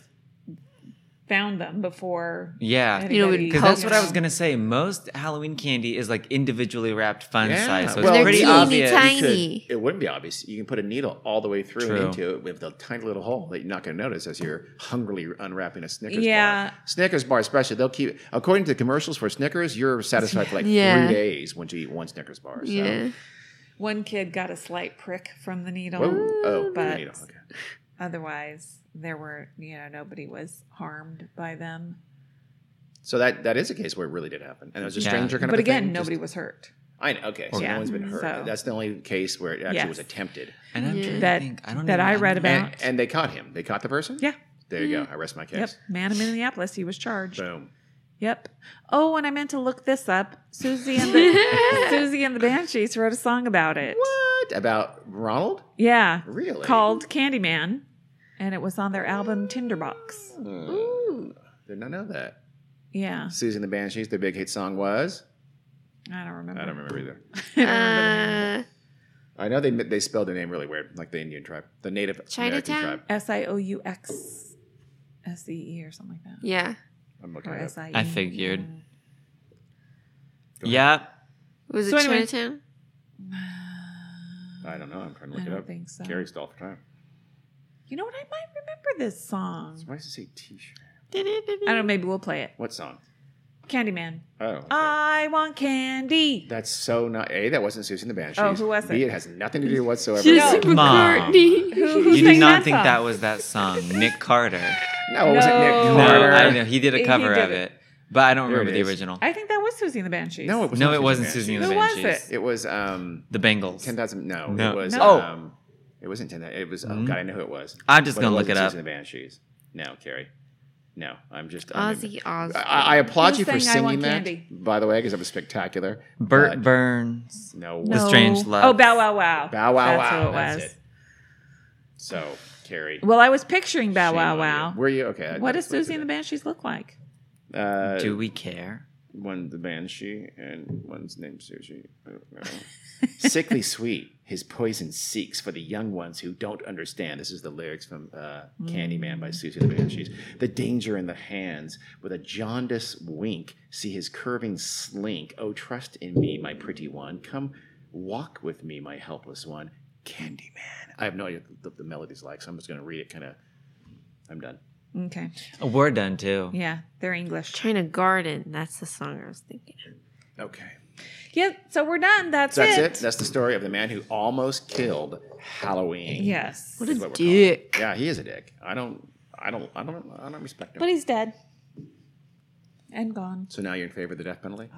Speaker 3: found them before.
Speaker 5: Yeah.
Speaker 4: You know,
Speaker 3: anybody-
Speaker 5: Because that's what I was
Speaker 3: Yeah.
Speaker 5: gonna say. Most Halloween candy is like individually wrapped, fun
Speaker 1: Yeah,
Speaker 5: size, so
Speaker 1: well,
Speaker 5: it's
Speaker 1: They're
Speaker 5: pretty
Speaker 1: teeny
Speaker 5: obvious.
Speaker 4: tiny.
Speaker 1: You could- it wouldn't be obvious. You can put a needle all the way through
Speaker 5: True.
Speaker 1: and into it with a tiny little hole that you're not going to notice as you're hungrily unwrapping a Snickers
Speaker 3: Yeah.
Speaker 1: bar. Snickers bar, especially, they'll keep. According to commercials for Snickers, you're satisfied for like
Speaker 4: Yeah.
Speaker 1: three days once you eat one Snickers bar. So.
Speaker 4: Yeah.
Speaker 3: One kid got a slight prick from the needle.
Speaker 1: Whoa. Oh,
Speaker 3: Mm, but-
Speaker 1: needle. Okay.
Speaker 3: Otherwise, there were you know nobody was harmed by them.
Speaker 1: So that that is a case where it really did happen, and it was a
Speaker 5: Yeah.
Speaker 1: stranger kind of.
Speaker 3: But
Speaker 1: a thing,
Speaker 3: again,
Speaker 1: just-
Speaker 3: nobody was hurt.
Speaker 1: I know. Okay, so
Speaker 3: Yeah.
Speaker 1: no one's been hurt.
Speaker 3: So-
Speaker 1: That's the only case where it actually
Speaker 3: Yes.
Speaker 1: was attempted,
Speaker 5: And I'm trying
Speaker 3: That-
Speaker 5: to think. I don't
Speaker 3: that
Speaker 5: even-
Speaker 3: I read
Speaker 5: don't-
Speaker 3: about.
Speaker 1: and, and they caught him. They caught the person.
Speaker 3: Yeah. Mm-hmm.
Speaker 1: There you go. I rest my case.
Speaker 3: Yep, man in Minneapolis, he was charged.
Speaker 1: Boom.
Speaker 3: Yep. Oh, and I meant to look this up. Susie
Speaker 1: <laughs>
Speaker 3: and the
Speaker 4: <laughs>
Speaker 3: Susie and the Banshees wrote a song about it.
Speaker 1: What about Ronald?
Speaker 3: Yeah,
Speaker 1: Really?
Speaker 3: called Candyman, and it was on their album Tinderbox.
Speaker 4: Uh,
Speaker 1: Hmm.
Speaker 4: Ooh.
Speaker 1: Did not know that.
Speaker 3: Yeah,
Speaker 1: Susan the Banshees, their big hit song was.
Speaker 3: I don't remember.
Speaker 1: I don't remember either.
Speaker 3: <laughs> I don't remember the name.
Speaker 4: Uh,
Speaker 1: I know they they spelled their name really weird, like the Indian tribe, the Native
Speaker 4: Chinatown?
Speaker 1: American tribe.
Speaker 3: S I O U X S E E or something like that.
Speaker 4: yeah.
Speaker 1: I'm looking
Speaker 3: Or
Speaker 1: at
Speaker 3: S I E.
Speaker 5: I figured.
Speaker 1: Go ahead.
Speaker 3: <laughs>
Speaker 5: Yeah.
Speaker 4: Was it
Speaker 3: So anyway-
Speaker 4: Chinatown?
Speaker 1: I don't know. I'm trying to
Speaker 3: I
Speaker 1: look it
Speaker 3: don't
Speaker 1: up.
Speaker 3: think so.
Speaker 1: Carrie's all the time.
Speaker 3: You know what? I might remember this song.
Speaker 1: Why does it say T-shirt?
Speaker 3: I don't know. Maybe we'll play it.
Speaker 1: What song?
Speaker 3: Candyman.
Speaker 1: Oh, okay.
Speaker 3: I want candy.
Speaker 1: that's so not. A, that wasn't Susan the Banshees.
Speaker 3: Oh, who was it?
Speaker 1: B, it has nothing to do whatsoever.
Speaker 4: Jesse
Speaker 1: with-
Speaker 5: No. Mom.
Speaker 4: McCartney.
Speaker 3: Who,
Speaker 4: <laughs>
Speaker 3: who
Speaker 5: You
Speaker 3: sang
Speaker 5: did not think
Speaker 3: song?
Speaker 5: that was that song,
Speaker 3: <laughs>
Speaker 5: Nick Carter.
Speaker 1: No, it wasn't Nick
Speaker 3: No.
Speaker 5: No,
Speaker 1: Carter.
Speaker 5: I know he did
Speaker 3: He
Speaker 5: a cover
Speaker 3: did
Speaker 5: of
Speaker 3: it.
Speaker 5: it, but I don't
Speaker 1: There
Speaker 5: remember
Speaker 1: it
Speaker 5: the
Speaker 1: is.
Speaker 5: original.
Speaker 3: I think that was Susie and the Banshees.
Speaker 1: No, it was
Speaker 5: No,
Speaker 1: not
Speaker 5: it wasn't
Speaker 1: Banshees.
Speaker 5: Susie and the
Speaker 3: Who was
Speaker 5: Banshees.
Speaker 1: It was um
Speaker 5: The Bengals.
Speaker 1: ten thousand. No,
Speaker 5: No.
Speaker 1: it was.
Speaker 5: No.
Speaker 1: Um, it wasn't ten thousand. It was. Oh
Speaker 5: Mhm.
Speaker 1: God, I know who it was.
Speaker 5: I'm just
Speaker 1: But
Speaker 5: gonna
Speaker 1: it
Speaker 5: look it
Speaker 1: wasn't
Speaker 5: up.
Speaker 1: Susan the Banshees. No, Carrie. No, I'm just. I'm-
Speaker 4: Ozzy, Ozzy.
Speaker 1: I, I applaud
Speaker 3: Who
Speaker 1: you for
Speaker 3: sang I
Speaker 1: singing
Speaker 3: Want
Speaker 1: that,
Speaker 3: Candy?
Speaker 1: by the way, because it was spectacular.
Speaker 5: Burt
Speaker 1: but
Speaker 5: Burns.
Speaker 1: no,
Speaker 5: The Strange Love.
Speaker 3: Oh, Bow Wow Wow.
Speaker 1: Bow Wow
Speaker 3: That's
Speaker 1: Wow.
Speaker 3: who it
Speaker 1: that's
Speaker 3: was.
Speaker 1: it. So, Carrie.
Speaker 3: Well, I was picturing Bow
Speaker 1: shame
Speaker 3: Wow
Speaker 1: on
Speaker 3: Wow.
Speaker 1: you. Were you okay?
Speaker 3: What does Susie and the Banshees look like?
Speaker 1: band? Uh,
Speaker 5: Do we care?
Speaker 1: one the banshee and one's named Sushi. I don't know. <laughs> Sickly sweet, his poison seeks for the young ones who don't understand. This is the lyrics from uh, Candyman by Susie and the Banshees. The danger in the hands, with a jaundiced wink, see his curving slink. Oh, trust in me, my pretty one. Come walk with me, my helpless one. Candyman. I have no idea what the, the melody's like, so I'm just going to read it kind of. I'm done.
Speaker 3: Okay.
Speaker 5: Oh, We're done too.
Speaker 3: Yeah, they're English.
Speaker 4: China Garden. That's the song I was thinking of.
Speaker 1: Okay.
Speaker 3: Yeah, so we're done. That's,
Speaker 1: So that's
Speaker 3: it.
Speaker 1: it. That's the story of the man who almost killed Halloween.
Speaker 3: yes.
Speaker 4: What
Speaker 1: is
Speaker 4: a
Speaker 1: what we're calling it.
Speaker 4: dick.
Speaker 1: Yeah, he is a dick. I don't. I don't. I don't. I don't respect him.
Speaker 3: But he's dead. And gone.
Speaker 1: so now you're in favor of the death penalty?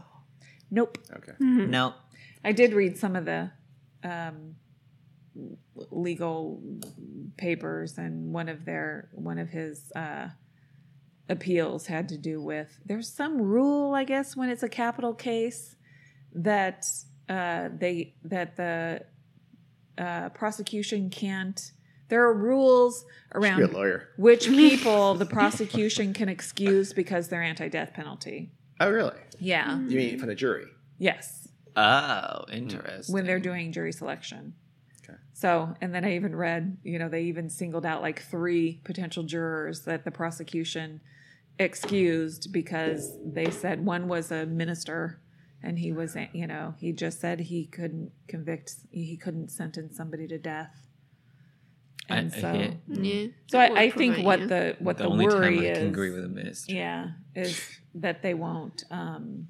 Speaker 3: Nope.
Speaker 1: Okay.
Speaker 5: No.
Speaker 3: I did read some of the um, legal papers, and one of their one of his uh, appeals had to do with there's some rule, I guess, when it's a capital case that uh, they that the uh, prosecution can't. There are rules
Speaker 1: Should be a
Speaker 3: around
Speaker 1: lawyer.
Speaker 3: which people the prosecution can excuse because they're anti-death penalty.
Speaker 1: Oh, really?
Speaker 3: Yeah.
Speaker 1: You mean from the jury?
Speaker 3: Yes.
Speaker 5: Oh, interesting.
Speaker 3: when they're doing jury selection.
Speaker 1: Okay.
Speaker 3: So, and then I even read, you know, they even singled out like three potential jurors that the prosecution excused because they said one was a minister and he was, you know, he just said he couldn't convict, he couldn't sentence somebody to death.
Speaker 5: I-
Speaker 3: And
Speaker 5: I
Speaker 3: so,
Speaker 5: hate-
Speaker 4: Yeah.
Speaker 3: so
Speaker 4: That
Speaker 3: I, I
Speaker 4: would
Speaker 3: think
Speaker 4: prevent
Speaker 3: what
Speaker 4: you.
Speaker 3: the what the,
Speaker 5: only
Speaker 3: worry
Speaker 5: time I
Speaker 3: is,
Speaker 5: can agree with him is
Speaker 3: yeah, is <laughs> that they won't. Um,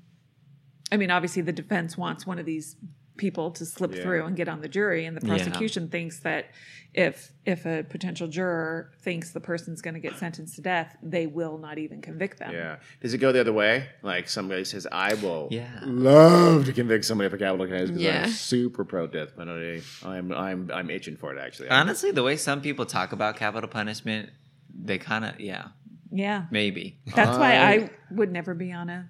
Speaker 3: I mean, obviously, the defense wants one of these people to slip
Speaker 1: Yeah.
Speaker 3: through and get on the jury, and the
Speaker 5: Yeah.
Speaker 3: prosecution thinks that if if a potential juror thinks the person's going to get sentenced to death, they will not even convict them.
Speaker 1: Yeah. Does it go the other way? Like somebody says, "I will
Speaker 5: Yeah.
Speaker 1: love to convict somebody for capital case because
Speaker 4: Yeah.
Speaker 1: I'm super pro death penalty. I'm I'm I'm itching for it actually.
Speaker 2: Uh.
Speaker 1: I'm-
Speaker 5: honestly the way some people talk about capital punishment. They kind of yeah
Speaker 3: Yeah.
Speaker 5: maybe.
Speaker 3: that's why
Speaker 1: I-
Speaker 3: I would never be on a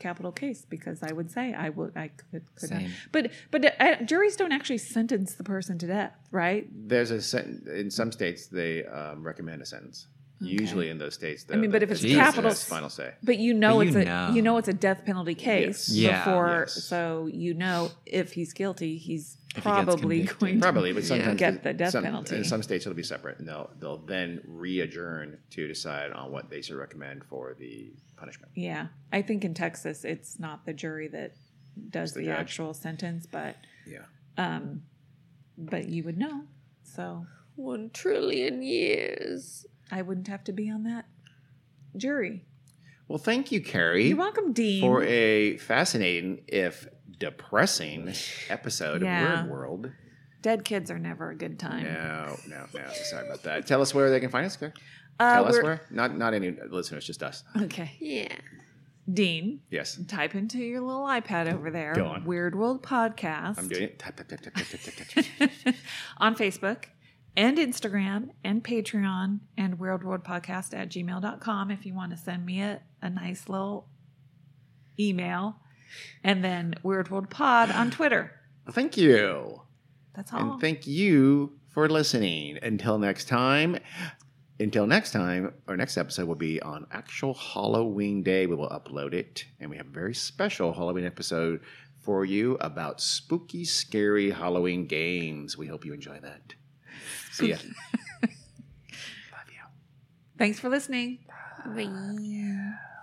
Speaker 3: capital case because I would say I would I could, could not.
Speaker 5: Same.
Speaker 3: But but uh, juries don't actually sentence the person to death, right?
Speaker 1: There's a sentence in some states they um, recommend a sentence. Usually in those states, the,
Speaker 3: I mean, but if it's
Speaker 1: justice
Speaker 3: capital-
Speaker 1: has final say.
Speaker 3: But you know
Speaker 5: But
Speaker 3: it's
Speaker 5: you
Speaker 3: a
Speaker 5: know.
Speaker 3: you know it's a death penalty case
Speaker 1: Yes. Yeah,
Speaker 3: before
Speaker 1: yes.
Speaker 3: so you know if he's guilty he's
Speaker 5: gets
Speaker 3: probably
Speaker 5: convicted.
Speaker 3: going to
Speaker 1: Probably, but sometimes
Speaker 3: Get the death
Speaker 1: some-
Speaker 3: penalty.
Speaker 1: In some states, it'll be separate, and they'll they'll then re-adjourn to decide on what they should recommend for the punishment.
Speaker 3: Yeah. I think in Texas it's not the jury that does
Speaker 1: It's the
Speaker 3: the,
Speaker 1: judge.
Speaker 3: actual sentence but
Speaker 1: Yeah.
Speaker 3: um but you would know. So
Speaker 4: One trillion years.
Speaker 3: I wouldn't have to be on that jury.
Speaker 1: Well, thank you, Carrie,
Speaker 3: You're welcome, Dean.
Speaker 1: for a fascinating, if depressing, episode
Speaker 3: Yeah.
Speaker 1: of Word World.
Speaker 3: Dead kids are never a good time.
Speaker 1: No, no, no. Sorry about that. Tell us where they can find us, Claire.
Speaker 3: Uh,
Speaker 1: Tell us
Speaker 3: we're-
Speaker 1: where. Not not any listeners, just us.
Speaker 3: <laughs> Okay.
Speaker 4: Yeah.
Speaker 3: Dean,
Speaker 1: Yes.
Speaker 3: type into your little iPad over there.
Speaker 1: Go on.
Speaker 3: Weird World Podcast.
Speaker 1: I'm doing it. Tap, tap, tap, tap, tap, tap, tap, tap.
Speaker 3: <laughs> on Facebook and Instagram and Patreon and weirdworldpodcast at gmail.com if you want to send me a, a nice little email. And then Weird World Pod on Twitter.
Speaker 1: Thank you.
Speaker 3: That's all.
Speaker 1: And thank you for listening. Until next time. Until next time, our next episode will be on actual Halloween day. We will upload it, and we have a very special Halloween episode for you about spooky, scary Halloween games. We hope you enjoy that. See ya.
Speaker 3: Thanks for listening.
Speaker 4: Bye.